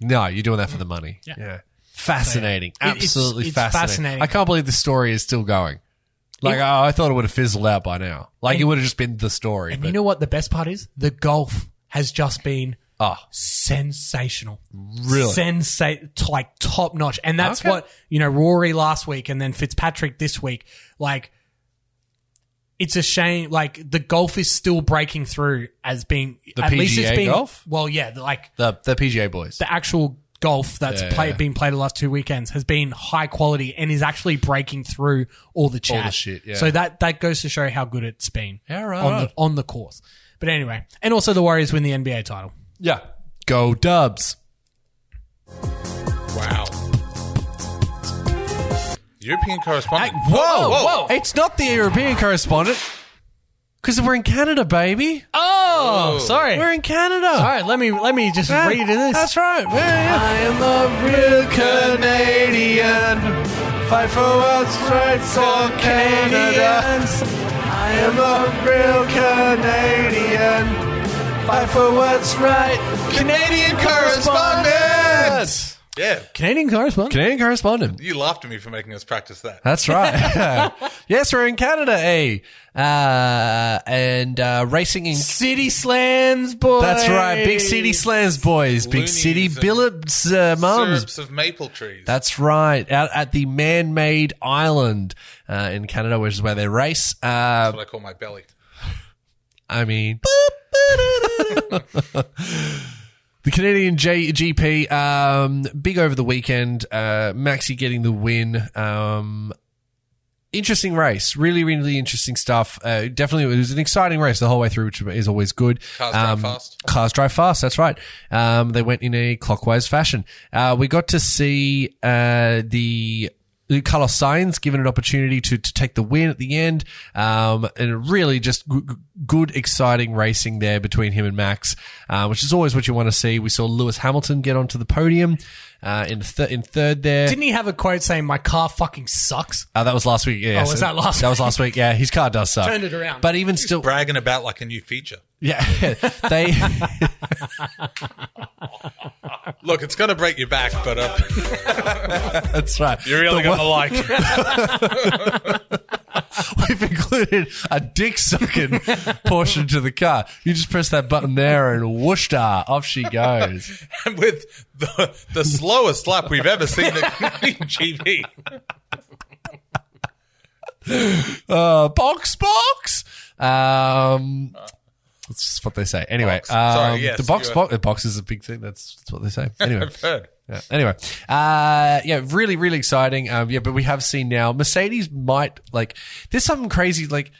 B: No, you're doing that for the money.
D: Yeah.
B: Fascinating.
D: It- it's-
B: Absolutely
D: it's
B: fascinating.
D: fascinating.
B: I can't believe the story is still going. Like, oh, I thought it would have fizzled out by now. Like, it would have just been the story.
D: and
B: but,
D: you know what the best part is the golf has just been
B: oh,
D: sensational.
B: Really?
D: Sensa- t- like top notch. And that's
B: Okay.
D: what, you know, Rory last week and then Fitzpatrick this week. Like, it's a shame. Like, the golf is still breaking through as being.
B: The
D: at least it's
B: PGA
D: been.
B: golf?
D: Well, yeah. the- Like,
B: the, the PGA boys.
D: the actual golf that's
B: Yeah,
D: play,
B: yeah.
D: been played the last two weekends has been high quality and is actually breaking through all the chat.
B: shit, yeah.
D: So that, that goes to show how good it's been
B: Yeah, right,
D: on,
B: right.
D: The, on the course. But anyway, and also the Warriors win the NBA title.
B: yeah. Go dubs.
A: Wow. European correspondent.
B: Whoa,
A: whoa.
B: It's not the European correspondent because we're in Canada, baby.
D: Oh, sorry.
B: We're in Canada.
D: All right, let me let me just
B: Yeah,
D: read this.
B: That's right. I am a real Canadian. Fight for what's right for Canadians. I am a real Canadian. Fight for what's right. Canadian correspondent.
A: Yeah.
D: Canadian correspondent.
B: Canadian correspondent.
A: You laughed at me for making us practice that.
B: That's *laughs* right. yes, we're in Canada, eh? Uh, and uh, racing in
D: City slams, boy.
B: That's right. Big city slams, boys. Big
A: Loonies
B: city
A: and
B: billets, uh, mums.
A: Syrups of maple trees.
B: That's right. Out at the man made island uh, in Canada, which is where they race. Uh,
A: what I call my belly.
B: I mean. *laughs* The Canadian J- GP, um, big over the weekend. Uh, Maxi getting the win. Um, interesting race. Really, really interesting stuff. Uh, definitely, it was an exciting race the whole way through, which is always good.
A: Cars drive
B: Um,
A: fast.
B: Cars drive fast. That's right. Um, they went in a clockwise fashion. Uh, we got to see uh, the. uh, Carlos Sainz given an opportunity to, to take the win at the end, um, and really just g- g- good, exciting racing there between him and Max, uh, which is always what you want to see. We saw Lewis Hamilton get onto the podium uh, in th- in third there.
D: Didn't he have a quote saying, "My car fucking sucks"?
B: Uh, that was last week. Yeah,
D: Oh, was that last
B: That was last week. Yeah, his car does suck.
D: Turned it around.
B: But even still,
A: Bragging about like a new feature.
B: yeah, *laughs* they.
D: *laughs*
A: Look, it's going to break your back, but uh, *laughs*
B: that's right.
A: you're really
B: The
A: going
B: one-
A: to like it.
B: *laughs* We've included a dick sucking portion to the car. You just press that button there, and whoosh da, off she goes.
A: And with the, the slowest lap we've ever seen at Canadian GP.
B: Uh, box, box. Um, that's just what they say. Anyway,
A: Box. Sorry,
B: um,
A: yes,
B: the box,
A: you were- *laughs*
B: box, the box is a big thing. That's, that's what they say. Anyway,
A: I've heard.
B: Yeah. Anyway, uh, yeah, really, really exciting. Um, yeah, but we have seen now Mercedes might like there's something crazy like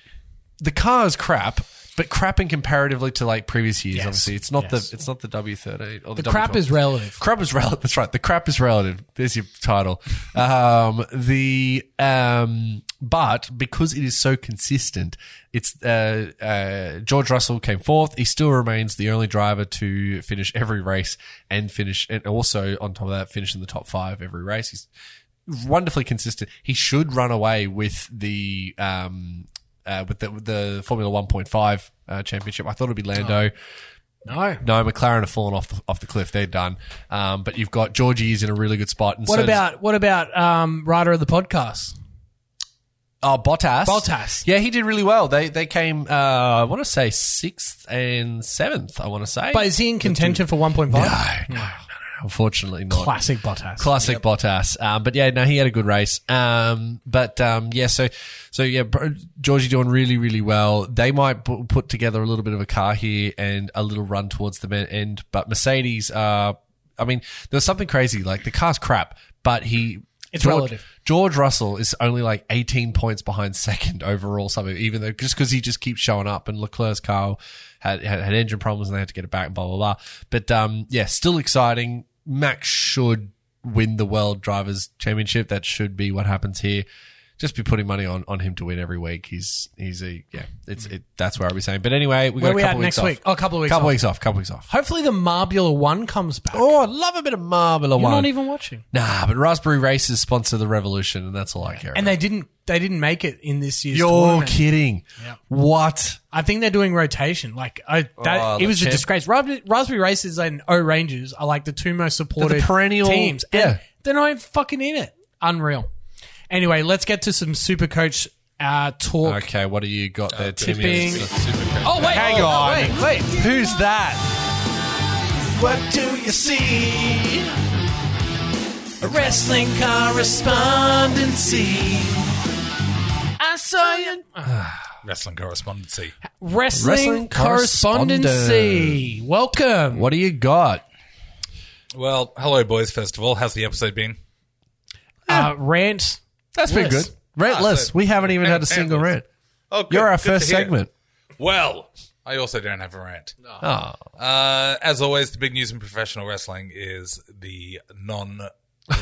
B: the car is crap, but crap in comparatively to like previous years.
D: Yes.
B: Obviously, it's not
D: Yes.
B: the it's not the W38 or the,
D: The crap
B: W12.
D: is relative.
B: *laughs* Crap is relative. That's right. The crap is relative. There's your title. Um, the um, but because it is so consistent, it's uh, uh, George Russell came fourth. He still remains the only driver to finish every race and finish, and also on top of that, finish in the top five every race. He's wonderfully consistent. He should run away with the um, uh, with the, with the Formula One Point Five uh, championship. I thought it'd be Lando.
D: No.
B: No, McLaren have fallen off the, off the cliff. They're done. Um, but you've got Georgie's in a really good spot. And
D: What
B: so does-
D: about what about um, rider of the podcast?
B: oh, Bottas?
D: Bottas.
B: Yeah, he did really well. They they came. Uh, I want to say sixth and seventh. I want to say.
D: But is he in contention for 1.5?
B: no, no, no, no, unfortunately not.
D: Classic Bottas.
B: Classic Bottas. Um, but yeah, no, he had a good race. Um, but um, yeah, so so yeah, bro, Georgie doing really really well. They might pu- put together a little bit of a car here and a little run towards the men- end. But Mercedes, uh, I mean, there's something crazy. Like the car's crap, but he.
D: It's
B: George-
D: relative.
B: George Russell is only like 18 points behind *laughs* second overall, something, even though just because he just keeps showing up and Leclerc's car had, had, had engine problems and they had to get it back, blah, blah, blah. But um, yeah, still exciting. Max should win the World Drivers' Championship. That should be what happens here. Just be putting money on, on him to win every week. He's he's a yeah. It's it, that's where I'll be saying. But anyway, we
D: Where
B: got
D: are we
B: a couple weeks
D: at next
B: off.
D: week? Oh, a couple of weeks.
B: couple
D: off.
B: weeks off. Couple weeks off.
D: Hopefully the Marbula One comes back.
B: Oh, I love a bit of Marble
D: You're
B: One.
D: not even watching.
B: nah, but Raspberry Races sponsor the Revolution, and that's all I care.
D: And
B: about.
D: they didn't they didn't make it in this year's
B: You're
D: tournament.
B: kidding. What?
D: I think they're doing rotation. Like I, that,
B: Oh,
D: it was
B: the
D: a
B: champ-
D: disgrace. Ras- Raspberry Races and O Rangers are like the two most supported
B: perennial-
D: teams. and
B: yeah.
D: they're not even fucking in it. Unreal. Anyway, let's get to some Super Coach uh, talk.
B: Okay, what do you got
A: Uh,
B: there, Timmy?
D: tipping.
A: Supercoach.
D: Oh wait,
B: Hang
D: oh, no,
B: on.
D: wait, wait.
B: Who's that? What do you see? A wrestling correspondency.
D: I saw you.
A: Wrestling correspondency.
D: Wrestling,
B: Wrestling
D: correspondency. Welcome.
B: What do you got?
A: Well, hello, boys. First of all, how's the episode been?
D: Uh, rant.
B: That's been
D: List.
B: good. Rent
A: Ah,
B: list.
A: so-
B: we haven't even had a
A: and-
B: single
A: and
B: rent.
A: list. Oh, good,
B: You're our
A: good to
B: first
A: hear.
B: segment.
A: Well, I also don't have a rant.
B: Oh.
A: Uh, as always, the big news in professional wrestling is the non.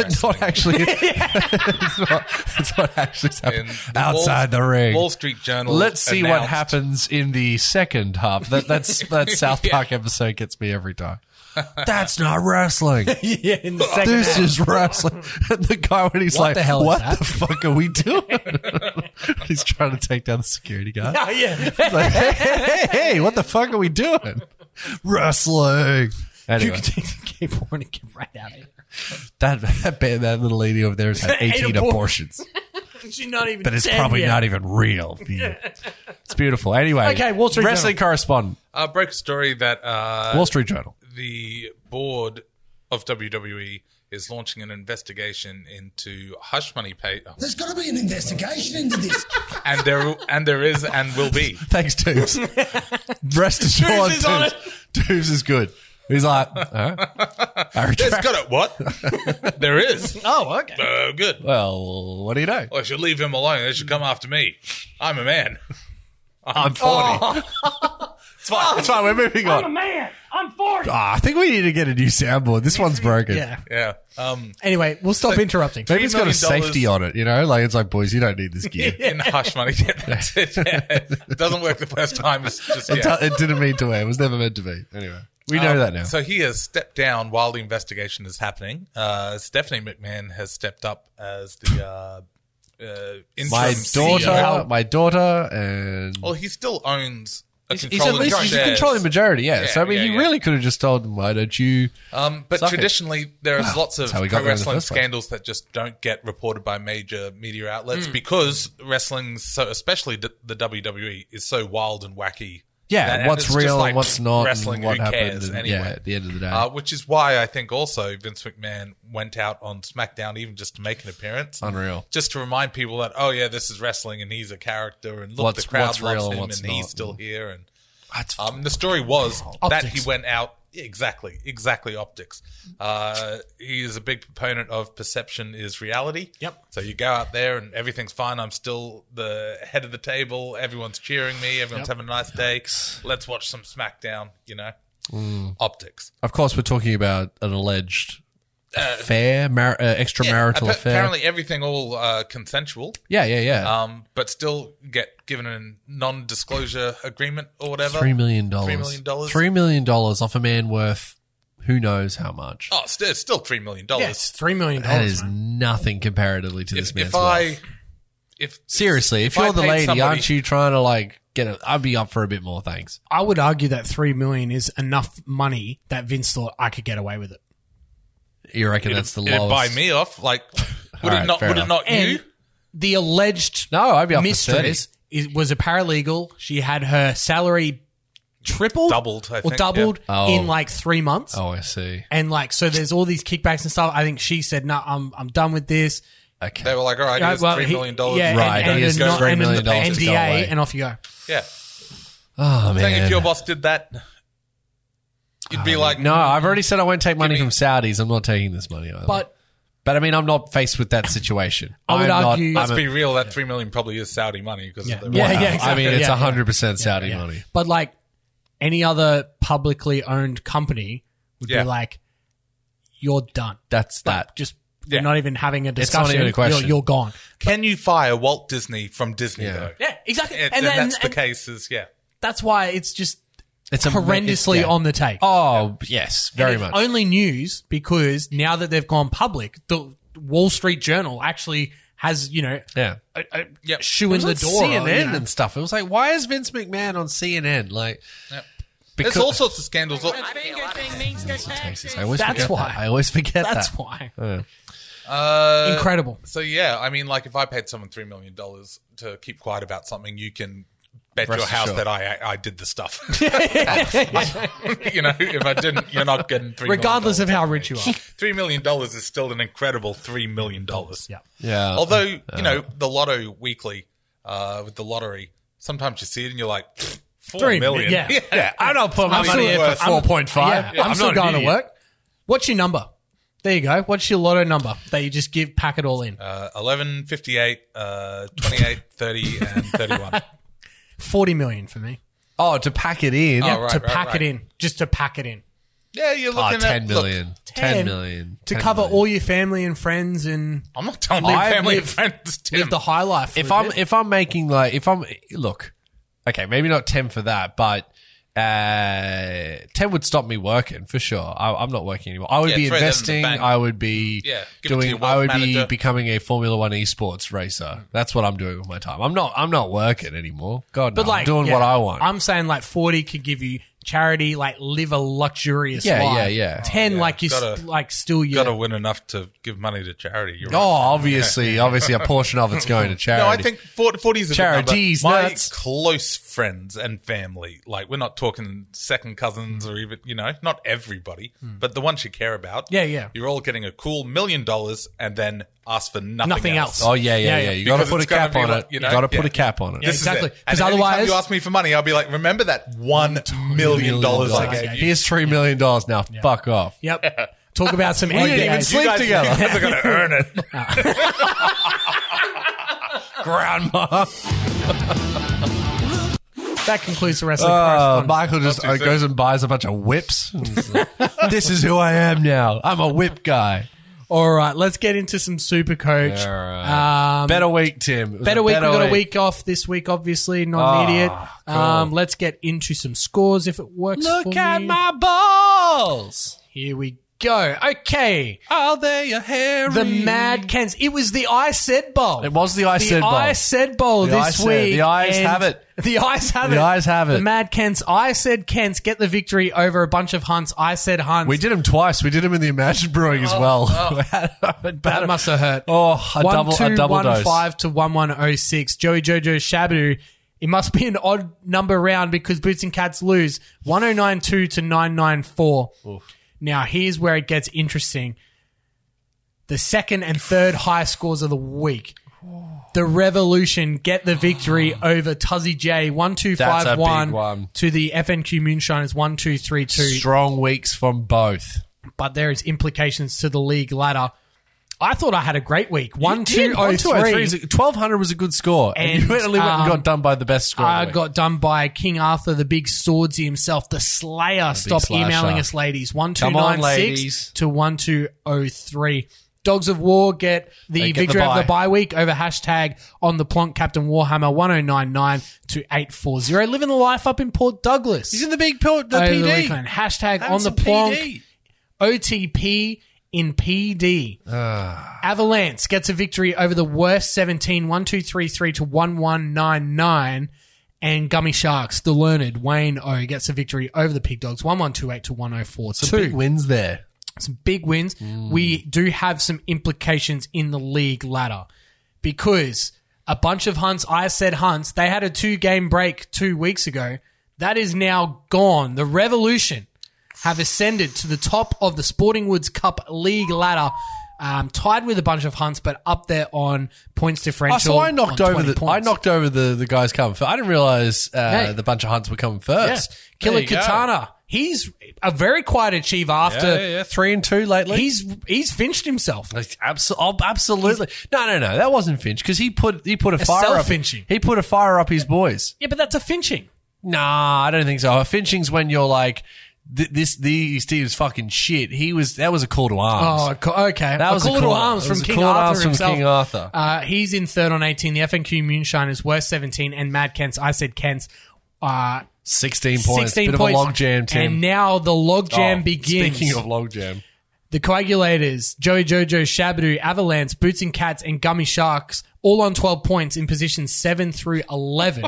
B: It's *laughs*
A: *laughs*
B: not actually. it's, not, it's not actually happening outside the ring.
A: Wall Street Journal.
B: Let's see what
A: announced-
B: happens in the second half. That that's
A: *laughs*
B: that South Park episode gets me every time. That's not wrestling.
D: *laughs* yeah, in the second
B: this is wrestling. And the guy when he's like,
D: the hell is
B: "What
D: that?"
B: the fuck are we doing?" *laughs* he's trying to take down the security guard.
D: Oh, *laughs* yeah.
B: He's
D: *laughs*
B: like, hey, hey, hey, hey, what the fuck are we doing? Wrestling.
D: You
B: Anyway,
D: can take the keyboard and get right out of here.
B: that that, ba- that little lady over there has had
D: *laughs* Eight
B: eighteen
D: abor-
B: abortions,
D: She's not even
B: but
D: *laughs*
B: it's
D: dead
B: probably
D: yet.
B: not even real. It's beautiful. Anyway,
D: Okay, Wall Street
B: wrestling correspondent,
A: Uh, broke a story that uh,
B: Wall Street Journal.
A: the board of WWE is launching an investigation into hush money
B: *laughs*
A: pay,
F: There's got to be an investigation into this.
A: and there and there is and will be.
B: Thanks,
D: *laughs*
B: Tubes. Rest assured,
D: is
B: Tubes,
D: on
B: Tubes is good. He's like, all right.
D: *laughs*
B: I
A: It's
B: retract.
A: got it. What?
B: *laughs*
A: there is.
D: Oh, okay.
A: Oh, good.
B: well, what do you know?
A: I should leave him alone. They should come after me. I'm a man.
B: I'm 40.
A: *laughs*
B: it's fine. It's fine. We're moving *laughs* on. I'm a man. I'm 40. Ah, I think we need to get a new soundboard. This one's broken.
D: Oh, Yeah.
A: Yeah. Um,
D: Anyway, we'll stop interrupting.
B: Maybe it's got a
A: $3 million
B: safety on it, you know? Like, it's like, boys, you don't need this gear.
A: in hush
B: *laughs*
A: money. *laughs* Yeah, that's it. Yeah. It doesn't work the first time. It's just
B: It,
A: yeah.
B: do- it didn't mean to wear. It was never meant to be. Anyway, we know that now.
A: Um, So he has stepped down while the investigation is happening. Uh, Stephanie McMahon has stepped up as the uh, uh, interim
B: my
A: CEO.
B: daughter, my daughter, and
A: Well, he still owns a he's,
B: he's at
A: controlling
B: least he's
A: shares.
B: controlling majority. Yeah.
A: Yeah,
B: so I mean,
A: yeah,
B: you
A: yeah.
B: really could have just told him, why don't you?
A: Um, but
B: Suck it.
A: traditionally, there is lots of
B: how we
A: pro
B: got there in the
A: wrestling
B: first place.
A: scandals that just don't get reported by major media outlets because wrestling's so, especially d- the WWE, is so wild and wacky.
B: Yeah,
A: And- and
B: what's
A: it's just
B: real and
A: like
B: what's not, and
A: Wrestling,
B: what
A: who
B: happened,
A: cares
B: and-
A: anyway?
B: yeah, at the end of the day.
A: uh, which is why I think also Vince McMahon went out on SmackDown even just to make an appearance.
B: Unreal.
A: just to remind people that oh yeah, this is wrestling and he's a character and look,
B: What's-
A: the crowd
B: what's
A: loves
B: real and
A: him and
B: what's
A: he's
B: not.
A: still here and.
B: That's-
A: Um, the story was that he went out Exactly, exactly. Optics. Uh, he is a big proponent of perception is reality.
D: Yep.
A: So you go out there and everything's fine. I'm still the head of the table. Everyone's cheering me. Everyone's having a nice day. Let's watch some SmackDown. You know,
B: Mm.
A: optics.
B: Of course, we're talking about an alleged affair, mar- uh, extramarital
A: Appa-
B: affair.
A: Apparently, everything all uh, consensual.
B: yeah, yeah, yeah.
A: Um, but still get given a non-disclosure agreement or whatever.
B: Three million dollars.
A: Three million dollars.
B: Three million dollars off a man worth who knows how much.
A: Oh, still, it's still three million
D: Yeah,
A: dollars.
D: it's three million
B: that
D: dollars.
B: is nothing comparatively to this
A: If,
B: man's
A: if
B: worth.
A: I, if
B: Seriously, if,
A: I
B: you're the
A: paid
B: lady,
A: somebody-
B: aren't you trying to like get it? I'd be up for a bit more, thanks.
D: I would argue that three million is enough money that Vince thought I could get away with it.
B: You reckon
A: it'd-
B: that's the
A: it'd
B: lowest?
A: buy me off. Like, would
B: *laughs* Alright,
A: it not?
B: fair
A: Would
B: enough.
A: it not
D: And
A: you?
D: the alleged
B: No, I'd be up for thirty.
D: mistress is, was a paralegal. She had her salary tripled,
A: Doubled, I
D: or
A: think, yeah.
D: doubled
B: Oh.
D: in like three months.
B: Oh, I see.
D: And like, so there's all these kickbacks and stuff. I think she said, "No, I'm I'm done with this."
B: Okay.
A: They were like, all right,
D: Yeah,
A: here's
D: well,
A: three
D: he-
A: million dollars.
D: yeah,
B: Right,
D: and, and,
B: he
D: a
B: just goes
D: non-
B: $3
D: and
B: million
D: an
B: to go away.
D: NDA, and off you go.
A: yeah.
B: oh
A: I think
B: man.
A: if your boss did that, you'd be like, "Hmm,
B: no, I've already said I won't take money
A: me-
B: from Saudis. I'm not taking this money either.
D: But
B: But I mean, I'm not faced with that situation.
D: I would
B: I'm
D: argue-
B: Not,
A: Let's
B: I'm a-
A: be real. That three million probably is Saudi money because
D: Yeah.
A: of the
B: Wow.
D: Yeah, yeah, exactly.
B: I mean, it's
D: Yeah,
B: 100% Saudi money.
D: But like any other publicly owned company would
A: Yeah.
D: be like, "You're done.
B: That's that.
D: Just
A: Yeah.
D: you're not even having a
B: It's not
D: discussion.
B: even a question.
D: You're, you're gone."
A: Can you fire Walt Disney from Disney
B: Yeah.
A: though?
D: Yeah, exactly.
A: And,
D: and, then,
A: that's the
D: and
A: case. Is yeah.
D: that's why it's just
B: It's a-
D: horrendously
B: it's- yeah.
D: on the take.
B: Oh, yes, very
D: And
B: much.
D: it's Only news because now that they've gone public, the Wall Street Journal actually has you know
B: yeah.
D: a, a
A: Yep.
D: shoe in the door.
B: CNN
D: on, you know.
B: and stuff. It was like, why is Vince McMahon on CNN? Like,
A: There's all sorts of scandals. Uh, all-
B: I always
D: That's
B: forget
D: why.
B: That. I always forget
D: That's
B: that.
D: why
A: Uh,
D: incredible.
A: So yeah, I mean, like if I paid someone three million dollars to keep quiet about something, you can bet
B: Rest
A: your house
B: assured.
A: that I, I I did the stuff. *laughs* you know, if I didn't, you're not getting three. million
D: Regardless of
A: dollars.
D: how
B: *laughs*
D: rich you are,
A: three million dollars is still an incredible three million dollars.
D: Yeah.
B: Yeah.
A: Although you know the Lotto Weekly uh, with the lottery, sometimes you see it and you're like four
D: Three,
A: million.
D: yeah.
A: *laughs* yeah.
B: I don't put my
D: I'm
B: money
D: still
B: in
A: worth-
B: for four point
D: yeah,
B: five.
D: I'm, still going to work. What's your number? There you go. What's your lotto number that you just give? Pack it all in.
A: Uh, 11, 58, uh, 28, 30, and 31.
D: Forty million for me.
B: Oh, to pack it in.
A: Yeah.
B: Yeah.
A: Oh, right,
D: to
A: right,
D: pack
A: right.
D: it in, just to pack it in,
A: Yeah, you're looking at
B: 10
A: look,
B: million. 10 million.
D: to
B: 10
D: cover
B: million.
D: all your family and friends and
A: I'm not telling my
B: I've
A: family
B: lived-
A: and friends, Tim.
D: live the high life. for
B: if
D: a
B: I'm
D: bit.
B: if I'm making like if I'm look, okay, maybe not ten for that, but uh, ten would stop me working for sure. I, I'm not working anymore. I would
A: Yeah,
B: be
A: throw that in the
B: investing.
A: bank.
B: I would be
A: Yeah, give it to your
B: doing.
A: wealth
B: I would
A: manager. Hmm.
B: be becoming a Formula One esports racer. That's what I'm doing with my time. I'm not. I'm not working anymore. God, no,
D: but like
B: I'm doing
D: yeah,
B: what I want.
D: I'm saying like forty could give you charity, like live a luxurious
B: Yeah,
D: life.
B: yeah, yeah.
D: Ten, like you
A: Gotta-
D: st- like still
A: you *laughs*
D: your
A: got to win enough to give money to charity. You're
B: oh,
A: right. *laughs*
B: obviously, obviously, a portion of it's going to charity.
A: No, I think 40, 40 is a
B: Charities,
A: good number. My
B: nuts.
A: close friends and family, like we're not talking second cousins or even, you know, not everybody, but the ones you care about.
D: Yeah, yeah.
A: You're all getting a cool million dollars and then ask for nothing,
D: Nothing
A: else.
D: else.
B: Oh yeah, yeah,
D: Yeah,
B: yeah.
D: yeah.
B: You got to
A: Because
B: put a
A: it's gonna
B: cap
A: be
B: on
A: like,
B: it.
A: you
B: You
A: know,
B: got to put
A: yeah.
B: a cap on it.
A: This is it.
D: exactly. 'Cause
A: And anytime
D: otherwise-
A: you ask me for money, I'll be like, remember that one million dollars I
B: Like,
A: gave you?
B: Here's three million dollars now. Fuck
D: *laughs*
B: off.
D: Yep. Talk about some
B: We didn't
D: NBA.
B: even sleep together.
A: You guys are going *laughs* to earn it.
B: Grandma.
D: That concludes the rest of the
B: Uh,
D: correspondence.
B: Michael just
A: Not too
B: uh, goes and buys a bunch of
D: *laughs*
B: whips. this is who I am now. I'm a whip guy.
D: All right, let's get into some super coach.
B: All right.
D: Um,
B: better week, Tim. It was
D: better
B: a
D: week. We got a week off this week, obviously. Not an idiot.
B: Ah,
D: Um, let's get into some scores if it works.
B: Look
D: for
B: at
D: me.
B: my balls.
D: Here we go. Okay,
B: Are they a hairy?
D: the Mad Cans. It was the I said bowl.
B: It was the I
D: the
B: said bowl.
D: I said bowl
B: The I
D: this
B: said-
D: week.
B: the eyes
D: and-
B: have it.
D: *laughs* The eyes have
B: The
D: it.
B: eyes have
D: The
B: it.
D: Mad Kents. I said Kents get the victory over a bunch of hunts. I said hunts.
B: we did them twice. We did them in the Imagine Brewing
D: Oh,
B: as well.
D: That must have hurt.
B: *laughs* Oh, a double, a double dose.
D: 1215 to 1106. Joey Jojo Shabu. It must be an odd number round because Boots and Cats lose 1092 to 994. Now, here's where it gets interesting. The second and third high scores of the week. The Revolution get
B: *sighs*
D: the victory over Tuzzy
B: That's
D: J
B: a
D: 1251
B: big one.
D: to the FNQ Moonshiners 1232
B: Strong weeks from both.
D: but there is implications to the league ladder. I thought I had a great week. One two
B: Yeah,
D: oh
B: 1203 is
D: three.
B: a- 1200 was a good score. And, you
D: And,
B: only went and
D: um,
B: got done by the best score.
D: I
B: of the week.
D: got done by King Arthur, the big swordsy himself, the Slayer. Stop
B: slasher.
D: emailing us, ladies. One two
B: Come on,
D: nine six
B: ladies.
D: to one two oh three. Dogs of War get the
B: They get the
D: victory over
B: bye.
D: the bye week over hashtag on the plonk Captain Warhammer one oh nine nine to eight four zero. Living the life up in Port Douglas.
B: He's in the big pill, the
D: over the
B: PD.
D: weekend. Hashtag
B: Have
D: on
B: some
D: the plonk.
B: PD.
D: OTP in PD. Avalanche gets a victory over the worst 17, 1233 to 1199. And Gummy Sharks, the learned Wayne O gets a victory over the Pig Dogs, 1128 to 1042.
B: Two wins there.
D: Some big wins. We
B: Mm.
D: do have some implications in the league ladder because a bunch of hunts, I said hunts, they had a two game break two weeks ago. That is now gone. The Revolution have ascended to the top of the Sporting Woods Cup league ladder. Um, tied with a bunch of hunts, but up there on points differential.
B: Oh, so I knocked
D: on
B: over
D: 20
B: the I
D: points.
B: knocked over the, the guys coming first. I didn't realize uh,
D: Hey.
B: the bunch of hunts were coming first.
D: Yeah. Killer
B: There you go.
D: Katana. He's a very quiet achiever after
B: Yeah, yeah, three and two lately.
D: he's he's finched himself.
B: Like, abso- oh, absolutely. No, no, no. That wasn't Finch because he put he put a, fire up.
D: self-finching.
B: He put a fire up his boys.
D: Yeah, but that's a finching.
B: Nah, I don't think so. A Finching's when you're like th- this. These team's fucking shit. He was that was a call to arms.
D: Oh, co- okay.
B: That
D: A
B: was a
D: call to
B: call-
D: arms
B: it
D: from
B: was a
D: King
B: call to
D: Arthur
B: arms from
D: himself.
B: King Arthur.
D: Uh, he's in third on 18. The FNQ Moonshiners were 17, and Mad Kents, I said Kents, uh,
B: 16 points.
D: 16
B: Bit
D: points.
B: of a logjam, Tim.
D: And now the logjam
B: Oh,
D: begins.
B: Speaking of logjam,
D: the Coagulators, Joey Jojo, Shabadoo, Avalanche, Boots and Cats, and Gummy Sharks, all on 12 points in positions 7 through
B: *laughs*
D: 11.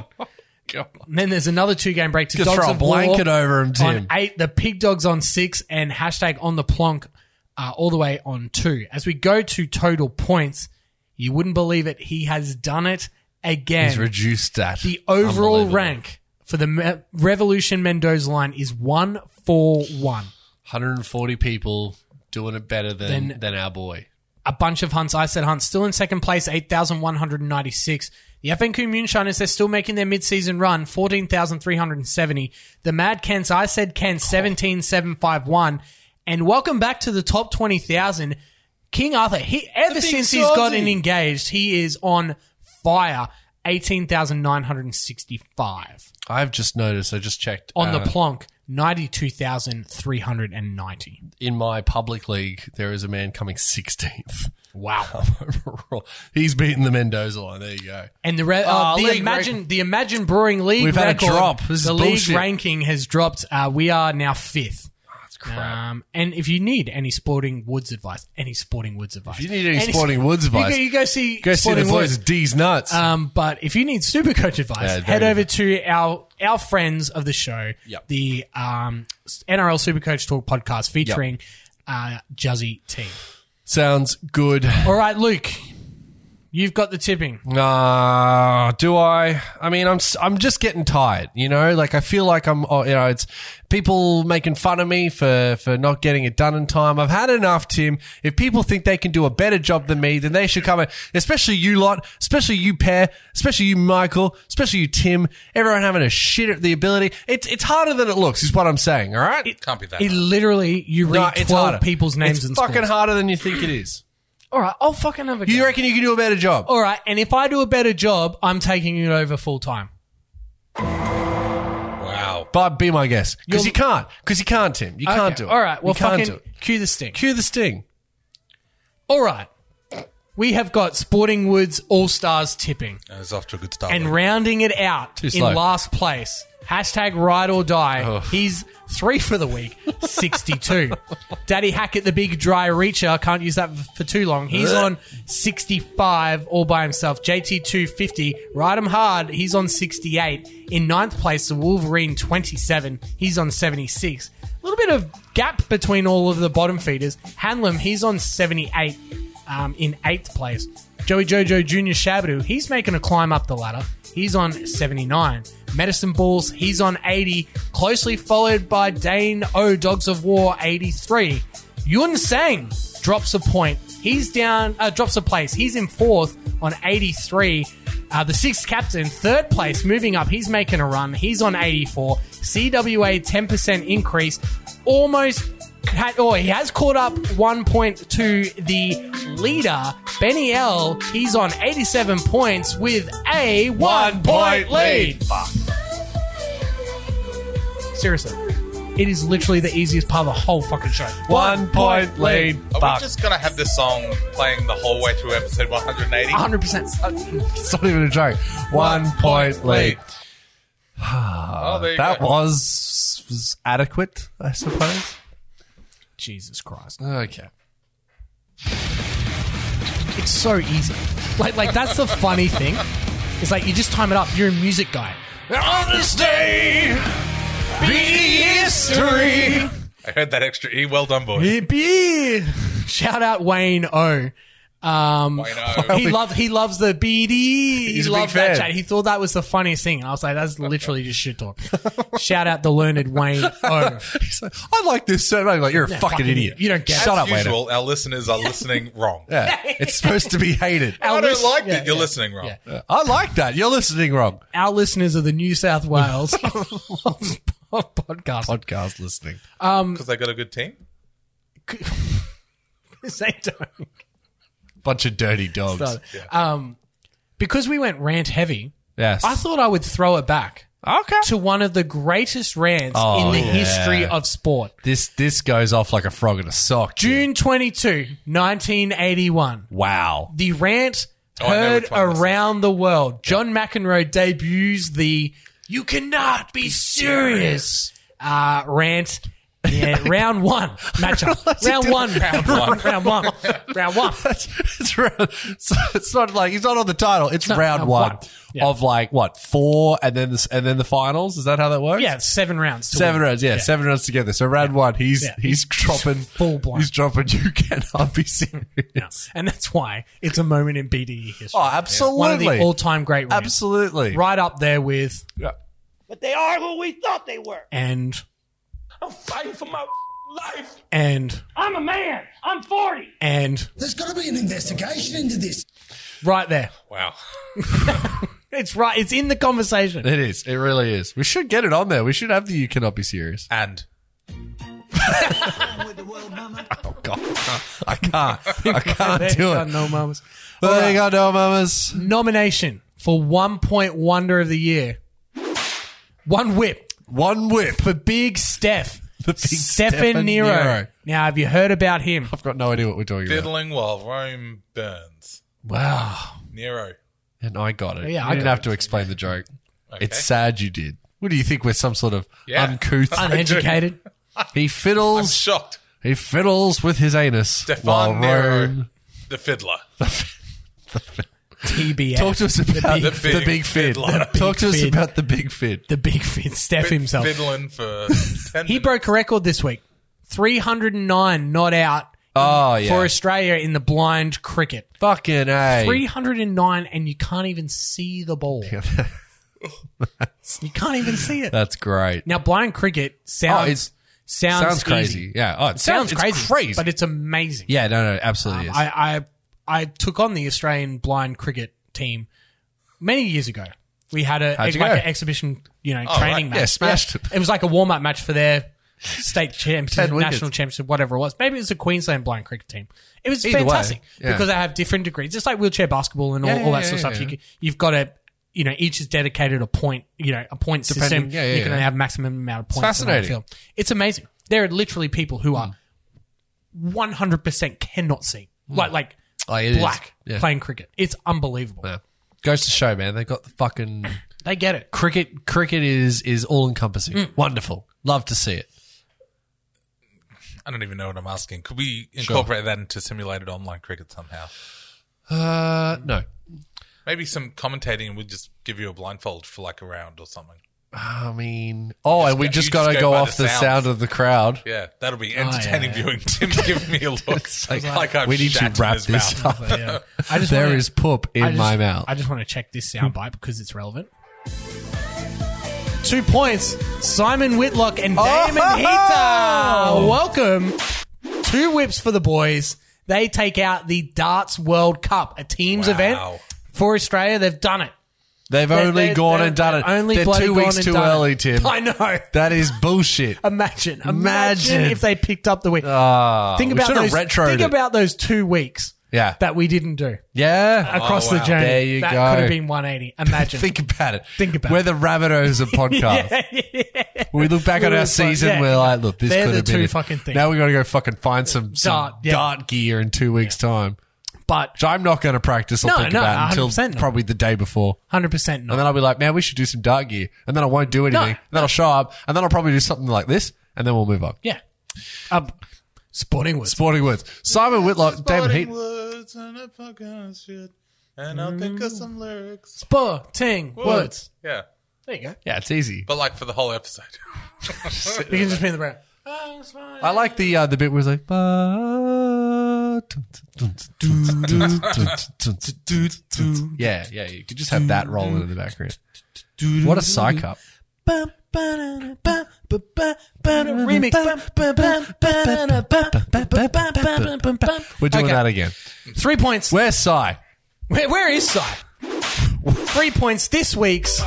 D: And then there's another two game break to
B: just
D: Dogs
B: throw a
D: of War
B: blanket over him,
D: on
B: Tim.
D: eight, the pig dogs on six, and hashtag on the plonk uh, all the way on two. As we go to total points, you wouldn't believe it. He has done it again.
B: He's reduced that.
D: the overall
B: Unbelievable.
D: rank for the Me- Revolution Mendoza line is 141.
B: 140 people doing it better than
D: Then-
B: than our boy.
D: a bunch of hunts. I said hunts still in second place, 8,196. The FNQ Moonshiners, they're still making their mid-season run, 14,370. The Mad Kents, I said Kents, 17,751. And welcome back to the top 20,000. King Arthur, he, ever since he's gotten engaged, he is on fire, 18,965.
B: I've just noticed. I just checked
D: On
B: uh,
D: the plonk, 92,390.
B: in my public league. There is a man coming 16th. *laughs* Wow, overall, he's beaten the Mendoza line. There you go.
D: And the re- uh,
B: Ah,
D: the
B: league
D: imagine the imagine brewing league
B: We've had a
D: record,
B: drop. This is
D: the league
B: bullshit.
D: ranking has dropped. Uh, we are now fifth.
B: That's crap.
D: Um, and if you need any sporting woods advice, any sporting woods advice,
B: If you need any Sporting Woods
D: you go-
B: advice,
D: you, go see
B: Go see the
D: sporting
B: boys.
D: woods.
B: D's nuts.
D: Um, but if you need super coach advice,
B: Yeah,
D: head
B: very
D: over to our our friends of the show,
B: Yep.
D: the um, NRL Super Coach Talk podcast featuring uh, Juzzy T.
B: Sounds good.
D: All right, Luke, you've got the tipping.
B: Uh, do I? I mean, I'm s- I'm just getting tired. You know, like I feel like I'm. oh, You know, it's people making fun of me for for not getting it done in time. I've had enough, Tim. If people think they can do a better job than me, then they should come. And, especially you lot, especially you pair, especially you Michael, especially you Tim. Everyone having a shit at the ability. It's it's harder than it looks, is what I'm saying. All right.
A: Can't be that.
D: It
A: hard.
D: literally you read
B: No, it's
D: twelve
B: harder.
D: people's names
B: It's
D: and
B: fucking
D: scores.
B: harder than you think it is.
D: All right, I'll fucking have a go.
B: You reckon you can do a better job?
D: All right, and if I do a better job, I'm taking it over full time.
A: wow.
B: But be my guest. Because
D: You'll-
B: you can't. Because you can't, Tim. You can't do it.
D: All right, well,
B: you can't
D: fucking
B: do it.
D: cue the sting.
B: Cue the sting.
D: All right, we have got Sporting Woods All Stars tipping
A: It was off to a good start.
D: and
A: though.
D: rounding it out
B: Too
D: in
B: slow.
D: last place. Hashtag ride or die. He's three for the week,
B: *laughs*
D: 62. Daddy Hackett, the big dry reacher, can't use that for too long. He's on 65 all by himself. JT250, ride him hard. He's on 68. In ninth place, the Wolverine, 27. He's on 76. A little bit of gap between all of the bottom feeders. Hanlam, he's on 78 um, in eighth place. Joey Jojo Jr. Shabadoo, he's making a climb up the ladder. He's on 79. Medicine Balls, he's on 80, closely followed by Dane O Dogs of War 83. Yun Sang drops a point He's down, uh, drops a place. He's in fourth on 83. Uh, the sixth captain, third place, moving up. He's making a run. He's on 84. CWA 10% increase. Almost, ca- or he has caught up one point to the leader, Benny L. He's on 87 points with a one point lead. Fuck. Seriously. It is literally the easiest part of the whole fucking show.
B: One point lead.
A: Are
B: Fuck.
A: we just gonna have this song playing the whole way through episode 180?
D: 100%.
B: It's not even a joke. One, point lead.
A: Oh, there you
B: That
A: go.
B: was, was adequate, I suppose.
D: Jesus Christ.
B: Okay.
D: It's so easy. Like, like that's the funny thing. It's like you just time it up. You're a music guy.
B: On this day, be history.
A: I heard that extra E. Well done, boys.
D: Yippee! Shout out Wayne O. Um,
A: Wayne O.
D: *laughs* He loves he loves the BD. He
B: He's a big
D: loves that
B: fan.
D: chat. He thought that was the funniest thing. I was like, that's literally just shit talk. Shout out the learned Wayne O.
B: He's like, I like this so much. Like, you're a fucking,
D: fucking
B: idiot.
D: idiot. You don't get it.
B: Shut up,
A: As
B: waiter.
A: usual, our listeners are listening *laughs* wrong.
B: Yeah. it's supposed to be hated.
A: I
D: Elvis-
A: don't like
D: yeah,
A: that you're
D: yeah.
A: listening wrong.
D: Yeah.
B: I like that. You're listening wrong.
D: Our listeners are the New South Wales *laughs* of, of podcast.
B: Podcast listening.
A: Because they got a good team.
D: They don't.
B: Bunch of dirty dogs.
D: So, um, because we went rant heavy,
B: yes.
D: I thought I would throw it back
B: okay.
D: to one of the greatest rants
B: Oh,
D: in the
B: yeah.
D: history of sport.
B: This this goes off like a frog in a sock.
D: June 22, 1981.
B: Wow. *laughs*
D: The rant
A: I know
D: heard
A: which one this is.
D: around the world. John McEnroe debuts the You Cannot Be Serious uh, rant. Yeah, round one matchup. round one. Round one. *laughs* round one. Round one.
B: That's, it's, round, so it's not like he's not on the title. It's round
D: round
B: one,
D: one. Yeah.
B: of like what four, and then this, and then the finals. Is that how that works?
D: Yeah, seven rounds. to
B: seven
D: win.
B: rounds. Yeah, seven rounds together. So round one, he's
D: Yeah.
B: he's
D: *laughs*
B: dropping
D: full blown.
B: He's dropping. You cannot be serious.
D: And that's why it's a moment in BDE history.
B: Oh, absolutely.
D: One of the all-time great
B: *laughs*
D: rants.
B: absolutely.
D: Right up there with
B: Yeah.
G: But they are who we thought they were.
D: and
G: I'm fighting for my life.
D: and
G: I'm a man. I'm 40.
D: and
F: There's got to be an investigation into this.
D: right there.
A: Wow.
D: It's right. It's in the conversation.
B: It is. It really is. We should get it on there. We should have the "You cannot be serious."
A: And
B: Oh God, *laughs* I can't. I
D: *laughs*
B: can't do
D: Got
B: it.
D: No mamas.
B: Well, you got no mamas.
D: Nomination for one point wonder of the year. One whip
B: One whip.
D: for Big Steph.
B: The big
D: Stefan
B: Stefan
D: Nero.
B: Nero.
D: Now, have you heard about him?
B: I've got no idea what we're talking about.
A: fiddling while Rome burns.
B: Wow.
A: Nero.
B: And I got it.
D: Yeah,
B: Yeah,
D: I
B: I didn't
D: got
B: have to explain the joke. It's sad you did. What do you think? We're some sort of
A: Yeah.
B: uncouth.
D: eh?
B: *laughs*
D: Uneducated.
B: he
A: I'm
B: fiddles.
A: shocked.
B: he fiddles with his anus. while
A: Stefan Nero,
B: Rome-
A: the fiddler.
D: TBS.
B: Talk to us about the
A: big-
B: big,
A: the big
B: fid.
A: fiddler.
B: Talk to us
D: fid.
B: about the big fid.
D: the big *laughs* fit. Steph himself.
A: Fiddling for 10
D: He broke a record this week. 309 not out
B: Oh yeah.
D: for Australia in the blind cricket.
B: fucking a.
D: 309 and you can't even see the ball. you can't even see
B: *laughs* *laughs*
D: it.
B: That's great.
D: Now blind cricket
B: Oh,
D: sounds
B: it's
D: sounds,
B: sounds crazy.
D: easy.
B: Yeah. Oh, it
D: Sounds
B: sounds, it's
D: crazy,
B: crazy,
D: but it's amazing.
B: yeah. No. No. Absolutely. is.
D: Um, I, I I took on the Australian blind cricket team many years ago. We had a
B: How'd
D: like
B: you
D: an
B: go?
D: exhibition, you know,
A: Oh,
D: training
A: right.
D: match.
B: Yeah, smashed it.
D: It was like a warm up match
B: *laughs*
D: for their state championship,
B: Ten wickets.
D: national championship, whatever it was. Maybe it was the Queensland blind cricket team. It was
B: Either way,
D: fantastic
B: yeah.
D: because they have different degrees, just like wheelchair basketball and all,
B: Yeah,
D: all that
B: yeah,
D: sort
B: yeah,
D: of stuff.
B: yeah.
D: You can, you've got to, you know, each is dedicated a point, you know, a point system.
B: Depending- yeah, yeah,
D: you can
B: yeah.
D: only have maximum amount of points. on the
B: fascinating. Hmm.
D: field. It's amazing. There are literally people who are one hundred percent cannot see, like like
B: Like, Hmm. Oh, it is.
D: black
B: Yeah.
D: playing cricket. It's unbelievable.
B: Yeah. Goes to show, man. They got the fucking
D: They get it.
B: cricket. Cricket is is all encompassing.
D: Mm.
B: Wonderful. Love to see it.
A: I don't even know what I'm asking. Could we incorporate that into simulated online cricket somehow?
B: Uh, no.
A: Maybe some commentating and we'll just give you a blindfold for like a round or something.
B: I mean, oh, and we
A: go-
B: just
A: you just
B: got to
A: go
B: go
A: by
B: off
A: the
B: the
A: sounds.
B: sound of the crowd.
A: Yeah, that'll
B: Oh,
A: be
D: yeah,
A: entertaining
D: yeah.
A: viewing. Tim giving me a
B: *laughs*
A: look like, I'm
B: we need to
A: shat in
B: wrap
A: his
B: this
A: mouth.
B: up.
D: But, yeah. *laughs* I just
B: There
D: wanna-
B: is poop in
D: I just-
B: my mouth.
D: I just want to check this soundbite because it's relevant. Two points. Simon Whitlock and Damon
B: Oh!
D: Heater. Welcome. Two whips for the boys. They take out the Darts World Cup, a teams
A: Wow.
D: event for Australia. They've done it.
B: They've
D: They-
B: only
D: they-
B: gone
D: they've-
B: and done it.
D: they've Only
B: They're
D: bloody
B: two
D: gone
B: weeks
D: and
B: too
D: done it.
B: early, Tim.
D: *laughs* I know.
B: That is bullshit.
D: Imagine, imagine,
B: Imagine. Ah,
D: if they picked up the week.
B: we
D: think about
B: should've
D: those.
B: retroed
D: Think
B: it.
D: about those two weeks
B: Yeah.
D: that we didn't do
B: yeah.
D: across
A: Oh, wow.
D: the journey.
B: There you
D: that
B: go.
D: could have been 180. Imagine. *laughs*
B: Think about it.
D: Think about
B: We're
D: it.
B: the Rabbitohs
D: *laughs*
B: of podcast. When we look back on
D: We
B: our
D: were fun-
B: season,
D: yeah.
B: we're like, look, this
D: They're
B: could
D: the
B: have been
D: two
B: it.
D: fucking things.
B: Now we got to go fucking find some, some dart,
D: Dart, yeah.
B: gear in two weeks' time.
D: but
B: Which I'm not going to practice or
D: No,
B: think
D: no,
B: about until
D: 100% not.
B: probably the day before.
D: 100%
B: And
D: not.
B: then I'll be like, man, we should do some dart gear. And then I won't do anything.
D: No.
B: and then I'll show up. And then I'll probably do something like this. And then we'll move on.
D: Yeah. Um, sporting was.
B: Sporting words. Simon Whitlock, David Heaton.
A: Words and a podcast shit, and I'll think of some lyrics.
D: Sporting Woods.
A: Yeah,
D: There you go.
B: Yeah, it's easy.
A: but like for the whole
B: *laughs*
A: episode.
D: You can just be in the background.
B: I like the uh, the bit where it's like. "Ba- dun- dun- dun- dun- dun- dun- dun- dun- dun." Yeah, yeah, you could just have that rolling in the background. What a psych up.
D: Remix.
B: We're doing
D: Okay.
B: that again.
D: Three points.
B: Where's Psy?
D: Where, where is Sai? Three points this week's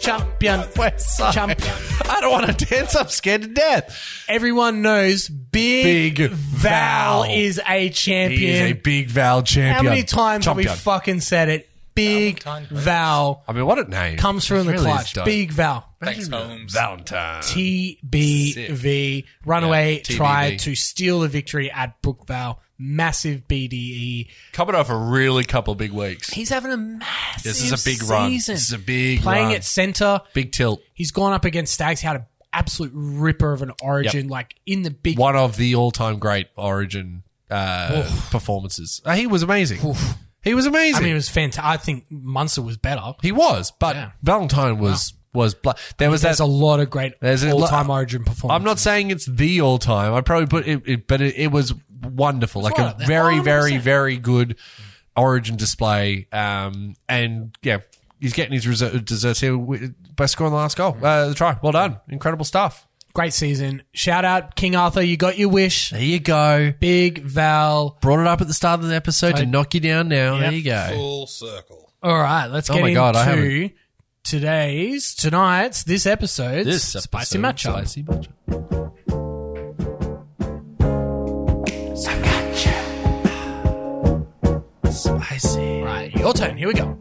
D: champion.
B: Where's Psy?
D: Champion.
B: I don't want to dance. I'm scared to death.
D: Everyone knows Big,
B: Big
D: Val,
B: Val.
D: is a champion.
B: He is a big Val
D: How
B: champion.
D: many times have we
B: Champion.
D: fucking said it? Big Val
B: I mean, what a name.
D: comes through in the
B: It really is
D: clutch.
B: dope.
D: Big Val.
A: Thanks, Holmes.
B: Valentine.
D: TBV Runaway
B: Yeah, TBV.
D: tried to steal the victory at Brookvale. Massive E. BDE.
B: Coming off a really couple big weeks.
D: He's having a massive
B: This is a big run.
D: season.
B: This is a big
D: Playing
B: run.
D: at centre.
B: Big tilt.
D: He's gone up against Stags. Had an absolute ripper of an origin, like in the big.
B: one of the all-time great Origin uh, performances. Uh, he was amazing. He was amazing.
D: I mean, it was fantastic. I think Munster was better.
B: he was, but
D: Yeah.
B: Valentine was was. Bl- there was
D: There's
B: that.
D: a lot of great
B: There's a lo-
D: all-time origin performances.
B: I'm not saying it's the all-time. I probably put it, it but it, it was wonderful. like
D: right up
B: a
D: there.
B: very, very,
D: 100%.
B: very good Origin display. Um, and yeah. He's getting his reser- desserts here wi- by scoring the last goal. Uh, the try. Well done. Incredible stuff.
D: great season. Shout out King Arthur. You got your wish.
B: There you go.
D: Big Val.
B: Brought it up at the start of the episode to
D: Right.
B: knock you down now. There
D: Yep.
B: you go.
A: Full circle.
D: All right, let's
B: Oh
D: get
B: my
D: into
B: God, I
D: today's, tonight's, this episode's spicy
B: episode,
D: matchup.
B: Spicy matchup.
D: Spicy. Right, your turn. Here we go.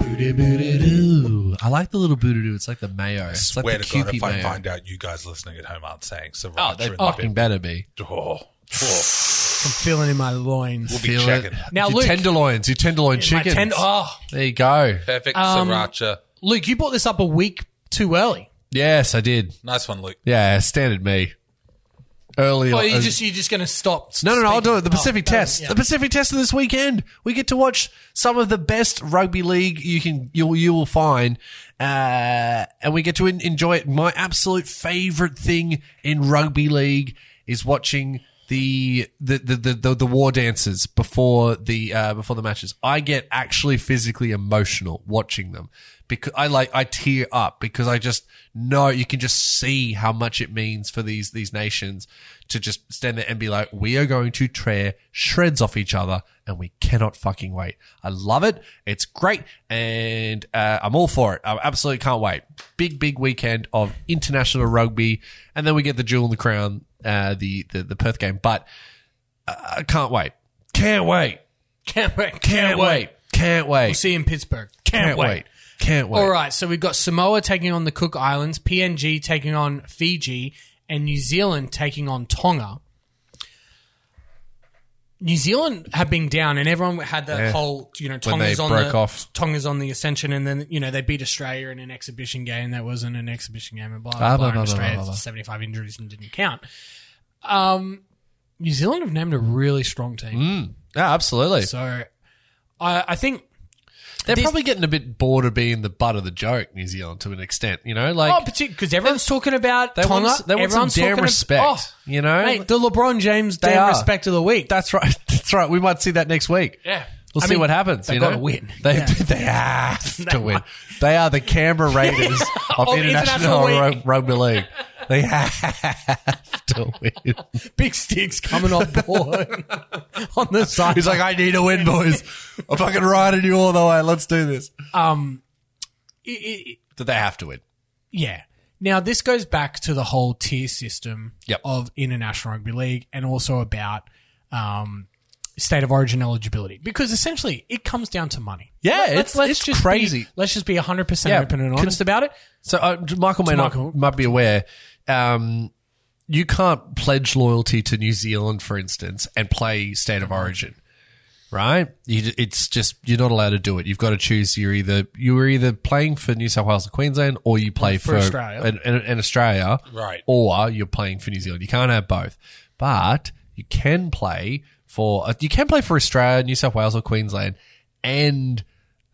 B: Boo-doo-boo-doo-doo. I like the little boo-doo-doo. It's like the mayo. It's
A: Swear
B: like the
A: to God,
B: Kewpie
A: if I
B: mayo.
A: find out you guys listening at home aren't saying
B: oh,
A: sriracha,
B: they
A: in the
B: fucking better be.
A: bit- oh, oh,
D: I'm feeling in my loins.
A: we'll be
B: Feel
A: checking.
B: it.
D: Now,
B: your
D: Luke.
B: tenderloins, your tenderloin
D: My
B: chicken.
D: ten- oh,
B: there you go.
A: Perfect
D: Um,
A: sriracha.
D: Luke, you brought this up a week too early.
B: Yes, I did.
A: Nice one, Luke.
B: Yeah, standard me. Early.
D: Well, you
B: uh,
D: just you're just gonna stop.
B: no, no, no, I'll do it. The
D: speaking.
B: Pacific
D: Oh, that was-
B: Test.
D: yeah.
B: The Pacific Test of this weekend. We get to watch some of the best rugby league you can you'll you will find, uh, and we get to en- enjoy it. My absolute favorite thing in rugby league is watching the the the the, the, the war dances before the uh, before the matches. I get actually physically emotional watching them because I like I tear up because I just know you can just see how much it means for these these nations to just stand there and be like, we are going to tear shreds off each other, and we cannot fucking wait. I love it. It's great, and uh, I'm all for it. I absolutely can't wait. Big big weekend of international rugby, and then we get the jewel in the crown, uh, the, the the Perth game. But uh, I can't wait. Can't wait.
D: Can't wait. Can't,
B: Can't
D: wait.
B: wait. Can't wait.
D: We'll see you in Pittsburgh.
B: Can't wait. Can't wait.
D: All right, so we've got Samoa taking on the Cook Islands, PNG taking on Fiji, and New Zealand taking on Tonga. New Zealand have been down, and everyone had that
B: Yeah.
D: whole you know
B: When they
D: Tonga's on
B: broke
D: the
B: off.
D: Tonga's on the ascension, and then you know they beat Australia in an exhibition game that wasn't an exhibition game, and blah blah
B: Blah,
D: blah.
B: Ah, blah,
D: and
B: blah, blah,
D: Australia
B: blah, blah.
D: had seventy five injuries and didn't count. Um, New Zealand have named a really strong team,
B: Yeah, absolutely.
D: so I, I think
B: They're
D: This-
B: probably getting a bit bored of being the butt of the joke, New Zealand, to an extent. You know, like
D: Oh, particularly because everyone's talking about
B: they
D: Tonga.
B: want, they want some
D: everyone's
B: damn
D: talking ab-
B: respect.
D: oh,
B: you know,
D: mate, the LeBron James
B: They
D: damn
B: are.
D: respect of the week.
B: that's right. *laughs* That's right. We might see that next week.
D: yeah,
B: We'll
D: I
B: see
D: mean,
B: what happens.
D: They
B: you know,
D: gotta win.
B: *laughs* They
D: Yeah.
B: they
D: *laughs*
B: have to win. They are the Canberra Raiders of
D: Of
B: international
D: international
B: ru-
D: week.
B: rugby league. They have to win.
D: Big Sticks coming on *laughs*
B: *laughs*
D: board on the side.
B: He's like, I need a win, boys. I'm fucking riding you all the way. Let's do this.
D: um, it- it- it-
B: Did they have to win?
D: yeah. Now this goes back to the whole tier system
B: Yep.
D: of international rugby league, and also about um, state of origin eligibility, because essentially it comes down to money.
B: Yeah,
D: Let-
B: it's- it's
D: just be-
B: crazy.
D: let's just be hundred
B: Yeah.
D: percent open and honest about it.
B: So uh, Michael may
D: Michael.
B: not might be aware. Um, you can't pledge loyalty to New Zealand, for instance, and play State of Origin, right? You, it's just you're not allowed to do it. You've got to choose. You're either you were either playing for New South Wales or Queensland, or you play for,
D: Australia.
B: and, and, and Australia,
A: Right.
B: Or you're playing for New Zealand. You can't have both, but you can play for uh, you can play for Australia, New South Wales, or Queensland, and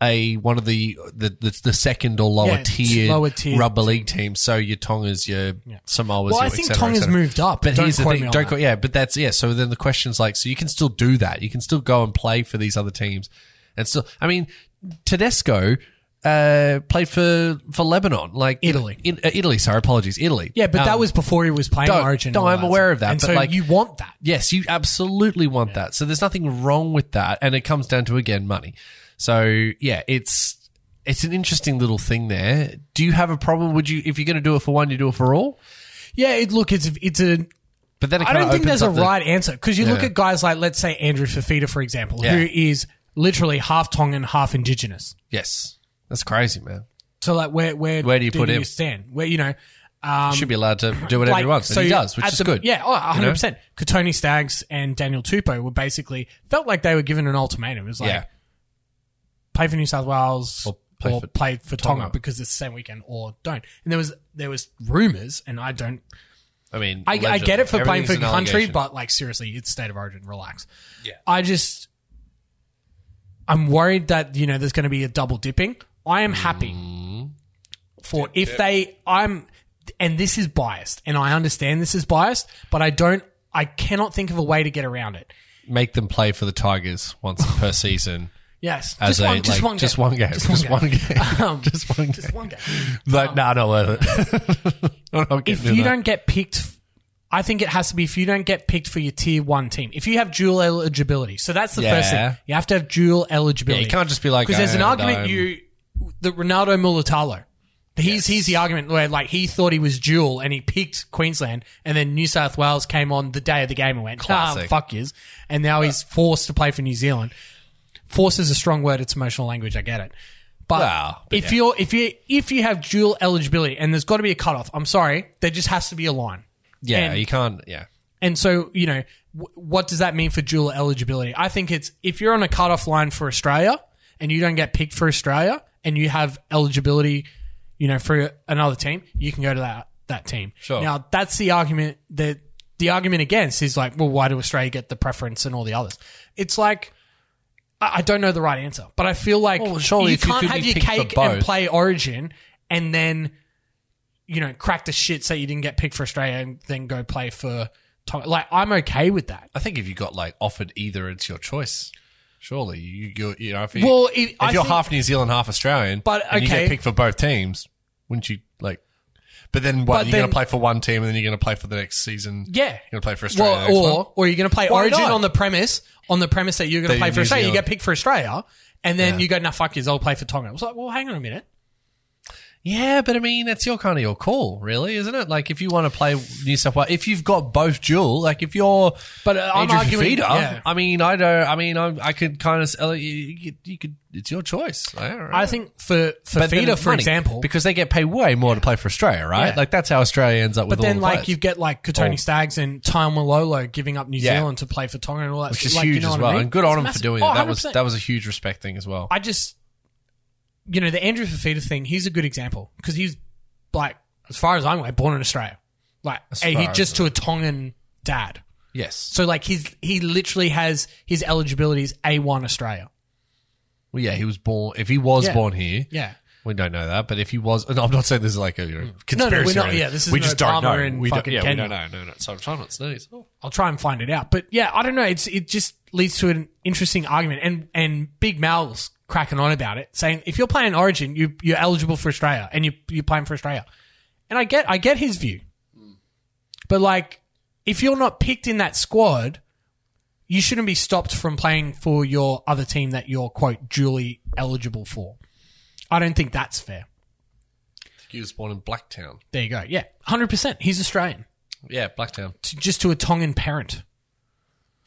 B: a one of the the the, the second or lower
D: Yeah,
B: tier
D: lower tier
B: rubber league team. So your Tongas, your Samoas.
D: Well,
B: your
D: I
B: et
D: think
B: cetera, et
D: Tonga's
B: cetera.
D: moved up,
B: But
D: don't
B: here's the
D: quote
B: thing.
D: me on
B: Don't
D: that.
B: go, yeah, but that's yeah. So then the question's like, so you can still do that. You can still go and play for these other teams, and still. I mean, Tedesco uh, played for for Lebanon, like
D: Italy.
B: In, uh, Italy, sorry, apologies, Italy.
D: Yeah, but
B: Um,
D: that was before he was playing
B: don't-
D: Origin. and
B: no,
D: all
B: I'm
D: that
B: aware
D: stuff.
B: of that,
D: and
B: but,
D: so
B: like-
D: you want that.
B: Yes, you absolutely want that. So there's nothing wrong with that, and it comes down to again money. So yeah, it's it's an interesting little thing there. Do you have a problem? Would you if you're going to do it for one, you do it for all?
D: Yeah, it, look, it's it's a
B: But then it
D: I
B: kinda
D: don't think
B: opens
D: there's a
B: up the-
D: right answer because you look
B: Yeah.
D: at guys like, let's say, Andrew Fafita, for example,
B: Yeah.
D: who is literally half Tongan, half Indigenous.
B: Yes, that's crazy, man.
D: So, like, where where
B: Where do you put him?
D: Stand where you know. Um,
B: You should be allowed to do whatever
D: like,
B: he wants, and he does, which
D: at
B: is
D: the-
B: good.
D: Yeah, oh, 100%. Katoni Staggs and Daniel Tupou were basically felt like they were given an ultimatum. It was like,
B: yeah,
D: play for New South Wales or play, for, Tonga,
B: Tonga.
D: because it's the same weekend or don't. And there was there was rumors, and I don't.
B: I mean,
D: I, I get it for playing for
B: Everything's an
D: country,
B: allegation.
D: but like seriously, it's state of origin. Relax.
A: Yeah.
D: I just I'm worried that you know there's going to be a double dipping. I am happy
B: Mm-hmm.
D: for if they I'm and this is biased and I understand this is biased, but I don't I cannot think of a way to get around it.
B: make them play for the Tigers
D: *laughs*
B: once per season.
D: Yes,
B: As
D: just,
B: a,
D: one, just
B: like,
D: one,
B: just one game,
D: just one
B: just
D: game,
B: one game.
D: *laughs* Um,
B: *laughs* just one
D: just one game.
B: Like, nah, not worth it. *laughs* I'm not
D: if
B: getting in
D: you
B: that.
D: don't get picked, I think it has to be if you don't get picked for your tier one team. If you have dual eligibility, so that's the first
B: Yeah.
D: thing you have to have dual
B: Yeah,
D: eligibility.
B: you can't just be like
D: because there's an
B: "Oh,
D: argument
B: I'm-
D: you that Ronaldo Mulatalo. He's he's the argument where like he thought he was dual and he picked Queensland and then New South Wales came on the day of the game and went ah,
B: Classic.
D: fuck yous and now he's forced to play for New Zealand. Force is a strong word; it's emotional language. I get it, but,
B: Well, but
D: if
B: yeah.
D: you're if you if you have dual eligibility and there's got to be a cutoff. I'm sorry, there just has to be a line.
B: Yeah,
D: and-
B: you can't. Yeah,
D: And so, you know, w- what does that mean for dual eligibility? I think it's if you're on a cutoff line for Australia and you don't get picked for Australia and you have eligibility, you know, for another team, you can go to that that team.
B: Sure.
D: Now, that's the argument that the argument against is like, well, why do Australia get the preference and all the others? It's like I I don't know the right answer, but I feel like
B: Well, Oh, surely
D: you
B: if you
D: can't
B: could
D: have
B: be
D: your
B: picked for
D: cake and
B: both.
D: play Origin and then you know crack the shit so you didn't get picked for Australia and then go play for Tom. Like I'm okay with that.
B: I think if you got like offered either, it's your choice. Surely you you, you know if, you,
D: Well, if,
B: if
D: I
B: you're
D: think-
B: half New Zealand, half Australian,
D: But,
B: and you
D: okay.
B: get picked for both teams, wouldn't you like? But then what?
D: But
B: you're
D: then-
B: gonna play for one team, and then you're gonna play for the next season.
D: yeah,
B: you're gonna play for Australia.
D: well,
B: the next one.
D: or or you're going to play
B: Why
D: Origin
B: not?
D: on the premise on the premise that you're going
B: That
D: to play
B: you're
D: for
B: New
D: Australia, you
B: Zealand.
D: get picked for Australia, and then you go, nah, fuck yous, I'll play for Tonga. I was like, well, hang on a minute.
B: yeah, but I mean, that's your kind of your call, really, isn't it? Like if you want to play New South Wales, if you've got both dual, like if you're
D: But uh, I'm
B: Andrew Fifita,
D: arguing.
B: *laughs*
D: yeah.
B: I mean, I don't. I mean, I, I could kind of. You, you, you could. It's your choice. I, don't know.
D: I think for for
B: But then
D: Fida,
B: it's
D: for
B: money,
D: example,
B: because they get paid way more to play for Australia, right?
D: Yeah.
B: Like that's how Australia ends up with
D: But
B: all
D: then,
B: the
D: like,
B: players.
D: you get like Katoni
B: Oh.
D: Staggs and Time Malolo giving up New
B: Yeah.
D: Zealand to play for Tonga and all that,
B: which
D: shit.
B: is
D: Like, you
B: huge
D: know
B: as
D: what I
B: well.
D: mean?
B: And good on
D: It's
B: him for
D: massive.
B: doing
D: Oh,
B: that. That was
D: 100%.
B: that was a huge respect thing as well.
D: I just, you know, the Andrew Fafita thing. He's a good example because he's like, as far as I'm aware, born in Australia. Like, hey,
B: far
D: he
B: as
D: just to a Tongan dad.
B: yes.
D: So like, he's he literally has his eligibility is A1 Australia.
B: well, yeah, he was born. If he was
D: Yeah.
B: born here,
D: Yeah.
B: we don't know that. But if he was, no, I'm not saying this is like a you know,
D: No,
B: conspiracy.
D: no, we're
B: or
D: not.
B: anything.
D: Yeah, this is
B: we
D: no
B: just don't
D: Obama
B: know.
D: in
B: we don't.
D: fucking
B: Yeah, we
D: Kenya.
B: don't know. No, no. So I'm trying not to sneeze. Oh.
D: I'll try and find it out. But yeah, I don't know. It's it just leads to an interesting argument, and and Big Mal's cracking on about it, saying if you're playing Origin, you you're eligible for Australia, and you you're playing for Australia. And I get I get his view. But like, if you're not picked in that squad, you shouldn't be stopped from playing for your other team that you're quote duly eligible for. I don't think that's fair.
B: He was born in Blacktown.
D: There you go. Yeah, hundred percent. He's Australian,
B: Yeah, Blacktown.
D: to, just to a Tongan parent.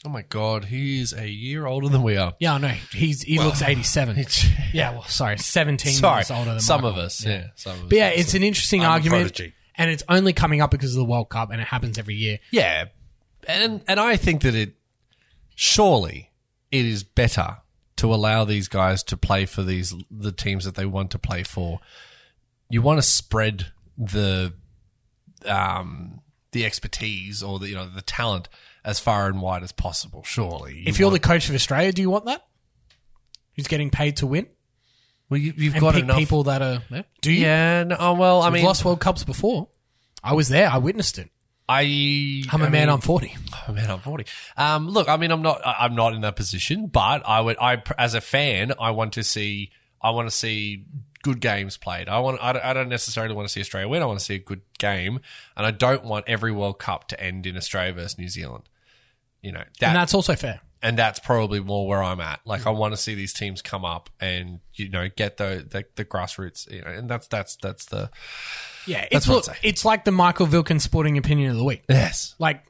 B: Oh my God, he's a year older than we are.
D: Yeah, I know. He's he looks eighty-seven. yeah, well, sorry, seventeen
B: Sorry,
D: years older than
B: some
D: Michael.
B: of us. Yeah, some of us.
D: But yeah, it's an interesting
A: I'm a
D: argument,
A: prodigy.
D: and it's only coming up because of the World Cup, and it happens every year.
B: Yeah, and and I think that it surely it is better to allow these guys to play for these the teams that they want to play for. You want to spread the um the expertise or the you know the talent as far and wide as possible. Surely, You
D: If you're
B: want-
D: the coach of Australia, do you want that? Who's getting paid to win
B: well, you, you've
D: and
B: got
D: pick
B: enough.
D: people that are? Yeah. Do you?
B: yeah, no, oh, well, I
D: We've
B: mean,
D: lost World Cups before. I was there. I witnessed it.
B: I
D: I'm a
B: I
D: man.
B: mean-
D: I'm forty.
B: Oh man, I'm forty. Um, look, I mean, I'm not, I- I'm not in that position, but I would, I as a fan, I want to see, I want to see good games played. I want, I don't, I don't necessarily want to see Australia win. I want to see a good game, and I don't want every World Cup to end in Australia versus New Zealand. You know, that,
D: and that's also fair.
B: and that's probably more where I'm at. Like, I want to see these teams come up and you know get the the, the grassroots. You know, and that's that's that's the
D: Yeah,
B: That's
D: it's
B: what I'd
D: look,
B: say.
D: it's like the Michael Vilkin sporting opinion of the week.
B: yes.
D: Like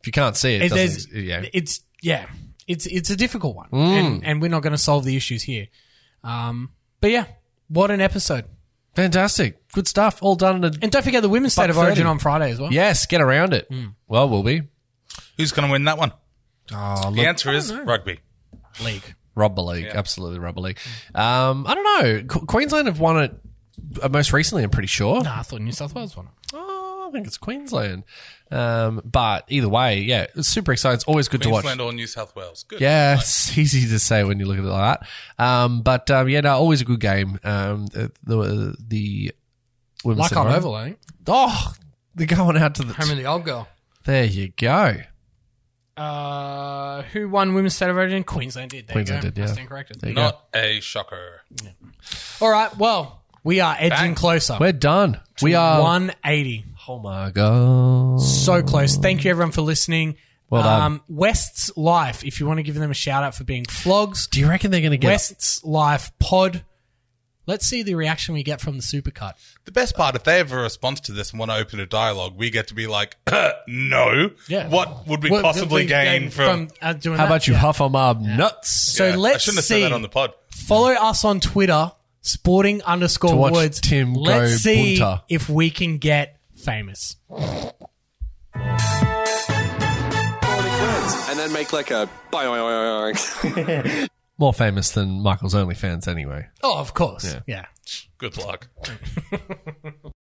B: If you can't see it,
D: it,
B: it
D: there's,
B: doesn't, yeah, Mm.
D: it's yeah, it's it's a difficult one, and, and we're not going to solve the issues here. Um, but yeah, what an episode!
B: fantastic, good stuff, all done in a.
D: And don't forget the women's state of
B: Buck
D: origin
B: 30.
D: on Friday as well.
B: Yes, get around it.
D: Hmm.
B: Well, we'll be.
A: Who's going to win that one?
B: Oh,
A: the answer is rugby.
D: league.
B: Rubber League, absolutely Rubber League. Um, I don't know. Qu- Queensland have won it uh, most recently, I'm pretty sure.
D: Nah, I thought New South Wales won it.
B: Oh, I think it's Queensland. Um, but either way, yeah, it's super exciting. It's always good to watch.
A: Queensland or New South Wales. Good.
B: Yeah, it's *laughs* easy to say when you look at it like that. Um, but um, yeah, no, always a good game. Um, the the, the women's
D: Like on
B: side.
D: Oval, eh? I think.
B: Oh, they're going out to the.
D: Home of the old girl.
B: there you go.
D: Uh, who won women's state of origin? Queensland did. There
B: Queensland
D: you go.
B: did, yeah.
D: I stand corrected.
B: There you go.
A: Not a shocker.
D: All right. Well, we are edging
A: Bang.
D: closer.
B: We're done. We are.
D: 180.
B: Oh my god.
D: So close. Thank you, everyone, for listening. Um,
B: Well done.
D: West's Life, if you want to give them a shout out for being flogs,
B: Do you reckon they're going to get?
D: West's Life Pod. Let's see the reaction we get from the supercut.
A: The best part, if they have a response to this and want to open a dialogue, we get to be like, *coughs* no.
D: Yeah.
A: What would we possibly gain, from?
D: uh, doing
B: How
D: that?
B: about you
D: Yeah.
B: huff 'em up nuts?
D: So
A: Yeah, I
D: let's
A: shouldn't have
D: see.
A: said that on the pod.
D: Follow us on Twitter, sporting underscore
B: To watch
D: woods.
B: Tim go
D: Let's see
B: bunter.
D: if we can get famous.
C: And then make like a.
B: More famous than Michael's OnlyFans, anyway.
D: Oh, of course. yeah.
A: Good luck.